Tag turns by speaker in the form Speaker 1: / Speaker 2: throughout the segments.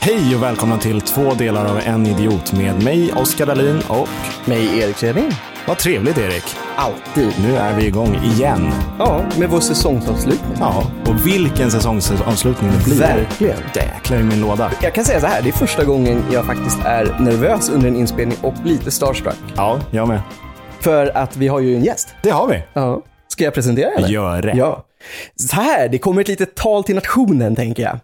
Speaker 1: Hej och välkomna till två delar av En idiot med mig, Oskar Dahlin och...
Speaker 2: Mig Erik Kjellin.
Speaker 1: Vad trevligt Erik!
Speaker 2: Alltid.
Speaker 1: Nu är vi igång igen.
Speaker 2: Ja, med vår säsongsavslutning.
Speaker 1: Ja, och vilken säsongsavslutning det blir.
Speaker 2: Verkligen.
Speaker 1: Jäklar i min låda.
Speaker 2: Jag kan säga så här, det är första gången jag faktiskt är nervös under en inspelning och lite starstruck.
Speaker 1: Ja, jag med.
Speaker 2: För att vi har ju en gäst.
Speaker 1: Det har vi.
Speaker 2: Ja. Ska jag presentera henne?
Speaker 1: Gör det.
Speaker 2: Ja. Så här, det kommer ett litet tal till nationen, tänker jag.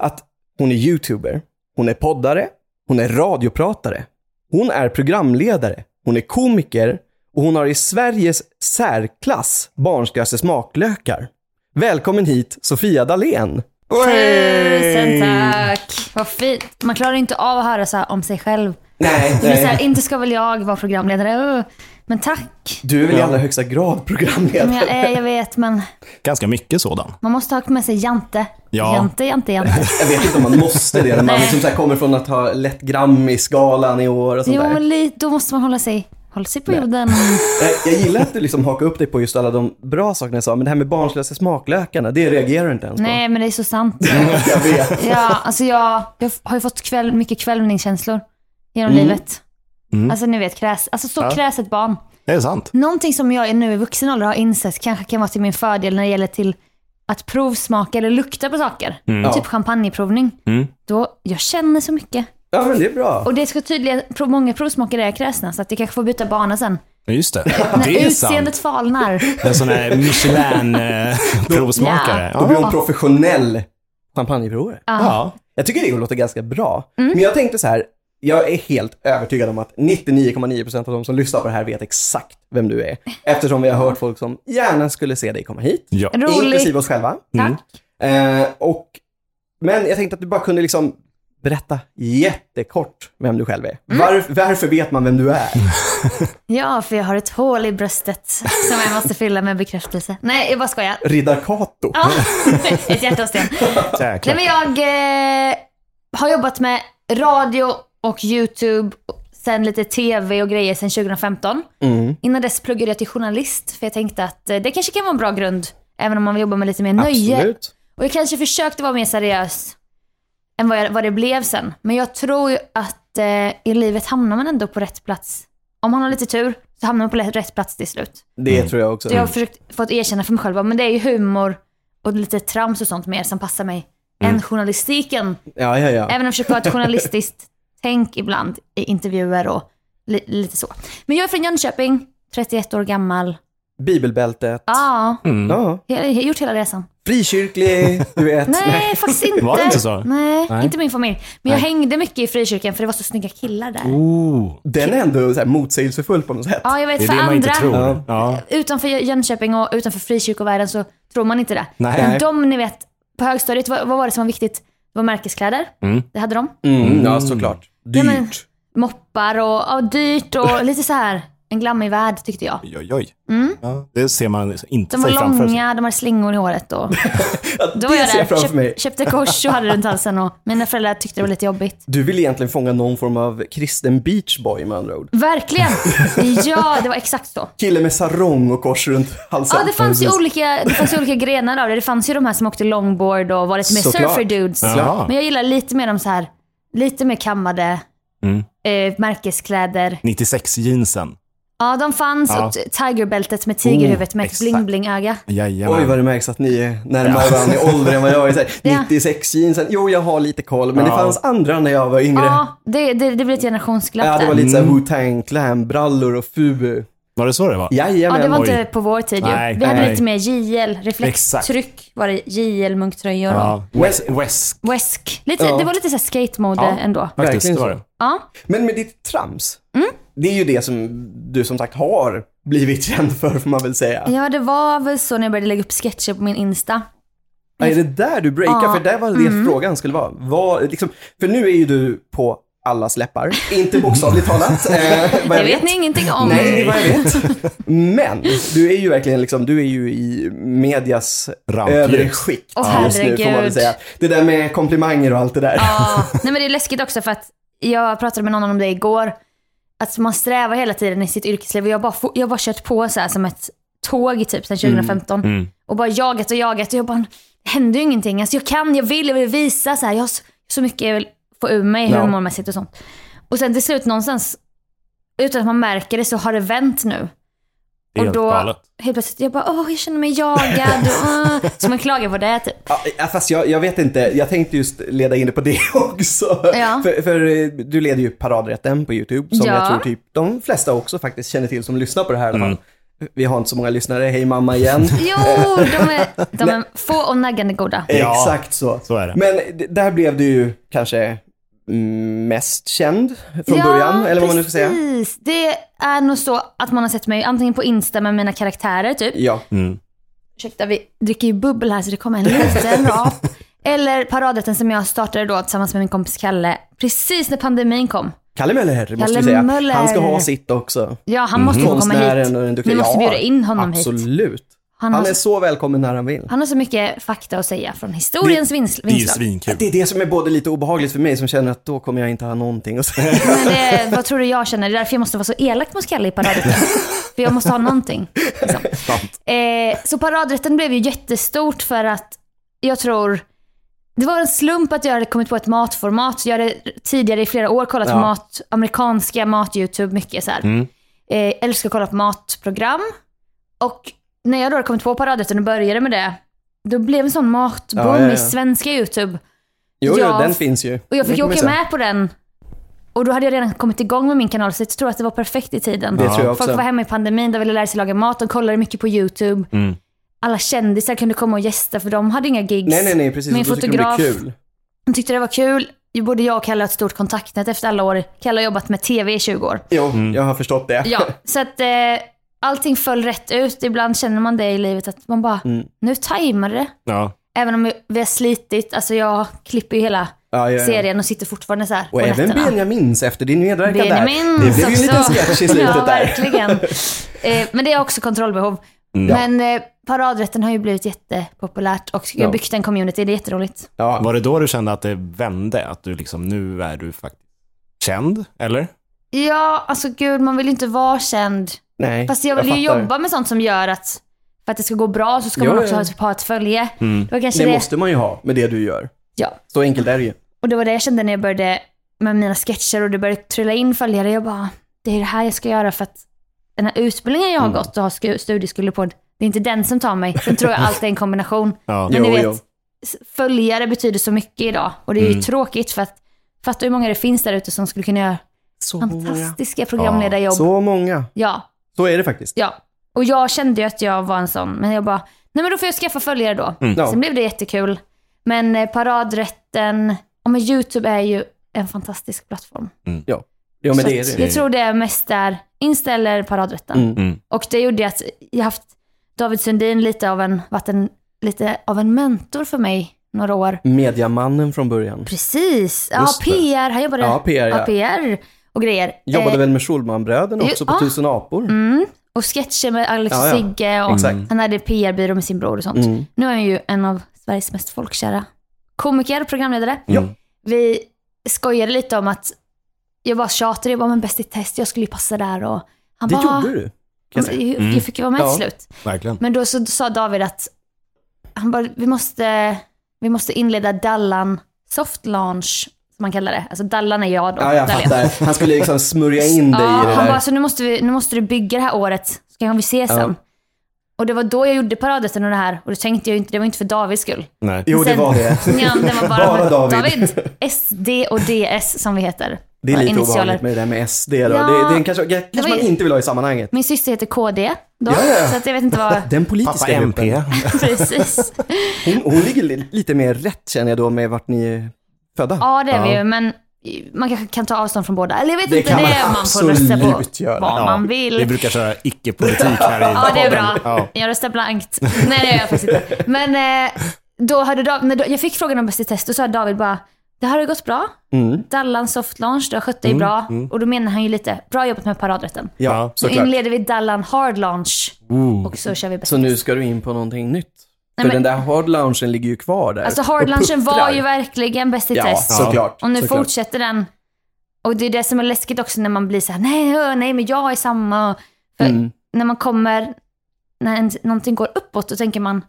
Speaker 2: Att hon är youtuber, hon är poddare, hon är radiopratare, hon är programledare, hon är komiker och hon har i Sveriges särklass barnskrasse smaklökar. Välkommen hit, Sofia Dalén.
Speaker 3: Tusen tack. Vad fint. Man klarar inte av att höra så här om sig själv.
Speaker 2: Nej,
Speaker 3: Det är så här, inte ska väl jag vara programledare. Öh, Men tack.
Speaker 2: Du är väl i allra högsta grad
Speaker 3: Men jag,
Speaker 2: programledare?
Speaker 3: är, jag vet, men
Speaker 1: Ganska mycket sådan.
Speaker 3: man måste ha med sig jante.
Speaker 1: Ja.
Speaker 3: Jante, jante, jante.
Speaker 2: Jag vet inte om man måste det när man
Speaker 3: Nej.
Speaker 2: liksom så här kommer från att ha lett Grammy-skalan i år och sånt
Speaker 3: Jo,
Speaker 2: där.
Speaker 3: men li- då måste man hålla sig, hålla sig på jorden.
Speaker 2: Jag, jag gillar att du liksom hakar upp dig på just alla de bra sakerna jag sa, men det här med barnslösa smaklökarna, det reagerar du inte ens på. Mm,
Speaker 3: Nej, men det är så sant.
Speaker 2: Jag vet.
Speaker 3: Ja, alltså jag, jag har ju fått kväll, mycket kvällningskänslor genom livet. Alltså ni vet, kräs. Alltså så kräset barn.
Speaker 1: Det är sant.
Speaker 3: Någonting som jag nu i vuxen ålder har insett kanske kan vara till min fördel när det gäller till att provsmaka eller lukta på saker.
Speaker 2: Ja.
Speaker 1: Mm.
Speaker 3: Typ champagneprovning. Då, jag känner så mycket.
Speaker 2: Ja, men det är bra.
Speaker 3: Och det ska tydligen, pro- många provsmakare är kräsna så att jag kanske får byta bana sen.
Speaker 1: Ja, Just det.
Speaker 3: När
Speaker 1: Det är
Speaker 3: utseendet
Speaker 1: sant.
Speaker 3: falnar.
Speaker 1: En sån här eh, Michelin-provsmakare.
Speaker 2: Då blir
Speaker 1: Ja.
Speaker 2: hon professionell champagneprovare.
Speaker 1: ja.
Speaker 2: Jag tycker det låter ganska bra.
Speaker 3: Mm.
Speaker 2: Men jag tänkte så här, jag är helt övertygad om att 99,9% av de som lyssnar på det här vet exakt vem du är. Eftersom vi har hört folk som gärna skulle se dig komma hit.
Speaker 1: Ja.
Speaker 3: Roligt.
Speaker 2: Inklusive oss själva.
Speaker 1: Mm.
Speaker 3: Tack.
Speaker 2: Eh, och, men jag tänkte att du bara kunde liksom berätta jättekort vem du själv är.
Speaker 3: Mm.
Speaker 2: Varf, varför vet man vem du är?
Speaker 3: Ja, för jag har ett hål i bröstet som jag måste fylla med bekräftelse. Nej, jag bara skojar.
Speaker 2: Riddar Kato.
Speaker 3: Ja, ett hjärta av sten. Nej,
Speaker 1: Jäklar.
Speaker 3: men jag eh, har jobbat med radio och YouTube, och sen lite TV och grejer sen 2015.
Speaker 2: Mm.
Speaker 3: Innan dess pluggade jag till journalist för jag tänkte att eh, det kanske kan vara en bra grund även om man vill jobba med lite mer nöje.
Speaker 2: Absolut.
Speaker 3: Och jag kanske försökte vara mer seriös än vad, jag, vad det blev sen. Men jag tror ju att eh, i livet hamnar man ändå på rätt plats. Om man har lite tur så hamnar man på lä- rätt plats till slut.
Speaker 2: Det tror jag också.
Speaker 3: Så jag har försökt fått erkänna för mig själv men det är ju humor och lite trams och sånt mer som passar mig
Speaker 1: Mm.
Speaker 3: än journalistiken.
Speaker 2: Ja, ja, ja.
Speaker 3: Även om jag försöker ha ett journalistiskt tänk ibland i intervjuer och li- lite så. Men jag är från Jönköping, 31 år gammal.
Speaker 2: Bibelbältet.
Speaker 3: Ja,
Speaker 1: Mm.
Speaker 2: Ja.
Speaker 3: jag har gjort hela resan.
Speaker 2: Frikyrklig, du vet.
Speaker 3: Nej, faktiskt inte.
Speaker 1: Var det inte så?
Speaker 3: Nej,
Speaker 1: Nej.
Speaker 3: inte min familj. Men jag hängde mycket i frikyrkan för det var så snygga killar där.
Speaker 1: Oh,
Speaker 2: Den är ändå så här motsägelsefull på något sätt.
Speaker 3: Ja, jag
Speaker 1: det
Speaker 3: vet.
Speaker 1: är
Speaker 3: För
Speaker 1: det man inte
Speaker 3: andra,
Speaker 1: tror. Ja.
Speaker 3: utanför Jönköping och utanför frikyrkovärlden så tror man inte det.
Speaker 1: Nej.
Speaker 3: Men de, ni vet, på högstadiet, vad, vad var det som var viktigt? Det var märkeskläder. Det hade de.
Speaker 2: Mm, ja, såklart. Dyrt.
Speaker 3: men- Moppar och ja, dyrt och lite så här en glammig värld tyckte jag.
Speaker 1: Oj, oj, oj. Ja, det ser man inte
Speaker 3: Mm. De var
Speaker 1: sig framför sig.
Speaker 3: långa, de hade slingor i håret och då var
Speaker 2: det
Speaker 3: jag
Speaker 2: ser
Speaker 3: där.
Speaker 2: jag framför mig.
Speaker 3: köpte kors och hade runt halsen och mina föräldrar tyckte det var lite jobbigt.
Speaker 2: Du vill egentligen fånga någon form av kristen beachboy med andra ord.
Speaker 3: Verkligen! Ja, det var exakt så.
Speaker 2: Kille med sarong och kors runt halsen.
Speaker 3: Ja, det fanns ju olika, det fanns ju olika grenar av det. Det fanns ju de här som åkte longboard och var lite mer
Speaker 2: Såklart.
Speaker 3: surfer dudes.
Speaker 1: Jaha.
Speaker 3: Men jag gillar lite mer de så här, lite mer kammade
Speaker 1: Mm.
Speaker 3: eh, märkeskläder.
Speaker 1: 96-jeansen.
Speaker 3: Ja, de fanns
Speaker 1: Ja. Oh,
Speaker 3: och t- tigerbältet med tigerhuvudet med ett
Speaker 1: exakt.
Speaker 3: bling-bling-öga.
Speaker 1: Jajamän.
Speaker 2: Oj vad det märks att ni är närmare varandra i ålder än vad jag är. Så här,
Speaker 3: Ja.
Speaker 2: 96 jeansen, jo jag har lite koll, men det
Speaker 1: Ja.
Speaker 2: fanns andra när jag var yngre. Ja,
Speaker 3: Ja, det, det, det blir ett generationsglapp
Speaker 2: det var
Speaker 3: där.
Speaker 2: lite såhär Wu-Tang Clan-brallor och FUBU.
Speaker 1: Var det så det var?
Speaker 3: Ja,
Speaker 2: Jajamän.
Speaker 3: det var
Speaker 1: Oj.
Speaker 3: inte på vår tid ju.
Speaker 1: Nej,
Speaker 3: Vi hade
Speaker 1: nej.
Speaker 3: lite mer JL,
Speaker 1: Exakt.
Speaker 3: reflextryck var det, JL munktröjor och
Speaker 1: Ja. Wes- Wes-
Speaker 3: Wesk. Lite,
Speaker 2: Ja.
Speaker 3: Det var lite så här skate-mode
Speaker 1: Ja.
Speaker 3: ändå.
Speaker 1: Faktiskt,
Speaker 2: Verkligen
Speaker 1: det var
Speaker 2: så.
Speaker 1: det.
Speaker 3: Ja.
Speaker 2: Men med ditt trams, det är ju det som du som sagt har blivit känd för får man väl säga.
Speaker 3: ja, det var väl så när jag började lägga upp sketcher på min Insta.
Speaker 2: Ja, Är det där du breakar?
Speaker 3: Ja. Mm.
Speaker 2: För där var det frågan skulle vara. Var, liksom, för nu är ju du på allas läppar, inte bokstavligt talat. Eh, vad
Speaker 3: Det vet ni ingenting om.
Speaker 2: Nej, det är vad jag vet. Men du är ju verkligen liksom, du är ju i medias
Speaker 1: Rampljus.
Speaker 2: övre skikt
Speaker 3: Åh,
Speaker 2: just nu får man väl
Speaker 3: herregud.
Speaker 2: säga. Det där med komplimanger och allt det där.
Speaker 3: Ja, nej men det är läskigt också för att jag pratade med någon om det igår. Att man strävar hela tiden i sitt yrkesliv och jag har bara, fo- jag har bara kört på så här som ett tåg typ sedan 2015. Och bara jagat och jagat och jag bara, det händer ju ingenting. Alltså jag kan, jag vill, jag vill visa så här. Jag har så, så mycket få ur mig
Speaker 2: Ja.
Speaker 3: humormässigt och sånt. Och sen till slut någonstans, utan att man märker det, så har det vänt nu.
Speaker 4: Det är
Speaker 3: och
Speaker 4: helt
Speaker 3: då
Speaker 4: galet.
Speaker 3: helt plötsligt, jag bara, åh, jag känner mig jagad. och, åh." så man klagar på det typ.
Speaker 2: Ja, ja, fast jag, jag vet inte, jag tänkte just leda in det på det också.
Speaker 3: Ja.
Speaker 2: För, för eh, du leder ju Paradrätten på YouTube, som
Speaker 3: Ja.
Speaker 2: jag tror typ de flesta också faktiskt känner till som lyssnar på det här i alla fall.
Speaker 4: Mm.
Speaker 2: Vi har inte så många lyssnare, hej mamma igen.
Speaker 3: Jo, de är, de är få och naggande goda.
Speaker 4: Ja.
Speaker 2: Exakt så.
Speaker 4: Så är det.
Speaker 2: Men d- där blev du ju kanske mm, mest känd från
Speaker 3: ja,
Speaker 2: början, eller vad man nu ska
Speaker 3: precis.
Speaker 2: säga.
Speaker 3: Det är nog så att man har sett mig antingen på Insta med mina karaktärer typ.
Speaker 2: Ja,
Speaker 4: Mm.
Speaker 3: Ursäkta, vi dricker ju bubbel här så det kommer en liten rap. Eller paradrätten som jag startade då tillsammans med min kompis Kalle. Precis när pandemin kom.
Speaker 2: Kalle Möller måste
Speaker 3: Kalle
Speaker 2: vi säga.
Speaker 3: Möller.
Speaker 2: Han ska ha sitt också.
Speaker 3: Ja, han måste få komma
Speaker 2: Mhm. Konstnären och den
Speaker 3: hit.
Speaker 2: duktiga.
Speaker 3: Ni måste
Speaker 2: Ja,
Speaker 3: bjuda in honom
Speaker 2: Absolut.
Speaker 3: hit.
Speaker 2: Han,
Speaker 3: Han har,
Speaker 2: är så välkommen när han vill.
Speaker 3: han har så mycket fakta att säga från historiens vins-
Speaker 4: Det är ju
Speaker 3: vingslag.
Speaker 4: svinkul.
Speaker 2: Det är det som är både lite obehagligt för mig som känner att då kommer jag inte ha någonting att säga.
Speaker 3: Men det, vad tror du jag känner? Det är därför jag måste vara så elak mot Kalle i paradrätten. för jag måste ha någonting. Liksom. Eh, så paradrätten blev ju jättestort för att jag tror det var en slump att jag hade kommit på ett matformat. Jag hade tidigare i flera år kollat på
Speaker 2: Ja.
Speaker 3: mat, amerikanska mat-youtube mycket. Så här.
Speaker 4: Mm.
Speaker 3: Eh, älskar att kolla på matprogram. Och när jag då hade kommit på paradrätten och började med det, då blev en sån matboom
Speaker 2: Ja, ja, ja.
Speaker 3: i svenska youtube.
Speaker 2: Jo,
Speaker 3: Ja.
Speaker 2: jo, den finns ju.
Speaker 3: Och jag
Speaker 2: Den
Speaker 3: fick ju
Speaker 2: kommer
Speaker 3: åka
Speaker 2: sen.
Speaker 3: med på den. Och då hade jag redan kommit igång med min kanal så jag tror att det var perfekt i tiden.
Speaker 2: Det tror jag också.
Speaker 3: Folk var hemma i pandemin, de ville lära sig laga mat, de kollade mycket på YouTube.
Speaker 4: Mm.
Speaker 3: Alla kändisar kunde komma och gästa för de hade inga gigs.
Speaker 2: Nej, nej, nej, precis.
Speaker 3: Min
Speaker 2: Min fotograf. Det blir
Speaker 3: fotograf-
Speaker 2: kul.
Speaker 3: De tyckte det var kul. Ju Både jag och Kalle har ett stort kontaktnät efter alla år. Kalle har jobbat med TV i 20 år.
Speaker 2: Jo, jag har förstått det.
Speaker 3: Ja, så att eh, allting föll rätt ut. Ibland känner man det i livet att man bara,
Speaker 2: Mm.
Speaker 3: nu tajmar det.
Speaker 4: Ja.
Speaker 3: Även om vi har slitit, alltså jag klipper ju hela
Speaker 2: Ja, ja, ja.
Speaker 3: serien och sitter fortfarande så här
Speaker 2: Och
Speaker 3: på
Speaker 2: även
Speaker 3: nätterna.
Speaker 2: Benjamins efter din medverkan där.
Speaker 3: Benjamin
Speaker 2: Det blev ju en liten
Speaker 3: också.
Speaker 2: sketch i slutet
Speaker 3: ja,
Speaker 2: där.
Speaker 3: verkligen. Eh, men det är också kontrollbehov.
Speaker 2: Mm.
Speaker 3: Men eh, paradrätten har ju blivit jättepopulärt och jag
Speaker 2: Ja.
Speaker 3: har byggt en community. Det är jätteroligt.
Speaker 2: Ja,
Speaker 4: Var det då du kände att det vände? Att du liksom, nu är du faktiskt känd, eller?
Speaker 3: Ja, alltså gud, man vill ju inte vara känd.
Speaker 2: nej.
Speaker 3: Fast jag vill ju
Speaker 2: fattar.
Speaker 3: jobba med sånt som gör att för att det ska gå bra så ska
Speaker 2: Ja,
Speaker 3: man också
Speaker 2: ja. Mm.
Speaker 3: ha ett, ha ett följe. Det var kanske
Speaker 2: Det
Speaker 3: Alltså, det.
Speaker 2: måste man ju ha med det du gör.
Speaker 3: Ja.
Speaker 2: Så enkelt är det ju.
Speaker 3: Och det var det jag kände när jag började med mina sketcher och det började trilla in följare. Jag bara, det är det här jag ska göra för att den här utbildningen jag har
Speaker 2: Mm.
Speaker 3: gått och har sku- studieskulder på, det är inte den som tar mig. Sen tror jag allt är en kombination.
Speaker 4: Ja.
Speaker 3: Men
Speaker 2: Jo,
Speaker 3: ni vet,
Speaker 2: jo. Mm.
Speaker 3: s- följare betyder så mycket idag och det är ju tråkigt för att fatta hur många det finns där ute som skulle kunna göra
Speaker 2: Så många.
Speaker 3: fantastiska programledarjobb.
Speaker 2: Så många.
Speaker 3: Ja,
Speaker 2: Så är det faktiskt.
Speaker 3: ja. Och jag kände ju att jag var en sån, men jag bara, nej men då får jag skaffa följare då.
Speaker 2: Ja.
Speaker 3: Sen blev det jättekul. Men eh, paradrätten, ja men YouTube är ju en fantastisk plattform.
Speaker 2: Ja. ja, men
Speaker 3: Så
Speaker 2: det är
Speaker 3: att
Speaker 2: det.
Speaker 3: Jag tror det är mest där, Insta eller paradrätten.
Speaker 2: Mm.
Speaker 4: Mm.
Speaker 3: Och det gjorde att jag haft David Sundin lite av en, varit en, lite av en mentor för mig några år.
Speaker 2: Mediamannen från början.
Speaker 3: Precis. Ja,
Speaker 2: Just det.
Speaker 3: PR. Han jobbade
Speaker 2: Ja, PR, ja.
Speaker 3: PR och grejer.
Speaker 2: Jobbade
Speaker 3: Eh,
Speaker 2: väl med Schulmanbröderna
Speaker 3: ju-
Speaker 2: också på
Speaker 3: ah.
Speaker 2: Tusen apor?
Speaker 3: mm, och sketcher med Alex och
Speaker 2: Ja, ja.
Speaker 3: Sigge.
Speaker 4: Mm.
Speaker 3: Och
Speaker 2: Exakt.
Speaker 3: Han hade PR-byrå med sin bror och sånt.
Speaker 2: Mm.
Speaker 3: Nu är han ju en av Sveriges mest folkkära komiker och programledare.
Speaker 2: Ja.
Speaker 3: Vi skojade lite om att jag bara tjatade. Jag bara, men bäst i test. Jag skulle ju passa där. Och han
Speaker 2: Det
Speaker 3: bara,
Speaker 2: gjorde du. kan jag säga.
Speaker 3: Jag, jag fick ju vara med
Speaker 2: Ja.
Speaker 3: till slut.
Speaker 4: Verkligen.
Speaker 3: Men då så sa David att han bara, vi måste, vi måste inleda Dallan soft launch, som man kallar det. Alltså Dallan är jag då.
Speaker 2: Ja, jag
Speaker 3: Dahlia.
Speaker 2: fattar. Han skulle liksom smörja in dig i
Speaker 3: Ja,
Speaker 2: det
Speaker 3: han bara,
Speaker 2: där.
Speaker 3: så nu måste, vi, nu måste du bygga det här året, så kan vi ses sen. Och det var då jag gjorde paradrätten och det här, och då tänkte jag ju inte, det var inte för Davids skull.
Speaker 4: Nej.
Speaker 2: Jo, det
Speaker 3: sen-
Speaker 2: var det.
Speaker 3: Ja, det var bara,
Speaker 2: Bara
Speaker 3: för
Speaker 2: David.
Speaker 3: SD och DS som vi heter.
Speaker 2: Det är
Speaker 3: Våra
Speaker 2: lite
Speaker 3: initialer.
Speaker 2: obehagligt med det där med SD då. Det, det är en kanske, kanske
Speaker 3: Det var ju-
Speaker 2: man inte vill ha i sammanhanget.
Speaker 3: Min syster heter KD då,
Speaker 2: Ja, ja.
Speaker 3: så att jag vet inte vad...
Speaker 2: Den politiska
Speaker 4: Pappa
Speaker 2: gruppen.
Speaker 4: MP.
Speaker 3: Precis.
Speaker 2: Hon, hon ligger li- lite mer rätt känner jag då med vart ni är födda.
Speaker 3: Ja, det är vi ju, men man kanske kan ta avstånd från båda. Eller jag vet
Speaker 2: Det
Speaker 3: inte,
Speaker 2: kan
Speaker 3: det
Speaker 2: man
Speaker 3: är man får rösta på
Speaker 2: absolut göra.
Speaker 3: vad
Speaker 4: Ja.
Speaker 3: man
Speaker 4: Vi
Speaker 3: vill.
Speaker 4: brukar köra icke-politik här i
Speaker 3: Ja, det är bra.
Speaker 4: podden. Ja.
Speaker 3: Jag röstar blankt. Nej, det gör jag faktiskt inte. Men eh, då hade David, när jag fick frågan om Bäst i test, och sa David bara, det här har gått bra.
Speaker 2: Mm,
Speaker 3: Dallan soft launch, du har skött dig bra. Och då menar han ju lite, bra jobbat med paradrätten.
Speaker 2: Ja,
Speaker 3: Så
Speaker 2: såklart.
Speaker 3: inleder vi Dallan hard launch
Speaker 4: Ooh.
Speaker 3: och så kör vi Bäst
Speaker 2: Så
Speaker 3: i
Speaker 2: nu
Speaker 3: test.
Speaker 2: ska du in på någonting nytt.
Speaker 3: Nej,
Speaker 2: För
Speaker 3: men-
Speaker 2: den där hard loungen ligger ju kvar där.
Speaker 3: Alltså hard
Speaker 2: och
Speaker 3: launchen var
Speaker 2: puttrar.
Speaker 3: ju verkligen Bäst i
Speaker 2: Ja,
Speaker 3: test.
Speaker 2: såklart.
Speaker 3: Och nu
Speaker 2: såklart.
Speaker 3: fortsätter den. Och det är det som är läskigt också när man blir så här: nej, ö, nej, men jag är
Speaker 2: Mm.
Speaker 3: samma. För när man kommer, när en, någonting går uppåt, då tänker man,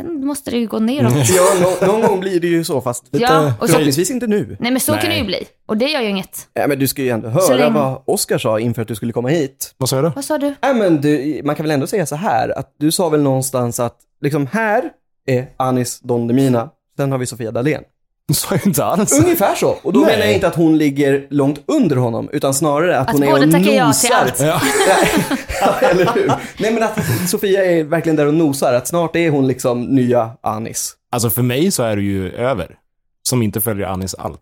Speaker 3: Sen måste det ju gå neråt.
Speaker 2: Ja, nå- någon gång blir det ju så, fast
Speaker 3: Ja, och så-
Speaker 2: förhoppningsvis inte nu.
Speaker 3: Nej men så kan det ju
Speaker 4: Nej.
Speaker 3: bli. Och det gör ju inget.
Speaker 2: Ja, men du ska ju ändå
Speaker 3: Så
Speaker 2: höra
Speaker 3: länge-
Speaker 2: vad Oscar sa inför att du skulle komma hit.
Speaker 4: Vad sa jag då?
Speaker 3: Vad sa du?
Speaker 2: Ja, men du, man kan väl ändå säga så här, att du sa väl någonstans att liksom här är Anis Don Demina, sen har vi Sofia Dalén.
Speaker 4: Du sa ju inte alls.
Speaker 2: Ungefär så. Och då
Speaker 4: Nej.
Speaker 2: menar jag inte att hon ligger långt under honom, utan snarare att,
Speaker 3: Att
Speaker 2: hon är
Speaker 3: båda
Speaker 2: och
Speaker 3: tackar ja
Speaker 2: nosar.
Speaker 3: till allt.
Speaker 4: Ja.
Speaker 2: Ja, Eller hur? Nej men att Sofia är verkligen där och nosar, att snart är hon liksom nya Anis.
Speaker 4: Alltså för mig så är det ju över. Som inte följer Anis allt.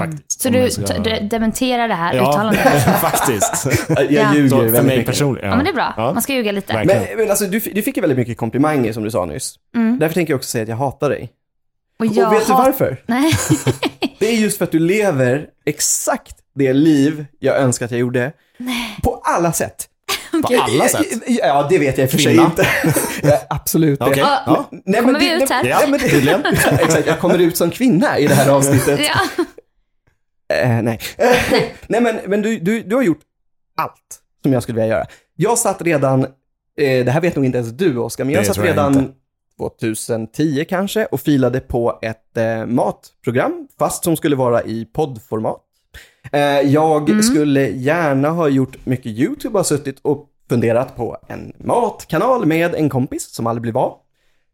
Speaker 4: Faktiskt.
Speaker 2: Oh
Speaker 3: Mm. Så
Speaker 4: Om
Speaker 3: du
Speaker 4: jag ska-
Speaker 3: t- de- dementerar det här
Speaker 4: Ja,
Speaker 3: uttalandet? Ja.
Speaker 4: faktiskt.
Speaker 2: Jag
Speaker 3: Ja.
Speaker 2: ljuger
Speaker 4: Så för
Speaker 2: väldigt
Speaker 4: mig
Speaker 2: mycket.
Speaker 4: personligen.
Speaker 3: men det är bra.
Speaker 4: Ja.
Speaker 3: Man ska ljuga lite.
Speaker 4: Verkligen.
Speaker 2: Men, men alltså, du, fi- du fick ju väldigt mycket komplimanger som du sa nyss.
Speaker 3: Mm.
Speaker 2: Därför tänker jag också säga att jag hatar dig.
Speaker 3: Och
Speaker 2: och vet du
Speaker 3: hat-
Speaker 2: varför?
Speaker 3: Nej.
Speaker 2: Det är just för att du lever exakt det liv jag önskar att jag gjorde. På alla sätt.
Speaker 4: På alla sätt.
Speaker 2: Ja, det vet jag i och för sig
Speaker 4: Kvinna.
Speaker 2: inte. ja, absolut det.
Speaker 4: Okej.
Speaker 3: Ja.
Speaker 4: Ja.
Speaker 2: Nej, men
Speaker 3: Kommer
Speaker 2: det-
Speaker 3: vi
Speaker 2: nej,
Speaker 3: ut här?
Speaker 2: Nej, men det, tydligen. exakt, jag kommer ut som kvinna i det här avsnittet.
Speaker 3: Ja.
Speaker 2: Eh, nej. nej, men, men du, du, du har gjort allt som jag skulle vilja göra. Jag satt redan, eh, det här vet nog inte ens du Oskar, men jag
Speaker 4: Det
Speaker 2: satt
Speaker 4: tror jag
Speaker 2: redan
Speaker 4: inte.
Speaker 2: 2010 kanske och filade på ett eh, matprogram, fast som skulle vara i poddformat. Eh, jag
Speaker 3: Mm.
Speaker 2: skulle gärna ha gjort mycket YouTube, har suttit och funderat på en matkanal med en kompis som aldrig blev av.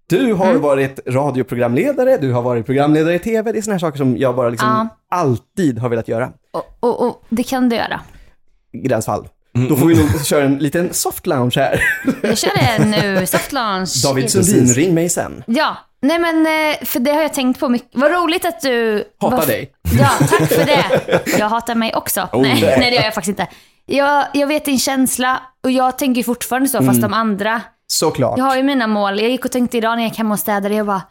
Speaker 2: Du har
Speaker 3: Mm.
Speaker 2: varit radioprogramledare, du har varit programledare i tv, det är såna här saker som jag bara liksom
Speaker 3: Ja.
Speaker 2: alltid har velat göra.
Speaker 3: Och, och, och det kan du göra.
Speaker 2: Gränsfall. Då får vi nog köra en liten soft lounge här.
Speaker 3: Jag kör det nu. Soft launch.
Speaker 2: David
Speaker 3: Precis.
Speaker 2: Sundin, ring mig sen.
Speaker 3: Ja. Nej men, eh, för det har jag tänkt på mycket. Vad roligt att du...
Speaker 2: Hatar
Speaker 3: Varför-
Speaker 2: dig. Oh.
Speaker 3: Ja, tack för det. Jag hatar mig också. nej,
Speaker 4: yeah.
Speaker 3: nej, det gör jag faktiskt inte. Jag, jag vet din känsla och jag tänker fortfarande så,
Speaker 2: Mm.
Speaker 3: fast de andra.
Speaker 2: Såklart.
Speaker 3: Jag har ju mina mål. Jag gick och tänkte idag när jag gick hem och städade, jag bara,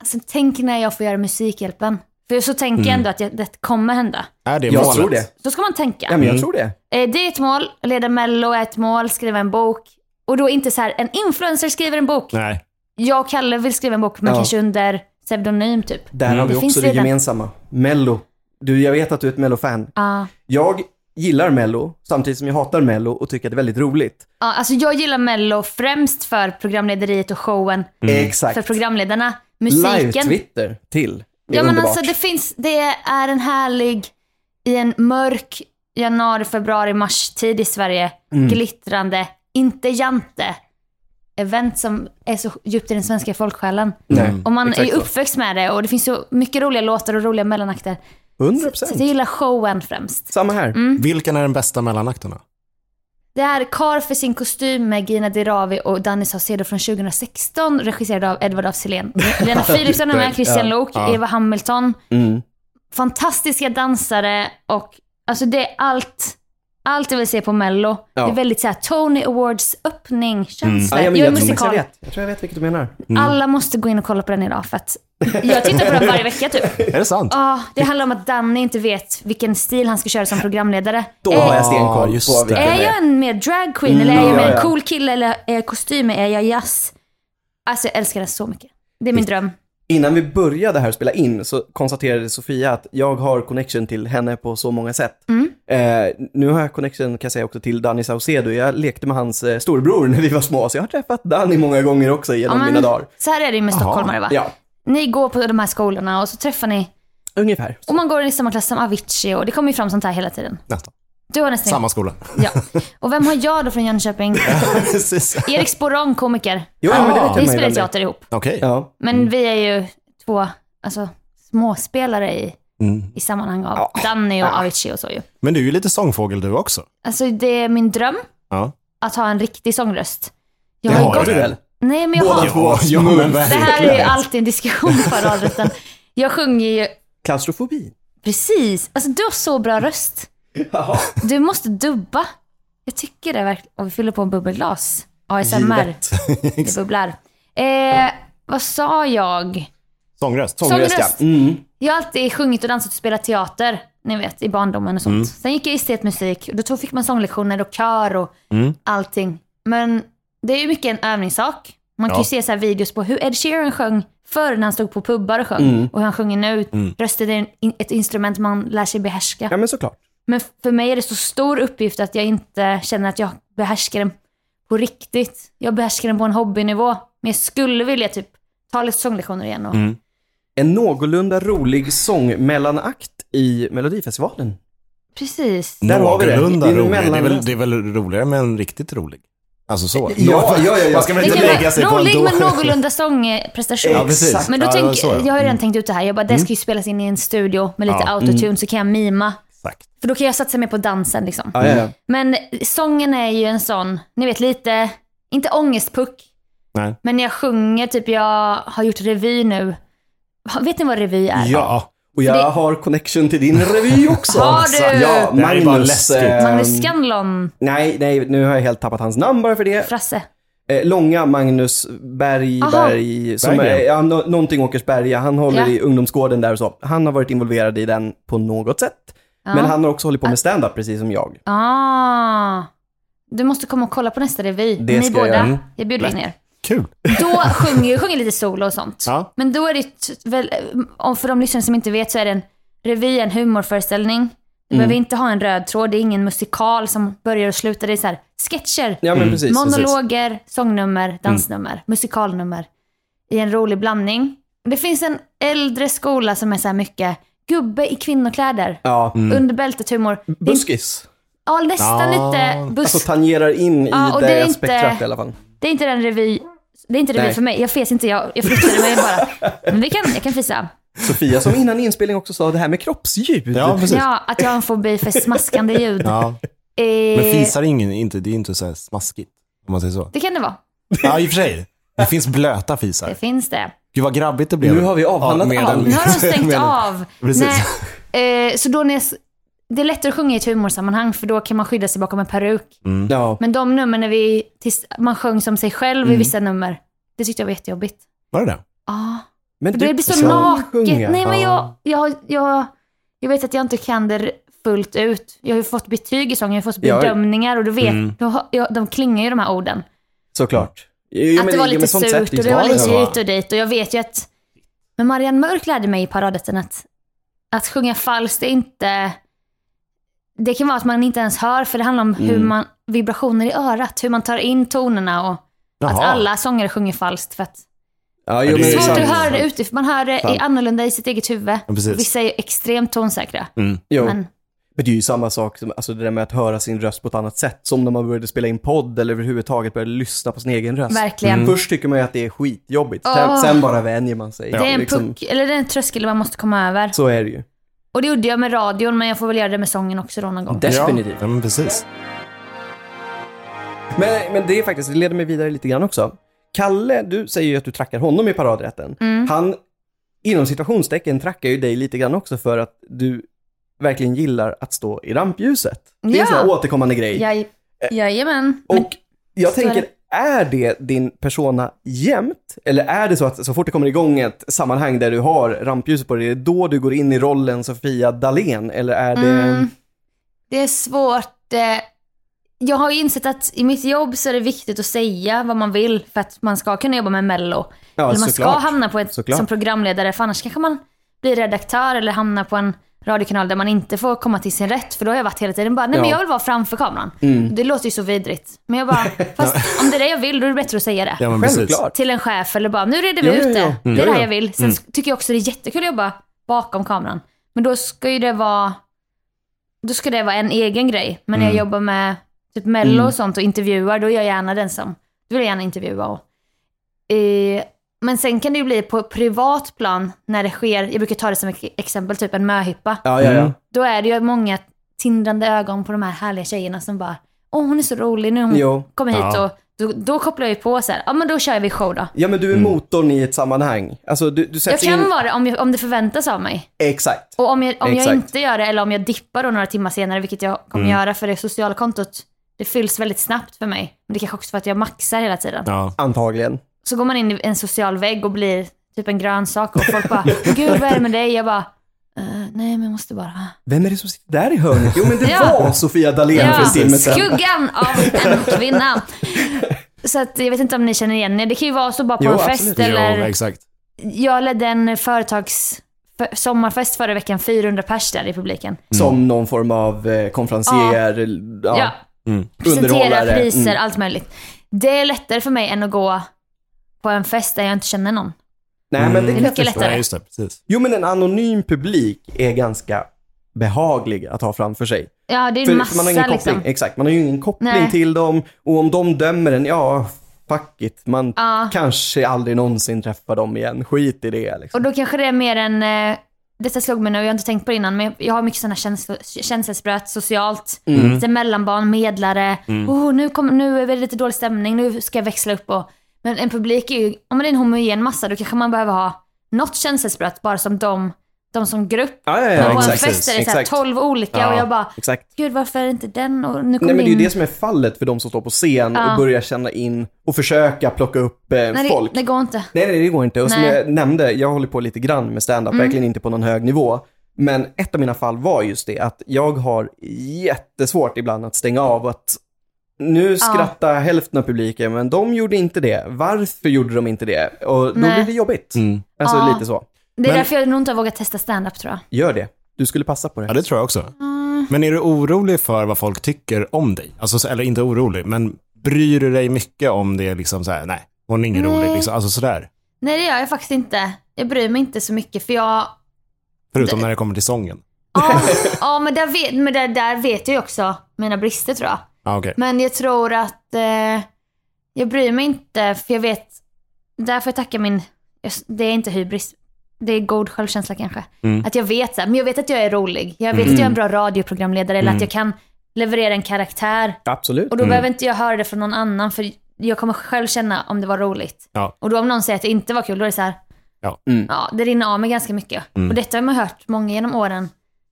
Speaker 3: alltså, tänk när jag får göra Musikhjälpen. För så tänker
Speaker 2: Mm.
Speaker 3: jag ändå att jag, det kommer hända.
Speaker 4: Är det
Speaker 2: jag
Speaker 4: målet?
Speaker 2: tror det.
Speaker 3: Så ska man tänka.
Speaker 2: Ja, men jag tror det.
Speaker 3: Eh, Det är ett mål, leda mello är ett mål, skriva en bok. Och då inte så här, en influencer skriver en bok.
Speaker 4: Nej.
Speaker 3: Jag och Kalle vill skriva en bok, men
Speaker 2: Ja.
Speaker 3: kanske under pseudonym typ.
Speaker 2: Där
Speaker 4: Mm.
Speaker 2: har vi
Speaker 3: Det finns
Speaker 2: också det
Speaker 3: redan.
Speaker 2: gemensamma. Mello. Du, jag vet att du är ett Mello-fan.
Speaker 3: Ja.
Speaker 2: Jag gillar Mello, samtidigt som jag hatar Mello och tycker att det är väldigt roligt.
Speaker 3: Ja, alltså jag gillar mello främst för programlederiet och showen. För
Speaker 2: Exakt.
Speaker 3: programledarna. Musiken.
Speaker 2: Live-Twitter till. Det är
Speaker 3: Ja men
Speaker 2: underbart.
Speaker 3: alltså det finns, det är en härlig, i en mörk januari, februari, mars tid i Sverige,
Speaker 2: Mm.
Speaker 3: glittrande, inte jante, event som är så djupt i den svenska folksjälen.
Speaker 2: Nej,
Speaker 3: Och man är
Speaker 2: exakt
Speaker 3: ju
Speaker 2: så.
Speaker 3: uppväxt med det och det finns så mycket roliga låtar och roliga mellanakter.
Speaker 2: 100
Speaker 3: Så jag gillar showen främst.
Speaker 2: Samma här.
Speaker 4: Vilken är den bästa mellanakterna?
Speaker 3: Det är Kar för sin kostym med Gina Dirawi och Danny Saucedo från 2016, regisserad av Edward af Sillén. Lena Philipsson är med, Christian Lok,
Speaker 4: Ja.
Speaker 3: Eva Hamilton.
Speaker 2: Mm.
Speaker 3: fantastiska dansare och alltså det är allt, allt jag vill se på mello.
Speaker 2: Ja. Mm.
Speaker 3: Det är väldigt såhär Tony Awards öppning känsla.
Speaker 2: Ja, ja, men
Speaker 3: jag är
Speaker 2: jag, tror faktiskt jag,
Speaker 3: musikal.
Speaker 2: vet. jag tror jag vet vilket du menar.
Speaker 3: Alla måste gå in och kolla på den idag för att jag tittar på den varje vecka typ.
Speaker 4: Är det sant?
Speaker 3: Ah, det handlar om att Danny inte vet vilken stil han ska köra som programledare.
Speaker 2: Då
Speaker 3: är,
Speaker 2: har jag stenkoll
Speaker 4: Ja, just
Speaker 2: på
Speaker 4: det.
Speaker 2: vilken
Speaker 3: är
Speaker 2: det
Speaker 3: jag
Speaker 2: är.
Speaker 3: en mer drag queen eller är jag
Speaker 2: ja,
Speaker 3: mer en
Speaker 2: ja.
Speaker 3: cool kille eller är jag kostym? Är jag jazz? Alltså jag älskar den så mycket. Det är min dröm.
Speaker 2: Innan vi började här spela in så konstaterade Sofia att jag har connection till henne på så många sätt.
Speaker 3: Mm.
Speaker 2: Eh, nu har jag connection kan jag säga också till Danny Saucedo. Jag lekte med hans eh, storbror när vi var små, så jag har träffat Danny många gånger också genom
Speaker 3: Ja, men
Speaker 2: mina dagar.
Speaker 3: så här är det ju med stockholmare va?
Speaker 2: Ja,
Speaker 3: Ni går på de här skolorna och så träffar ni
Speaker 2: ungefär.
Speaker 3: Och man går i samma klass som Avicii och det kommer ju fram sånt här hela tiden.
Speaker 4: Nästan.
Speaker 3: Du har nästan
Speaker 4: Samma skola.
Speaker 3: Ja. Och vem har jag då från Jönköping?
Speaker 4: Precis.
Speaker 3: Erik Sporrong, komiker.
Speaker 2: Jo, ja, men det
Speaker 4: Ah.
Speaker 2: vet jag
Speaker 3: Vi
Speaker 2: mig vem
Speaker 3: spelar
Speaker 2: det är. Mm.
Speaker 3: teater ihop.
Speaker 4: Okej.
Speaker 2: Ja.
Speaker 3: Men vi är ju två alltså, småspelare i,
Speaker 4: Mm.
Speaker 3: i sammanhang av Danny och Avicii och så ju.
Speaker 4: Men du är ju lite sångfågel du också.
Speaker 3: Alltså det är min dröm
Speaker 4: Ja.
Speaker 3: att ha en riktig sångröst. Jag
Speaker 2: Det
Speaker 3: har ju
Speaker 4: har
Speaker 2: har
Speaker 3: gått...
Speaker 2: du väl?
Speaker 3: Nej men jag har...
Speaker 4: Ja, ja, men
Speaker 3: Det här är ju
Speaker 4: verkligen.
Speaker 3: alltid en diskussion för radrätten. Jag sjunger ju...
Speaker 2: Klaustrofobi.
Speaker 3: Precis. Alltså du har så bra röst.
Speaker 2: Jaha.
Speaker 3: Du måste dubba. Jag tycker det verkligen. Och vi fyller på en bubbelglas. ASMR.
Speaker 2: Givet.
Speaker 3: Det bubblar. Eh, vad sa jag?
Speaker 4: Sångröst.
Speaker 3: Sångröst, ja.
Speaker 2: Mm.
Speaker 3: Jag har alltid sjungit och dansat och spelat teater. Ni vet, i barndomen och sånt.
Speaker 4: Mm.
Speaker 3: Sen gick jag i estetmusik. och Då tog- fick man sånglektioner och kör och
Speaker 4: Mm.
Speaker 3: allting. Men det är ju mycket en övningssak. Man kan ju
Speaker 4: Ja.
Speaker 3: se så här videos på hur Ed Sheeran sjöng förr när han stod på pubbar och sjöng.
Speaker 4: Mm.
Speaker 3: Och hur han sjunger nu. Rösten är en- in- ett instrument man lär sig behärska.
Speaker 2: Ja, men såklart.
Speaker 3: Men för mig är det så stor uppgift att jag inte känner att jag behärskar den på riktigt. Jag behärskar den på en hobbynivå. Men jag skulle vilja typ ta lite sånglektioner igen och
Speaker 4: Mm.
Speaker 2: En någorlunda rolig sångmellanakt i Melodifestivalen.
Speaker 3: precis.
Speaker 2: Där har vi det.
Speaker 4: Någorlunda
Speaker 2: Det är
Speaker 4: rolig. Det är, väl,
Speaker 2: mellanlöst.
Speaker 4: det är väl roligare med en riktigt rolig? Alltså så.
Speaker 2: Ja, ja, ja, ja.
Speaker 4: Man ska väl
Speaker 3: Det
Speaker 4: inte
Speaker 3: kan
Speaker 4: lägga sig
Speaker 3: vara
Speaker 4: på en
Speaker 3: rolig
Speaker 4: då-
Speaker 3: men någorlunda sångprestation.
Speaker 2: Ja, precis.
Speaker 3: Men då
Speaker 4: Ja, det var
Speaker 3: tänk,
Speaker 4: så,
Speaker 3: jag
Speaker 4: ja. Mm.
Speaker 3: har ju redan tänkt ut det här. Jag bara, det ska ju spelas in i en studio med lite
Speaker 4: Ja. Mm.
Speaker 3: autotune så kan jag mima.
Speaker 4: Exakt.
Speaker 3: För då kan jag satsa mer på dansen liksom.
Speaker 2: Ja, ja, ja.
Speaker 3: Men sången är ju en sån, ni vet lite, inte ångestpuck,
Speaker 4: Nej.
Speaker 3: men när jag sjunger, typ jag har gjort revy nu. Vet ni vad revy är?
Speaker 2: Ja, och jag
Speaker 3: Det-
Speaker 2: har connection till din revy också.
Speaker 3: Har du?
Speaker 2: Ja,
Speaker 4: Det här är bara
Speaker 2: Magnus.
Speaker 4: läskigt.
Speaker 2: eh,
Speaker 4: ehm,
Speaker 3: Magnus Scanlon,
Speaker 2: nej, nej, nu har jag helt tappat hans namn bara för det.
Speaker 3: Frasse.
Speaker 2: Eh, långa Magnus Berg,
Speaker 3: Aha.
Speaker 2: Berg som är,
Speaker 4: Berggren.
Speaker 2: ja, nå- någonting Åkersberga. Han håller
Speaker 3: Ja.
Speaker 2: i ungdomsgården där och så. Han har varit involverad i den på något sätt. Men han har också hållit på med stand-up precis som jag.
Speaker 3: Ah. Du måste komma och kolla på nästa revy.
Speaker 2: Det
Speaker 3: ni
Speaker 2: ska jag
Speaker 3: båda.
Speaker 2: göra.
Speaker 3: Jag,
Speaker 2: Mm.
Speaker 3: bjuder in er.
Speaker 4: Kul.
Speaker 3: Då sjunger, sjunger lite solo och sånt.
Speaker 4: Ja.
Speaker 3: Men då är det t- väl, om- för de lyssnare som inte vet så är det en revy, en humorföreställning.
Speaker 2: Mm.
Speaker 3: Du behöver inte ha en röd tråd, det är ingen musikal som börjar och slutar. Det är så här sketcher,
Speaker 2: Ja, men precis. Mm. precis.
Speaker 3: monologer, sångnummer, dansnummer, musikalnummer i en rolig blandning. Det finns en äldre skola som är så här mycket gubbe i kvinnokläder,
Speaker 2: Ja.
Speaker 3: under bältet humor. Det är inte-
Speaker 2: Buskis.
Speaker 3: Ja, nästan
Speaker 4: Ja.
Speaker 3: lite busk.
Speaker 2: Alltså tangerar in i
Speaker 3: Ja, och
Speaker 2: det,
Speaker 3: det är inte-
Speaker 2: spektrat i alla fall.
Speaker 3: Det är inte den revy... Det är inte revy
Speaker 2: Nej.
Speaker 3: för mig. Jag fes inte, jag, jag flyttade mig bara. Men vi kan, jag kan fisa.
Speaker 2: Sofia som innan inspelning också sa det här med kroppsljud.
Speaker 4: Ja, precis. Ja.
Speaker 3: Ja, att jag har en fobi för smaskande ljud.
Speaker 4: Men
Speaker 3: Eh,
Speaker 4: fisar är ingen, inte, det är inte så här smaskigt. Om man säger så.
Speaker 3: det kan det vara.
Speaker 4: Ja, i och för sig. Det finns blöta
Speaker 3: Det
Speaker 4: fisar.
Speaker 3: finns det.
Speaker 4: Gud vad grabbigt det blev.
Speaker 2: Nu har vi avhandlat
Speaker 4: med
Speaker 2: allt.
Speaker 4: den-
Speaker 3: Nu har de stängt
Speaker 4: med den.
Speaker 3: av.
Speaker 4: Precis.
Speaker 3: Nej, eh, så då när jag, s- det är lättare att sjunga i ett humorsammanhang för då kan man skydda sig bakom en peruk.
Speaker 4: Mm.
Speaker 2: Ja.
Speaker 3: Men de nummer när vi, tills man sjöng som sig själv
Speaker 4: Mm.
Speaker 3: i vissa nummer, det tyckte jag var jättejobbigt.
Speaker 4: Var det det?
Speaker 3: Ja,
Speaker 2: Men
Speaker 3: för det blir så
Speaker 2: kan
Speaker 3: naket.
Speaker 2: sjunga.
Speaker 3: Nej men jag,
Speaker 4: Ja.
Speaker 3: jag, jag, jag vet att jag inte kan det fullt ut. Jag har ju fått betyg i sången, jag har fått
Speaker 2: Ja.
Speaker 3: bedömningar och du vet,
Speaker 4: Mm.
Speaker 3: då har- jag, de klingar ju de här orden.
Speaker 2: Såklart. Jo,
Speaker 3: att det
Speaker 2: men-
Speaker 3: var
Speaker 2: jo,
Speaker 3: lite
Speaker 2: men sånt
Speaker 3: surt
Speaker 2: sätt är
Speaker 3: och
Speaker 2: ju
Speaker 3: det var
Speaker 2: så.
Speaker 3: lite
Speaker 4: Ja, det var.
Speaker 3: hit och dit. Och jag vet ju att... Men Marianne Mörk lärde mig i paradrätten att, att sjunga falskt är inte... Det kan vara att man inte ens hör, för det handlar om hur man, vibrationer i örat, hur man tar in tonerna och att
Speaker 4: Jaha.
Speaker 3: alla sångare sjunger falskt. För att
Speaker 2: Ja, jo,
Speaker 4: Det är
Speaker 2: men
Speaker 3: svårt
Speaker 4: sant.
Speaker 3: att
Speaker 2: sant.
Speaker 3: höra det utifrån, man hör det i
Speaker 2: Sant.
Speaker 3: annorlunda i sitt eget huvud.
Speaker 4: Ja, precis.
Speaker 3: Vissa är ju extremt tonsäkra.
Speaker 4: Mm.
Speaker 2: Jo.
Speaker 3: Men
Speaker 2: Men det är ju samma sak, som, alltså det där med att höra sin röst på ett annat sätt, som när man började spela in podd eller överhuvudtaget började lyssna på sin egen röst. Mm.
Speaker 3: Verkligen.
Speaker 2: Först tycker man ju att det är skitjobbigt, sen,
Speaker 3: Åh.
Speaker 2: sen bara vänjer man sig.
Speaker 3: det är en puck, eller det är en tröskel man måste komma över.
Speaker 2: liksom- Så är det ju.
Speaker 3: Och det gjorde jag med radion, men jag får väl göra det med sången också då någon gång.
Speaker 2: Definitivt.
Speaker 4: Ja, men precis.
Speaker 2: Men, men det är faktiskt, det leder mig vidare lite grann också. Kalle, du säger ju att du trackar honom i paradrätten.
Speaker 3: Mm.
Speaker 2: Han, inom citationstecken, trackar ju dig lite grann också för att du verkligen gillar att stå i rampljuset. Det är
Speaker 3: Ja.
Speaker 2: en sån här återkommande grej.
Speaker 3: Jaj, jajamän. Men-
Speaker 2: Eh. Och jag
Speaker 3: så är
Speaker 2: tänker, är det din persona jämt? Eller är det så att så fort det kommer igång ett sammanhang där du har rampljuset på dig, är det då du går in i rollen Sofia Dalén? Eller är det...
Speaker 3: Mm. Det är svårt. eh, Jag har ju insett att i mitt jobb så är det viktigt att säga vad man vill för att man ska kunna jobba med Mello.
Speaker 2: Ja,
Speaker 3: eller man ska
Speaker 2: såklart.
Speaker 3: hamna på ett,
Speaker 2: Såklart.
Speaker 3: som programledare för annars kanske man blir redaktör eller hamnar på en radiokanal där man inte får komma till sin rätt. För då har jag varit hela tiden bara, nej men
Speaker 2: Ja. Mm.
Speaker 3: jag vill vara framför kameran. Det låter ju så vidrigt. Men jag bara, fast om det är det jag vill då är det bättre att säga det.
Speaker 4: Ja, men precis.
Speaker 2: Självklart.
Speaker 3: Till en chef eller bara, nu reder vi
Speaker 2: Ja, ja,
Speaker 3: ut det.
Speaker 2: ja. Mm.
Speaker 3: Det är det
Speaker 2: Ja,
Speaker 3: här
Speaker 2: ja.
Speaker 3: jag vill. Sen sk- tycker jag också det är jättekul att jobba bakom kameran. Men då ska ju det vara då ska det vara en egen grej. Men när
Speaker 2: Mm.
Speaker 3: jag jobbar med typ mello och sånt och intervjuar, då är jag gärna den som, då vill jag gärna intervjua. Och, eh, men sen kan det ju bli på privat plan när det sker, jag brukar ta det som ett exempel, typ en möhippa.
Speaker 2: Ja, ja, ja.
Speaker 4: Mm.
Speaker 3: Då är det ju många tindrande ögon på de här härliga tjejerna som bara, åh hon är så rolig, nu har hon
Speaker 2: Jo.
Speaker 3: kommer hit
Speaker 4: Ja.
Speaker 3: och då, då kopplar jag ju på så här, ja men då kör vi show då.
Speaker 2: Ja, men du är
Speaker 4: Mm.
Speaker 2: motorn i ett sammanhang. Alltså, du, du
Speaker 3: Jag
Speaker 2: sätts
Speaker 3: kan
Speaker 2: in...
Speaker 3: vara det om, jag, om det förväntas av mig.
Speaker 2: Exakt.
Speaker 3: Och om jag, om jag
Speaker 2: Exakt. Mm.
Speaker 3: inte gör det, eller om jag dippar då några timmar senare, vilket jag kommer göra för det sociala kontot, det fylls väldigt snabbt för mig. Men det kanske också för att jag maxar hela tiden.
Speaker 4: Ja.
Speaker 2: Antagligen.
Speaker 3: Så går man in i en social vägg och blir typ en grönsak och folk bara “Gud, vad är det med dig?” Jag bara "Eh, “Nej, men jag måste bara...”
Speaker 2: Vem är det som sitter där i hörnet? Jo, men det
Speaker 3: Ja.
Speaker 2: var Sofia Dalén för
Speaker 3: Ja,
Speaker 2: en timme sedan.
Speaker 3: skuggan av en kvinna. Så att, jag vet inte om ni känner igen er. Det kan ju vara så bara på
Speaker 2: Jo,
Speaker 3: en fest
Speaker 2: absolut.
Speaker 3: eller...
Speaker 4: Jo, exakt.
Speaker 3: jag ledde en företags för, sommarfest förra veckan, 400 pers där i publiken.
Speaker 2: Som någon form av eh, konferencier, l- ja,
Speaker 3: Ja,
Speaker 4: Mm.
Speaker 3: presentera
Speaker 2: underhållare.
Speaker 3: priser,
Speaker 2: Mm.
Speaker 3: allt möjligt. Det är lättare för mig än att gå på en fest där jag inte känner någon.
Speaker 2: Nej,
Speaker 4: Mm.
Speaker 2: men det
Speaker 4: Det
Speaker 2: kan
Speaker 3: är
Speaker 2: jag
Speaker 3: mycket
Speaker 2: förstå.
Speaker 3: lättare.
Speaker 4: Nej, just det. Precis.
Speaker 2: Jo, men en anonym publik är ganska behaglig att ha framför sig.
Speaker 3: Ja, det är
Speaker 2: För för
Speaker 3: en
Speaker 2: man har
Speaker 3: massa
Speaker 2: ingen koppling,
Speaker 3: liksom.
Speaker 2: exakt. Man har ju ingen koppling
Speaker 3: Nej.
Speaker 2: till dem och om de dömer en, ja, fuck it. Man
Speaker 3: Ja.
Speaker 2: kanske aldrig någonsin träffar dem igen. Skit i det liksom.
Speaker 3: Och då kanske det är mer en... Eh, detta slog mig nu, jag har inte tänkt på det innan, men jag har mycket sådana känslo- känselspröt socialt.
Speaker 2: Mm.
Speaker 3: Lite mellanbarn, medlare. Oh, nu, kommer nu är det lite dålig stämning, nu ska jag växla upp och... Men en publik är ju, om det är en homogen massa, då kanske man behöver ha något känselspröt bara som de, de som grupp.
Speaker 2: Ja, ja,
Speaker 3: Men på
Speaker 2: ja,
Speaker 3: en
Speaker 2: exakt.
Speaker 3: fest är det såhär
Speaker 2: Exakt.
Speaker 3: 12 olika och jag bara,
Speaker 2: exakt.
Speaker 3: gud varför är det inte den? Och nu kom
Speaker 2: Nej men det är
Speaker 3: in...
Speaker 2: ju det som är fallet för de som står på scen
Speaker 3: Ja.
Speaker 2: och börjar känna in och försöka plocka upp eh,
Speaker 3: Nej,
Speaker 2: folk.
Speaker 3: Det, det går inte.
Speaker 2: Nej, nej, det går inte. Och som
Speaker 3: Nej. Mm.
Speaker 2: jag nämnde, jag håller på lite grann med stand-up, verkligen inte på någon hög nivå. Men ett av mina fall var just det, att jag har jättesvårt ibland att stänga av och att nu skrattar hälften av publiken, men de gjorde inte det. Varför gjorde de inte det? Och då
Speaker 3: Nej.
Speaker 2: blir det jobbigt.
Speaker 4: Mm.
Speaker 2: Alltså
Speaker 3: Ja.
Speaker 2: lite så.
Speaker 3: Det är
Speaker 4: Men-
Speaker 3: därför jag nog inte har vågat testa stand-up tror jag.
Speaker 2: Gör det. Du skulle passa på
Speaker 4: Ja,
Speaker 2: det.
Speaker 4: det tror jag också. Men är du orolig för vad folk tycker om dig? Alltså, så- eller inte orolig, men bryr du dig mycket om det är liksom så här, nej, hon är ingen
Speaker 3: Nej.
Speaker 4: rolig, liksom, alltså sådär.
Speaker 3: Nej det gör jag faktiskt inte. Jag bryr mig inte så mycket för jag...
Speaker 4: Förutom när det kommer till sången.
Speaker 3: Ja, ja men, där vet, men där, där vet jag ju också mina brister tror jag.
Speaker 4: Ja, okej.
Speaker 3: Men jag tror att eh, jag bryr mig inte för jag vet... Där får jag tacka min... jag- Det är inte hybris. Det är god självkänsla kanske.
Speaker 4: Mm.
Speaker 3: Att jag vet så här, men jag vet att jag är rolig. Jag vet att
Speaker 2: Mm.
Speaker 3: jag är en bra radioprogramledare eller att jag kan leverera en karaktär.
Speaker 2: Absolut.
Speaker 3: Och då behöver inte jag höra det från någon annan för jag kommer själv känna om det var roligt.
Speaker 4: Ja.
Speaker 3: Och då om någon säger att det inte var kul, då är det så här,
Speaker 4: Ja.
Speaker 2: Mm.
Speaker 3: ja det rinner av mig ganska mycket. Och detta har man hört många genom åren,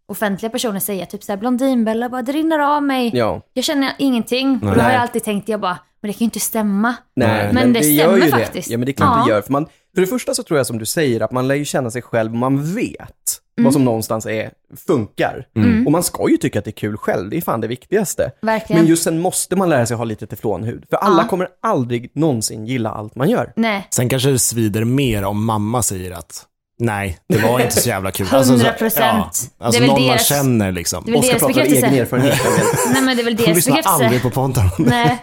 Speaker 3: offentliga personer säga, typ så här, Blondinbella bara, det rinner av mig.
Speaker 2: Ja.
Speaker 3: Jag känner ingenting. Och då har
Speaker 2: Nej.
Speaker 3: jag alltid tänkt, jag bara, men det kan ju inte stämma.
Speaker 2: Nej,
Speaker 4: Men
Speaker 3: det stämmer
Speaker 2: ju
Speaker 3: faktiskt.
Speaker 2: Det. Ja, men det är klart
Speaker 3: Ja.
Speaker 2: det gör. För, man, för det första så tror jag som du säger att man lär ju känna sig själv och man vet vad
Speaker 3: Mm.
Speaker 2: som någonstans är, funkar. Och man ska ju tycka att det är kul själv, det är fan det viktigaste.
Speaker 3: Verkligen.
Speaker 2: Men just sen måste man lära sig ha lite teflonhud. För alla
Speaker 3: Ja.
Speaker 2: kommer aldrig någonsin gilla allt man gör.
Speaker 3: Nej,
Speaker 4: Sen kanske det svider mer om mamma säger att nej, det var inte så jävla kul.
Speaker 3: 100%.
Speaker 4: ja, alltså
Speaker 3: Det är väl
Speaker 4: någon man
Speaker 3: deras-
Speaker 4: känner liksom.
Speaker 3: det är väl
Speaker 2: Och ska
Speaker 3: deras
Speaker 2: prata av
Speaker 3: bekräftelse.
Speaker 2: egen erfarenhet. jag vet.
Speaker 3: Nej men det är väl
Speaker 4: Hon
Speaker 3: deras
Speaker 4: lyssnar aldrig
Speaker 3: bekräftelse.
Speaker 4: på Pontan.
Speaker 3: Nej.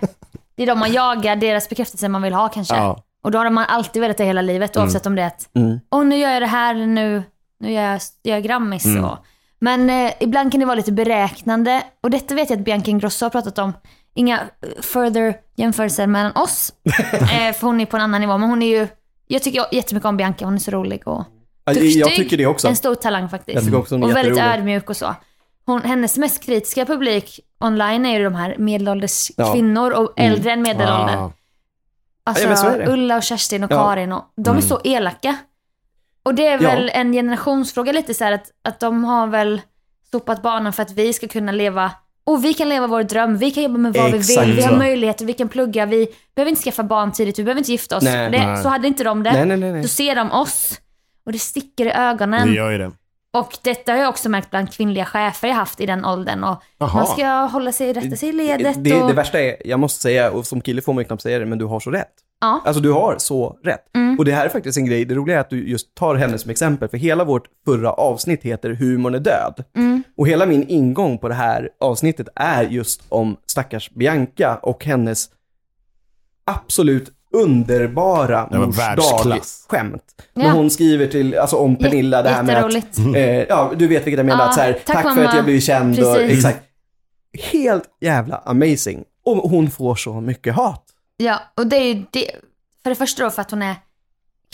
Speaker 3: Det är de man jagar, deras bekräftelse man vill ha kanske.
Speaker 4: Ja.
Speaker 3: Och då har man alltid velat det hela livet oavsett om det är att
Speaker 2: Mm.
Speaker 3: och nu gör jag det här, nu, nu gör jag, gör jag Grammis.
Speaker 2: Mm.
Speaker 3: Och. Men eh, ibland kan det vara lite beräknande. Och detta vet jag att Bianca Ingrosso har pratat om. Inga eh, further jämförelser mellan oss. eh, för hon är på en annan nivå. Men hon är ju, jag tycker jättemycket om Bianca. Hon är så rolig och
Speaker 2: Ja,
Speaker 3: duktig.
Speaker 2: Jag tycker det också.
Speaker 3: En stor talang faktiskt.
Speaker 2: Jag tycker också hon är
Speaker 3: och väldigt
Speaker 2: jätterolig.
Speaker 3: ödmjuk och så. Hon, hennes mest kritiska publik online är ju de här medelålders
Speaker 2: Ja. Mm. Ah.
Speaker 3: kvinnor och äldre än medelåldern.
Speaker 4: Ja.
Speaker 2: Ja, men så
Speaker 3: Alltså
Speaker 2: är det.
Speaker 3: Ulla och Kerstin och
Speaker 2: Ja. Mm.
Speaker 3: Karin. Och, de är så elaka. Och det är
Speaker 2: Ja.
Speaker 3: väl en generationsfråga lite så här att, att de har väl sopat banan för att vi ska kunna leva och vi kan leva vår dröm, vi kan jobba med vad vi
Speaker 2: Exakt
Speaker 3: vill, vi har
Speaker 2: så.
Speaker 3: möjligheter, vi kan plugga, vi behöver inte skaffa barn tidigt, vi behöver inte gifta oss.
Speaker 2: Nej,
Speaker 3: det,
Speaker 4: nej.
Speaker 3: Så hade inte de det.
Speaker 2: Nej, nej, nej. nej.
Speaker 3: Då ser de oss och det sticker i ögonen.
Speaker 4: Det gör ju det.
Speaker 3: Och detta har jag också märkt bland kvinnliga chefer jag haft i den åldern. Och
Speaker 4: Jaha.
Speaker 3: man ska hålla sig, rätta sig i ledet.
Speaker 2: Det,
Speaker 3: och,
Speaker 2: det värsta är, jag måste säga, och som kille får man ju knappt säga det, men du har så rätt.
Speaker 3: Ja.
Speaker 2: Alltså du har så rätt.
Speaker 3: Mm.
Speaker 2: Och det här är faktiskt en grej, det roliga är att du just tar henne som exempel, för hela vårt förra avsnitt heter Humorn är död.
Speaker 3: mm.
Speaker 2: Och hela min ingång på det här avsnittet är just om stackars Bianca och hennes absolut underbara
Speaker 4: Det var
Speaker 2: mors
Speaker 4: världsklass.
Speaker 2: dag-skämt.
Speaker 3: Ja.
Speaker 2: När hon skriver till, alltså om Pernilla, det här med att
Speaker 3: jätteroligt.
Speaker 2: Eh, ja, du vet vilket jag menar.
Speaker 3: Ja,
Speaker 2: att så här,
Speaker 3: tack,
Speaker 2: tack för
Speaker 3: mamma.
Speaker 2: att jag blev känd. Och,
Speaker 3: Precis.
Speaker 2: exakt. Helt jävla amazing. Och hon får så mycket hat.
Speaker 3: Ja, och det är ju det, för det första då för att hon är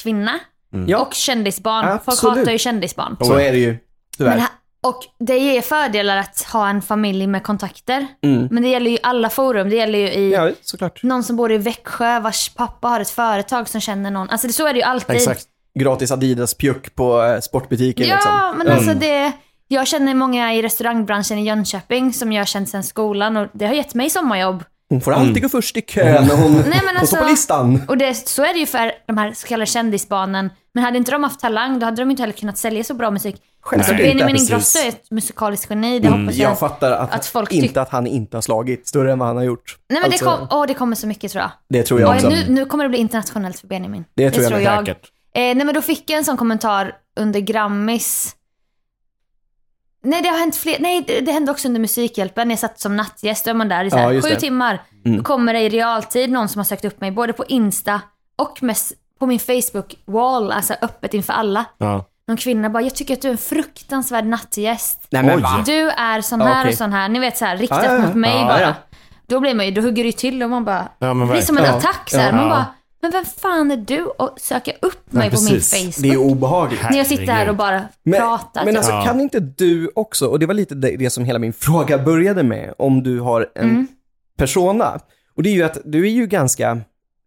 Speaker 3: kvinna
Speaker 2: Ja,
Speaker 3: och kändisbarn. Folk
Speaker 2: Mm. Absolut.
Speaker 3: hatar ju kändisbarn.
Speaker 2: så är det ju.
Speaker 3: Men
Speaker 2: Tyvärr.
Speaker 3: ha, och det ger fördelar att ha en familj med kontakter. Men det gäller ju i alla forum. Det gäller ju i
Speaker 2: Mm. Ja, såklart.
Speaker 3: någon som bor i Växjö vars pappa har ett företag som känner någon. Alltså det, så är det ju alltid.
Speaker 4: Exakt.
Speaker 2: Gratis Adidas-pjuck på eh, sportbutiken
Speaker 3: Ja,
Speaker 2: liksom.
Speaker 3: men alltså det... Jag känner många i restaurangbranschen i Jönköping som jag har känt sedan skolan och det har gett mig sommarjobb.
Speaker 2: Hon får alltid gå först i kön och hon,
Speaker 3: men
Speaker 2: hon
Speaker 3: alltså-
Speaker 2: står på listan.
Speaker 3: Och det, så är det ju för de här så kallade kändisbarnen. Men hade inte de haft talang då hade de inte heller kunnat sälja så bra musik. Alltså,
Speaker 2: Självklart inte.
Speaker 3: Benjamin
Speaker 4: precis.
Speaker 3: Ingrosso är ett musikaliskt geni, det hoppas jag.
Speaker 2: Jag fattar att,
Speaker 3: Att folk tyck-
Speaker 2: inte att han inte har slagit större än vad han har gjort.
Speaker 3: Nej men
Speaker 2: Alltså,
Speaker 3: det, kom, åh, det kommer så mycket tror jag.
Speaker 2: det tror jag
Speaker 3: Oj,
Speaker 2: också.
Speaker 3: nu, nu kommer det bli internationellt för Benjamin.
Speaker 2: Det tror jag med
Speaker 4: säkert.
Speaker 3: Eh, nej men då fick jag en sån kommentar under Grammis. Nej det har hänt fler, nej det, det hände också under Musikhjälpen. Jag satt som nattgäst, då är man där i så här,
Speaker 2: Ja, just
Speaker 3: sju
Speaker 2: det. Mm.
Speaker 3: timmar. Då kommer det i realtid någon som har sökt upp mig både på Insta och mess, på min Facebook-wall, alltså öppet inför alla.
Speaker 4: Ja.
Speaker 3: Någon kvinna bara, jag tycker att du är en fruktansvärd nattgäst.
Speaker 2: Nej men
Speaker 4: Oj.
Speaker 2: va?
Speaker 3: Du är sån
Speaker 2: Ja,
Speaker 3: här
Speaker 2: okej.
Speaker 3: och sån här. Ni vet så här, riktat
Speaker 2: Ah, Ja, ja, ja.
Speaker 3: mot mig
Speaker 2: Ja,
Speaker 3: bara.
Speaker 2: ja.
Speaker 3: Då blir man ju, då hugger det ju till och man bara,
Speaker 4: Ja, men
Speaker 3: det blir som en
Speaker 2: verkligen.
Speaker 3: attack så här.
Speaker 2: Ja.
Speaker 3: Man
Speaker 4: Ja.
Speaker 3: bara, men vem fan är du och söka upp mig på min
Speaker 4: precis.
Speaker 3: Facebook?
Speaker 2: Det är obehagligt.
Speaker 3: När jag sitter här och bara
Speaker 2: Men,
Speaker 3: pratar.
Speaker 2: men
Speaker 3: typ.
Speaker 2: alltså
Speaker 4: Ja.
Speaker 2: kan inte du också, och det var lite det, det som hela min fråga började med, om du har en
Speaker 3: Mm.
Speaker 2: persona. Och det är ju att du är ju ganska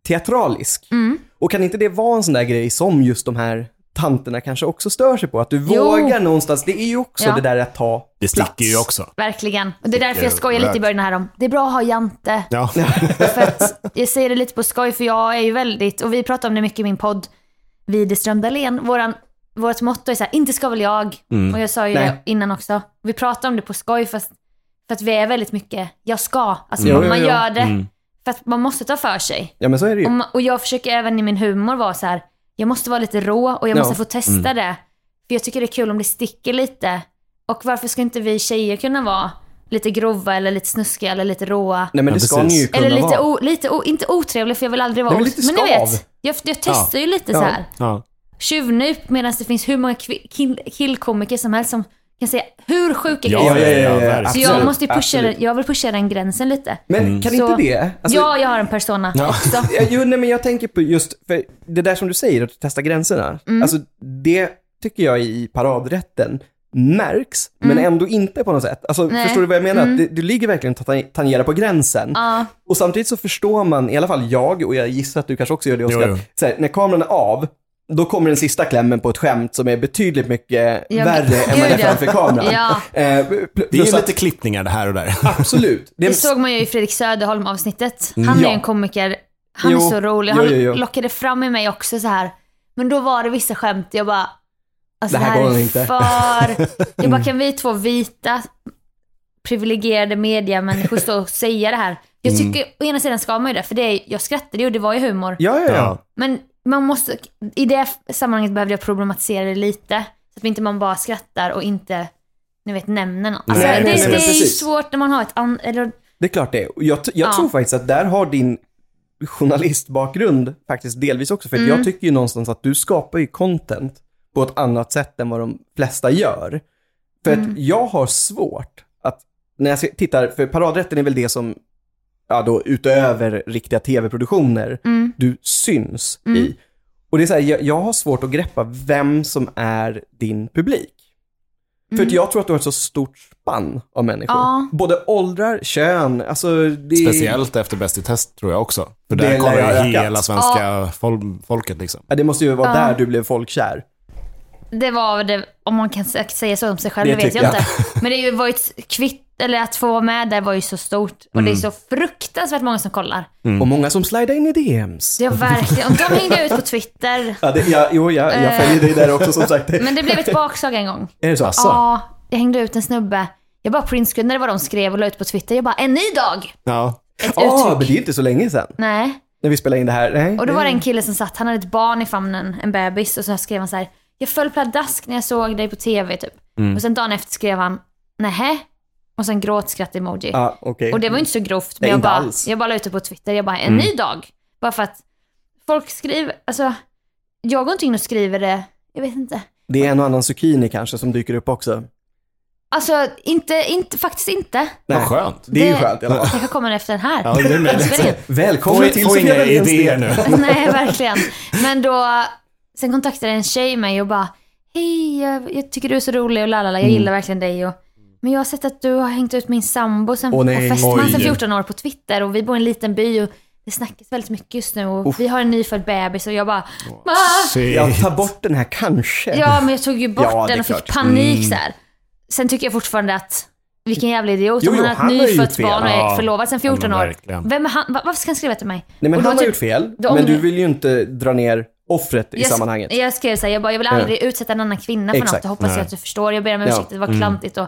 Speaker 2: teatralisk.
Speaker 3: Mm.
Speaker 2: Och kan inte det vara en sån där grej som just de här tanterna kanske också stör sig på? Att du
Speaker 3: Jo.
Speaker 2: vågar någonstans, det är ju också
Speaker 3: Ja.
Speaker 2: det där att ta
Speaker 4: Det
Speaker 2: plats.
Speaker 4: sticker ju också.
Speaker 3: Verkligen. Och det är därför jag
Speaker 4: Det är
Speaker 3: skojar lite i början här om, det är bra att ha Jante.
Speaker 4: Ja.
Speaker 3: För att jag säger det lite på skoj, för jag är ju väldigt, och vi pratar om det mycket i min podd, Widerström Dahlén. Våran, vårt motto är så här, inte ska väl jag. Och jag sa ju
Speaker 2: Mm. Nej.
Speaker 3: det innan också. Vi pratar om det på skoj, fast, för att vi är väldigt mycket, jag ska. Alltså
Speaker 2: Jo, jo,
Speaker 3: man
Speaker 2: jo.
Speaker 3: gör det,
Speaker 4: Mm.
Speaker 3: för att man måste ta för sig.
Speaker 2: Ja men så är det ju.
Speaker 3: Och, ma- och jag försöker även i min humor vara så här, jag måste vara lite rå och jag
Speaker 2: Ja. Mm.
Speaker 3: måste få testa det. För jag tycker det är kul om det sticker lite. Och varför ska inte vi tjejer kunna vara lite grova eller lite snuskiga eller lite råa?
Speaker 2: Nej men
Speaker 4: Ja,
Speaker 2: det ska
Speaker 4: precis.
Speaker 2: ni ju kunna
Speaker 3: eller lite,
Speaker 2: vara.
Speaker 3: o, lite o, inte otrevlig för jag vill aldrig vara
Speaker 2: Nej, men
Speaker 3: ot-
Speaker 2: lite
Speaker 3: Men ni
Speaker 2: skav.
Speaker 3: vet, jag, jag testar ju lite
Speaker 2: Ja.
Speaker 3: så här.
Speaker 4: Ja.
Speaker 3: Tjuvnyp medan det finns hur många kvi- kill- killkomiker som helst som kan säga hur sjuka
Speaker 4: Ja,
Speaker 3: grejer
Speaker 4: ja,
Speaker 3: som
Speaker 4: ja,
Speaker 3: helst. Så Alltså, jag
Speaker 2: absolut,
Speaker 3: måste ju pusha
Speaker 2: absolut.
Speaker 3: den, jag vill pusha den gränsen lite.
Speaker 4: Mm.
Speaker 2: Men kan
Speaker 3: Så-
Speaker 2: inte det? alltså-
Speaker 3: ja, jag har en persona också.
Speaker 2: Ja, Jo, nej, men jag tänker på just, för det där som du säger, att testa gränserna.
Speaker 3: Mm.
Speaker 2: Alltså, det tycker jag i paradrätten märks, men ändå inte på något sätt. Alltså,
Speaker 3: Mm. Nej. Mm.
Speaker 2: förstår du vad jag menar? Att det, du ligger verkligen och tan- tangerar på gränsen.
Speaker 3: Ja,
Speaker 2: Och samtidigt så förstår man, i alla fall jag, och jag gissar att du kanske också gör det Oskar,
Speaker 4: Jo, jo.
Speaker 2: så här, när kameran är av, då kommer den sista klämmen på ett skämt som är betydligt mycket
Speaker 3: Ja, men-
Speaker 2: värre än vad det är
Speaker 3: Gud, ja.
Speaker 2: framför kameran.
Speaker 3: ja.
Speaker 2: Eh, pl-
Speaker 4: Det är
Speaker 2: plus
Speaker 4: ju
Speaker 2: att-
Speaker 4: lite klippningar det här och där.
Speaker 2: Absolut. Det är- Mm.
Speaker 3: Det såg man ju i Fredrik Söderholm avsnittet. Han
Speaker 2: Ja.
Speaker 3: är ju en komiker. Han är
Speaker 2: Jo.
Speaker 3: så rolig.
Speaker 2: Jo,
Speaker 3: Han
Speaker 2: jo, jo.
Speaker 3: lockade fram i mig också så här. Men då var det vissa skämt jag bara, alltså
Speaker 2: Det här går
Speaker 3: är
Speaker 2: inte.
Speaker 3: för... Jag bara, kan vi två vita privilegierade mediamänniskor stå och säga det här? Jag tycker, å ena sidan ska man ju det, för det är, jag skrattade ju och det var ju humor.
Speaker 2: Mm. ja, ja, ja.
Speaker 3: Men man måste, i det sammanhanget behövde jag problematisera det lite. Så att inte man bara skrattar och inte, ni vet, nämner något. Alltså,
Speaker 2: Nej,
Speaker 3: det,
Speaker 2: nej, nej,
Speaker 3: det är ju
Speaker 2: precis.
Speaker 3: svårt när man har ett, an, eller
Speaker 2: Det är klart det. är. Och Jag, t- jag
Speaker 3: Ja.
Speaker 2: tror faktiskt att där har din journalistbakgrund faktiskt delvis också, för att
Speaker 3: Mm.
Speaker 2: jag tycker ju någonstans att du skapar ju content på ett annat sätt än vad de flesta gör. För
Speaker 3: Mm.
Speaker 2: att jag har svårt att, när jag se- tittar, för paradrätten är väl det som, ja då utöver riktiga tv-produktioner,
Speaker 3: Mm.
Speaker 2: du syns i. Och det är så här, jag, jag har svårt att greppa vem som är din publik. För att jag tror att du har ett så stort spann av människor.
Speaker 3: Mm. Ja.
Speaker 2: Både åldrar, kön, alltså det
Speaker 4: Speciellt efter Bäst i test tror jag också. För
Speaker 2: Det
Speaker 4: där kommer
Speaker 2: lär ha
Speaker 4: ju
Speaker 2: ökat.
Speaker 4: hela svenska fol- folket liksom.
Speaker 2: Ja, det måste ju vara där du blev folkkär.
Speaker 3: Det var det, om man kan sä- säga så om sig själv,
Speaker 2: Det
Speaker 3: det vet
Speaker 2: tycker
Speaker 3: jag,
Speaker 2: jag.
Speaker 3: inte. Men det är ju varit kvitt, eller att få vara med där var ju så stort. Och
Speaker 2: Mm.
Speaker 3: det är så fruktansvärt många som kollar.
Speaker 4: Mm.
Speaker 2: Och många som slidar in i DMs.
Speaker 3: Det är verkligen, och de hängde jag ut på Twitter.
Speaker 2: Ja, det, ja, jo, jag, jag följer dig där också som sagt.
Speaker 3: Eh. Men det blev ett bakslag en gång.
Speaker 2: Är det så?
Speaker 4: Alltså.
Speaker 3: Ja, jag hängde ut en snubbe. Jag bara printscreenade vad de skrev och la ut på Twitter. Jag bara, en ny dag!
Speaker 4: Ja.
Speaker 3: Ett
Speaker 2: ah, men
Speaker 3: uttryck.
Speaker 2: det är ju inte så länge sedan.
Speaker 3: Nej.
Speaker 2: När vi spelade in det här. Nej,
Speaker 3: Och då var det en kille som satt, han hade ett barn i famnen, en bebis, och så skrev han så här, jag föll pladask när jag såg dig på tv typ.
Speaker 2: Mm.
Speaker 3: Och sen dagen efter skrev han, nähä? Och sen gråtskratt-emoji.
Speaker 2: Ja, okej.
Speaker 3: Och det var ju inte så grovt,
Speaker 2: Nej,
Speaker 3: men jag
Speaker 2: inte
Speaker 3: bara,
Speaker 2: alls. Mm.
Speaker 3: jag bara la ut det på Twitter. Jag bara, en ny dag. Bara för att folk skriver, alltså, jag går inte in och skriver det, jag vet inte.
Speaker 2: Det är en och annan zucchini kanske som dyker upp också.
Speaker 3: Alltså, inte, inte, faktiskt inte.
Speaker 4: Vad skönt.
Speaker 2: Det är ju
Speaker 3: Det-
Speaker 2: skönt i alla fall.
Speaker 3: Kanske kommer det efter den här.
Speaker 4: Ja, det är möjligt.
Speaker 3: Inspelningen.
Speaker 2: Välkommen
Speaker 4: Få,
Speaker 2: till
Speaker 4: få
Speaker 2: Sofia
Speaker 4: inga
Speaker 2: Lövdéns
Speaker 4: idéer
Speaker 2: del.
Speaker 4: nu.
Speaker 3: Nej, verkligen. Men då, sen kontaktade en tjej mig och bara, hej, jag, jag tycker du är så rolig och lalala,
Speaker 2: Mm.
Speaker 3: jag gillar verkligen dig. Och, men jag har sett att du har hängt ut min sambo sen,
Speaker 2: Åh, nej.
Speaker 3: och fästman
Speaker 4: Oj.
Speaker 3: sen 14 år på Twitter och vi bor i en liten by och det snackas väldigt mycket just nu och vi har en nyfödd bebis och jag bara, "Ah!"
Speaker 2: Jag tar bort den här kanske.
Speaker 3: Ja, men jag tog ju bort
Speaker 2: Ja, det är
Speaker 3: den och
Speaker 2: klart. Mm.
Speaker 3: fick panik så här. Sen tycker jag fortfarande att, vilken jävla idiot.
Speaker 2: Jo,
Speaker 3: Om
Speaker 2: jo,
Speaker 3: han har
Speaker 2: han
Speaker 3: ett
Speaker 2: har ju gjort
Speaker 3: nyfött
Speaker 2: fel.
Speaker 3: barn och är
Speaker 4: Ja,
Speaker 3: förlovad sedan
Speaker 4: ja, men
Speaker 3: 14 år.
Speaker 4: verkligen.
Speaker 3: Vem är han? Va- Varför ska han skriva till mig?
Speaker 2: Nej men
Speaker 3: Och då
Speaker 2: han har
Speaker 3: typ-
Speaker 2: gjort fel,
Speaker 3: då-
Speaker 2: men
Speaker 3: om-
Speaker 2: du vill ju inte dra ner offret i
Speaker 3: jag,
Speaker 2: sammanhanget.
Speaker 3: Jag skrev så här, jag bara, jag vill aldrig utsätta en annan kvinna för
Speaker 2: Exakt.
Speaker 3: något. Jag hoppas
Speaker 4: Nej.
Speaker 3: att du förstår. Jag ber om ursäkt,
Speaker 2: Ja. Mm.
Speaker 3: det var klantigt. Och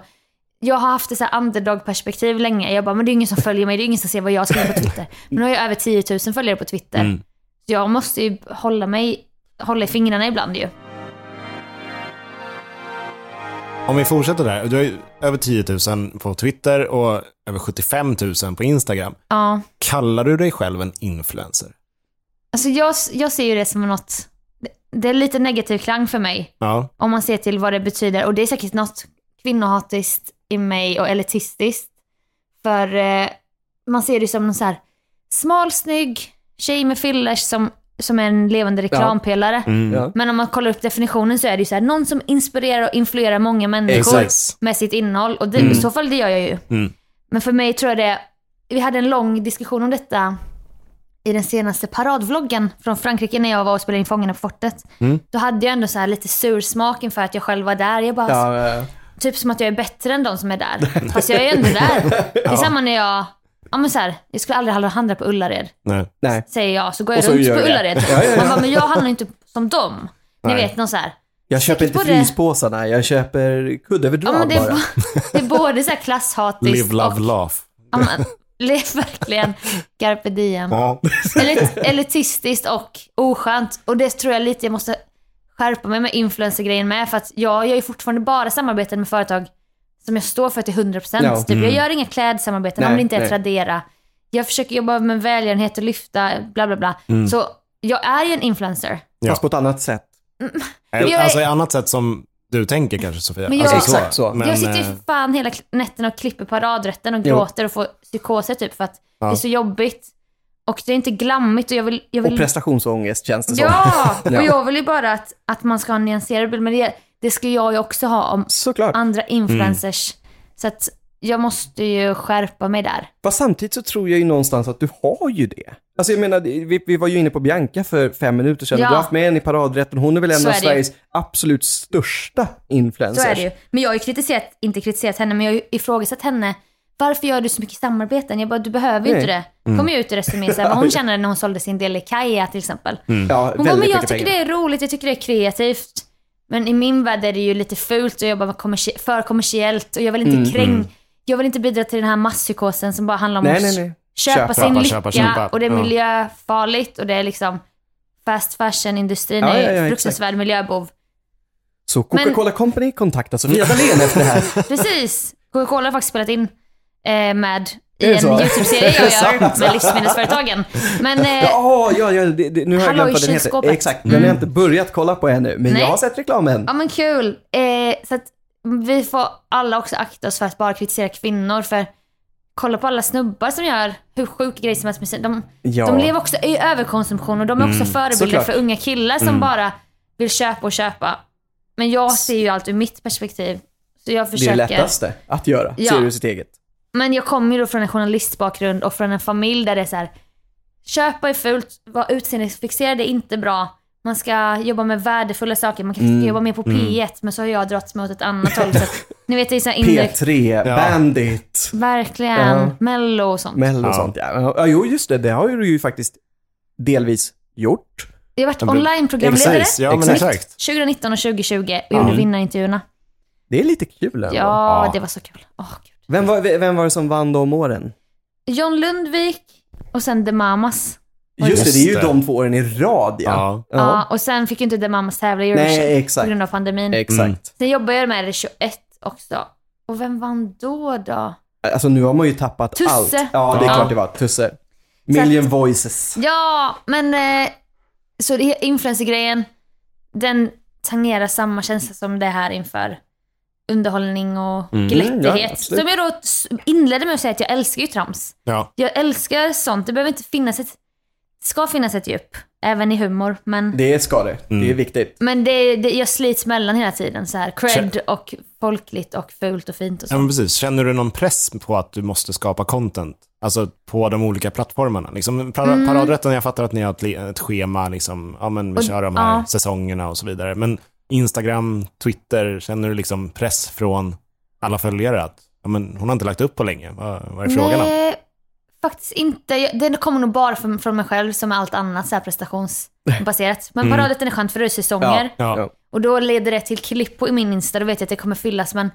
Speaker 3: jag har haft ett så här underdog-perspektiv länge. Jag bara, men det är ingen som följer mig. Det är ingen som ser vad jag skriver på Twitter. Men nu har jag över 10 000 följare på Twitter.
Speaker 2: Mm.
Speaker 3: Så jag måste ju hålla mig, hålla i fingrarna ibland ju.
Speaker 4: Om vi fortsätter där. Du har ju över 10 000 på Twitter och över 75 000 på Instagram.
Speaker 3: Ja.
Speaker 4: Kallar du dig själv en influencer?
Speaker 3: Alltså jag, jag ser ju det som något... det- Det är lite negativ klang för mig
Speaker 4: Ja.
Speaker 3: om man ser till vad det betyder. Och det är säkert något kvinnohatiskt i mig och elitistiskt. För eh, man ser det som någon så här smal, snygg tjej med fillers som, som är en levande reklampelare.
Speaker 4: Mm.
Speaker 2: Ja.
Speaker 3: Men om man kollar upp definitionen så är det ju så här, någon som inspirerar och influerar många människor
Speaker 4: Exakt.
Speaker 3: med sitt innehåll. Och det, i så fall, det gör jag ju.
Speaker 4: Mm.
Speaker 3: Men för mig tror jag det, vi hade en lång diskussion om detta i den senaste paradvloggen från Frankrike när jag var och spelade in Fångarna på fortet.
Speaker 4: Mm.
Speaker 3: Då hade jag ändå så här lite sur smak inför att jag själv var där. Jag bara,
Speaker 2: Ja, ja, eh, ja.
Speaker 3: typ som att jag är bättre än de som är där. Fast jag är ju ändå där. Det är samma när jag, ja men så här, jag skulle aldrig handla på Ullared,
Speaker 4: Nej.
Speaker 2: Nej.
Speaker 3: säger jag. Så går
Speaker 2: Och
Speaker 3: jag
Speaker 2: så
Speaker 3: runt
Speaker 2: gör
Speaker 3: på
Speaker 2: du det.
Speaker 3: Ullared.
Speaker 2: Ja, ja, ja.
Speaker 3: Man bara, men jag handlar inte som dem. Ni vet, någon så här.
Speaker 2: Jag köper inte
Speaker 3: på det.
Speaker 2: fleecepåsarna, jag köper kuddöverdrag
Speaker 3: Ja, men det, är,
Speaker 2: bara.
Speaker 3: bo- det är både så här klasshatiskt
Speaker 4: Live, love,
Speaker 3: och...
Speaker 4: laugh.
Speaker 3: Ja, men, lev verkligen. Carpe diem.
Speaker 4: Ja.
Speaker 3: Elit, elitistiskt och oskönt. Och det tror jag lite jag måste skärpa mig med influencer-grejen med. För att jag gör ju fortfarande bara samarbeten med företag som jag står för till 100%.
Speaker 2: Ja. Mm.
Speaker 3: Typ, jag gör inga klädsamarbeten
Speaker 2: Nej,
Speaker 3: om det inte är
Speaker 2: nej.
Speaker 3: Tradera. Jag försöker jobba med välgörenhet och lyfta, bla bla bla.
Speaker 2: Mm.
Speaker 3: Så jag är ju en influencer.
Speaker 4: Ja.
Speaker 2: Fast på ett annat sätt.
Speaker 3: Men jag är-
Speaker 4: Alltså i annat sätt som du tänker kanske Sofia.
Speaker 3: Men jag-
Speaker 4: alltså,
Speaker 2: Exakt så.
Speaker 4: Men,
Speaker 3: jag sitter ju
Speaker 4: eh,
Speaker 3: för fan hela kl- nätterna och klipper paradrätten och
Speaker 2: Jo.
Speaker 3: gråter och får psykoser typ för att det är så jobbigt. Och det är inte glammigt och jag vill... Jag vill
Speaker 2: Och prestationsångest känns det som.
Speaker 3: Ja!
Speaker 2: Ja.
Speaker 3: Och jag vill ju bara att, att man ska ha en nyanserad bild. Men det, det ska jag ju också ha om
Speaker 2: Såklart.
Speaker 3: andra influencers.
Speaker 2: Mm.
Speaker 3: Så att jag måste ju skärpa mig där.
Speaker 2: Fast samtidigt så tror jag ju någonstans att du har ju det. Alltså jag menar, vi, vi var ju inne på Bianca för fem minuter sedan.
Speaker 3: Ja.
Speaker 2: Du har haft med henne i paradrätten. Hon är väl en
Speaker 3: Så
Speaker 2: av
Speaker 3: är det ju.
Speaker 2: Sveriges absolut största influencers.
Speaker 3: Så är det ju. Men jag har ju kritiserat, inte kritiserat henne, men jag har ju ifrågasatt henne. Varför gör du så mycket samarbeten? Jag bara, du behöver ju inte det.
Speaker 2: Mm.
Speaker 3: Kom ju ut ur det som är så här, vad hon känner det när hon sålde sin del i Kaja till exempel.
Speaker 2: Mm. Ja,
Speaker 3: Hon bara,
Speaker 2: väldigt
Speaker 3: men jag
Speaker 2: mycket
Speaker 3: tycker det är roligt, jag tycker det är kreativt. Men i min värld är det ju lite fult att jobba med kommersie- för kommersiellt och jag vill inte
Speaker 2: Mm,
Speaker 3: kräng... Jag vill inte bidra till den här masspsykosen som bara handlar om
Speaker 2: Nej,
Speaker 3: att
Speaker 2: nej, nej.
Speaker 3: köpa,
Speaker 2: Köpa,
Speaker 3: sin
Speaker 4: köpa,
Speaker 3: lycka
Speaker 4: köpa, köpa.
Speaker 3: och det är
Speaker 4: Ja.
Speaker 3: miljöfarligt och det är liksom fast fashion-industrin
Speaker 2: Ja,
Speaker 3: är
Speaker 2: ja, ja,
Speaker 3: en
Speaker 2: exakt.
Speaker 3: fruktansvärd miljöbov.
Speaker 2: Så
Speaker 3: Men- Eh,
Speaker 2: Coca-Cola Company kontaktar Sofia Dalén efter det här.
Speaker 3: Precis! Coca-Cola har faktiskt spelat in eh, med i
Speaker 2: Är det
Speaker 3: en
Speaker 2: så?
Speaker 3: YouTube-serie jag
Speaker 2: Är det
Speaker 3: gör
Speaker 2: sant?
Speaker 3: med livsmedelsföretagen. Men eh,
Speaker 2: Ja, ja, ja, det, det, nu har jag
Speaker 3: Hallå
Speaker 2: glömt vad
Speaker 3: i
Speaker 2: den heter.
Speaker 3: kylskåpet.
Speaker 2: Exakt, den har jag inte börjat kolla på ännu. Men
Speaker 3: Nej.
Speaker 2: jag har sett reklamen.
Speaker 3: Ja men kul. Eh, så att vi får alla också akta oss för att bara kritisera kvinnor för kolla på alla snubbar som gör hur sjuka grejer som helst med sin- de,
Speaker 2: Ja. Mm,
Speaker 3: de lever också i överkonsumtion och de är också förebilder
Speaker 2: såklart. Mm.
Speaker 3: för unga killar som bara vill köpa och köpa. Men jag ser ju allt ur mitt perspektiv. Så jag
Speaker 2: Det är det
Speaker 3: försöker.
Speaker 2: lättaste att göra,
Speaker 3: Ja.
Speaker 2: ser du sitt eget.
Speaker 3: Men jag kommer ju då från en journalistbakgrund och från en familj där det är så här. Köpa är fult, vara utseendefixerad är inte bra. Man ska jobba med värdefulla saker, man kanske ska jobba mer på P1 men så har jag dragits mig åt ett annat håll. Så att, ni vet det är så här indirekt.
Speaker 2: P3, Bandit,
Speaker 3: Verkligen.
Speaker 2: Ja.
Speaker 3: Mello och sånt.
Speaker 2: Mello och
Speaker 4: Ja.
Speaker 2: sånt. Ja. ja, jo just det, det har ju du ju faktiskt delvis gjort.
Speaker 3: Jag har varit
Speaker 4: Ja, men-
Speaker 3: online-programledare
Speaker 4: Precis, ja men
Speaker 2: Exakt.
Speaker 4: exakt.
Speaker 3: 2019 och 2020 och gjorde vinnarintervjuerna.
Speaker 2: Det är lite kul ändå.
Speaker 3: Ja,
Speaker 4: Ja.
Speaker 3: det var så kul. Åh, Gud.
Speaker 2: Vem, var, vem var det som vann de åren?
Speaker 3: John Lundvik och sen The Mamas. Oj.
Speaker 2: Just det, det är ju
Speaker 4: Just det.
Speaker 2: de två åren i rad ja.
Speaker 4: Ja.
Speaker 2: ja.
Speaker 3: Ja, och sen fick ju inte The Mamas tävla i Eurovision
Speaker 2: Nej, exakt.
Speaker 3: på grund av pandemin.
Speaker 2: Exakt.
Speaker 4: Mm.
Speaker 3: Sen jobbade jag med det 21 också. Och vem vann då då?
Speaker 2: Alltså nu har man ju tappat
Speaker 3: Tusse.
Speaker 2: allt. Ja, det är
Speaker 4: Ja.
Speaker 2: klart det var. Tusse. Million voices.
Speaker 3: Ja, men eh, så det- influencer-grejen, den tangerar samma känsla som det här inför underhållning och
Speaker 2: Mm. ja,
Speaker 3: glättighet.
Speaker 2: absolut.
Speaker 3: som jag då s- inledde med att säga att jag älskar ju trams.
Speaker 4: Ja.
Speaker 3: Jag älskar sånt. Det behöver inte finnas ett... Det ska finnas ett djup, även i humor. Men,
Speaker 2: Det ska det. Det är
Speaker 4: Mm.
Speaker 2: viktigt.
Speaker 3: men det, det, jag slits mellan hela tiden. Så här, cred och folkligt och fult och fint och
Speaker 4: ja,
Speaker 3: så.
Speaker 4: men precis. Känner du någon press på att du måste skapa content? Alltså på de olika plattformarna. Liksom, par- Paradrätten, jag fattar att ni har ett, li- ett schema, liksom, ja, men vi
Speaker 3: Mm. Och-
Speaker 4: kör de här
Speaker 3: ja.
Speaker 4: säsongerna och så vidare. Men Instagram, Twitter, känner du liksom press från alla följare att ja, men hon har inte lagt upp på länge? Vad, vad är frågan om?
Speaker 3: Nej, faktiskt inte. Jag- Det kommer nog bara från, från mig själv som är allt annat så här prestationsbaserat. Men paradrätten är skönt för det är säsonger.
Speaker 4: Mm. Ja.
Speaker 2: Ja.
Speaker 3: Och då leder det till klipp på i min Insta. Då vet jag att det kommer fyllas men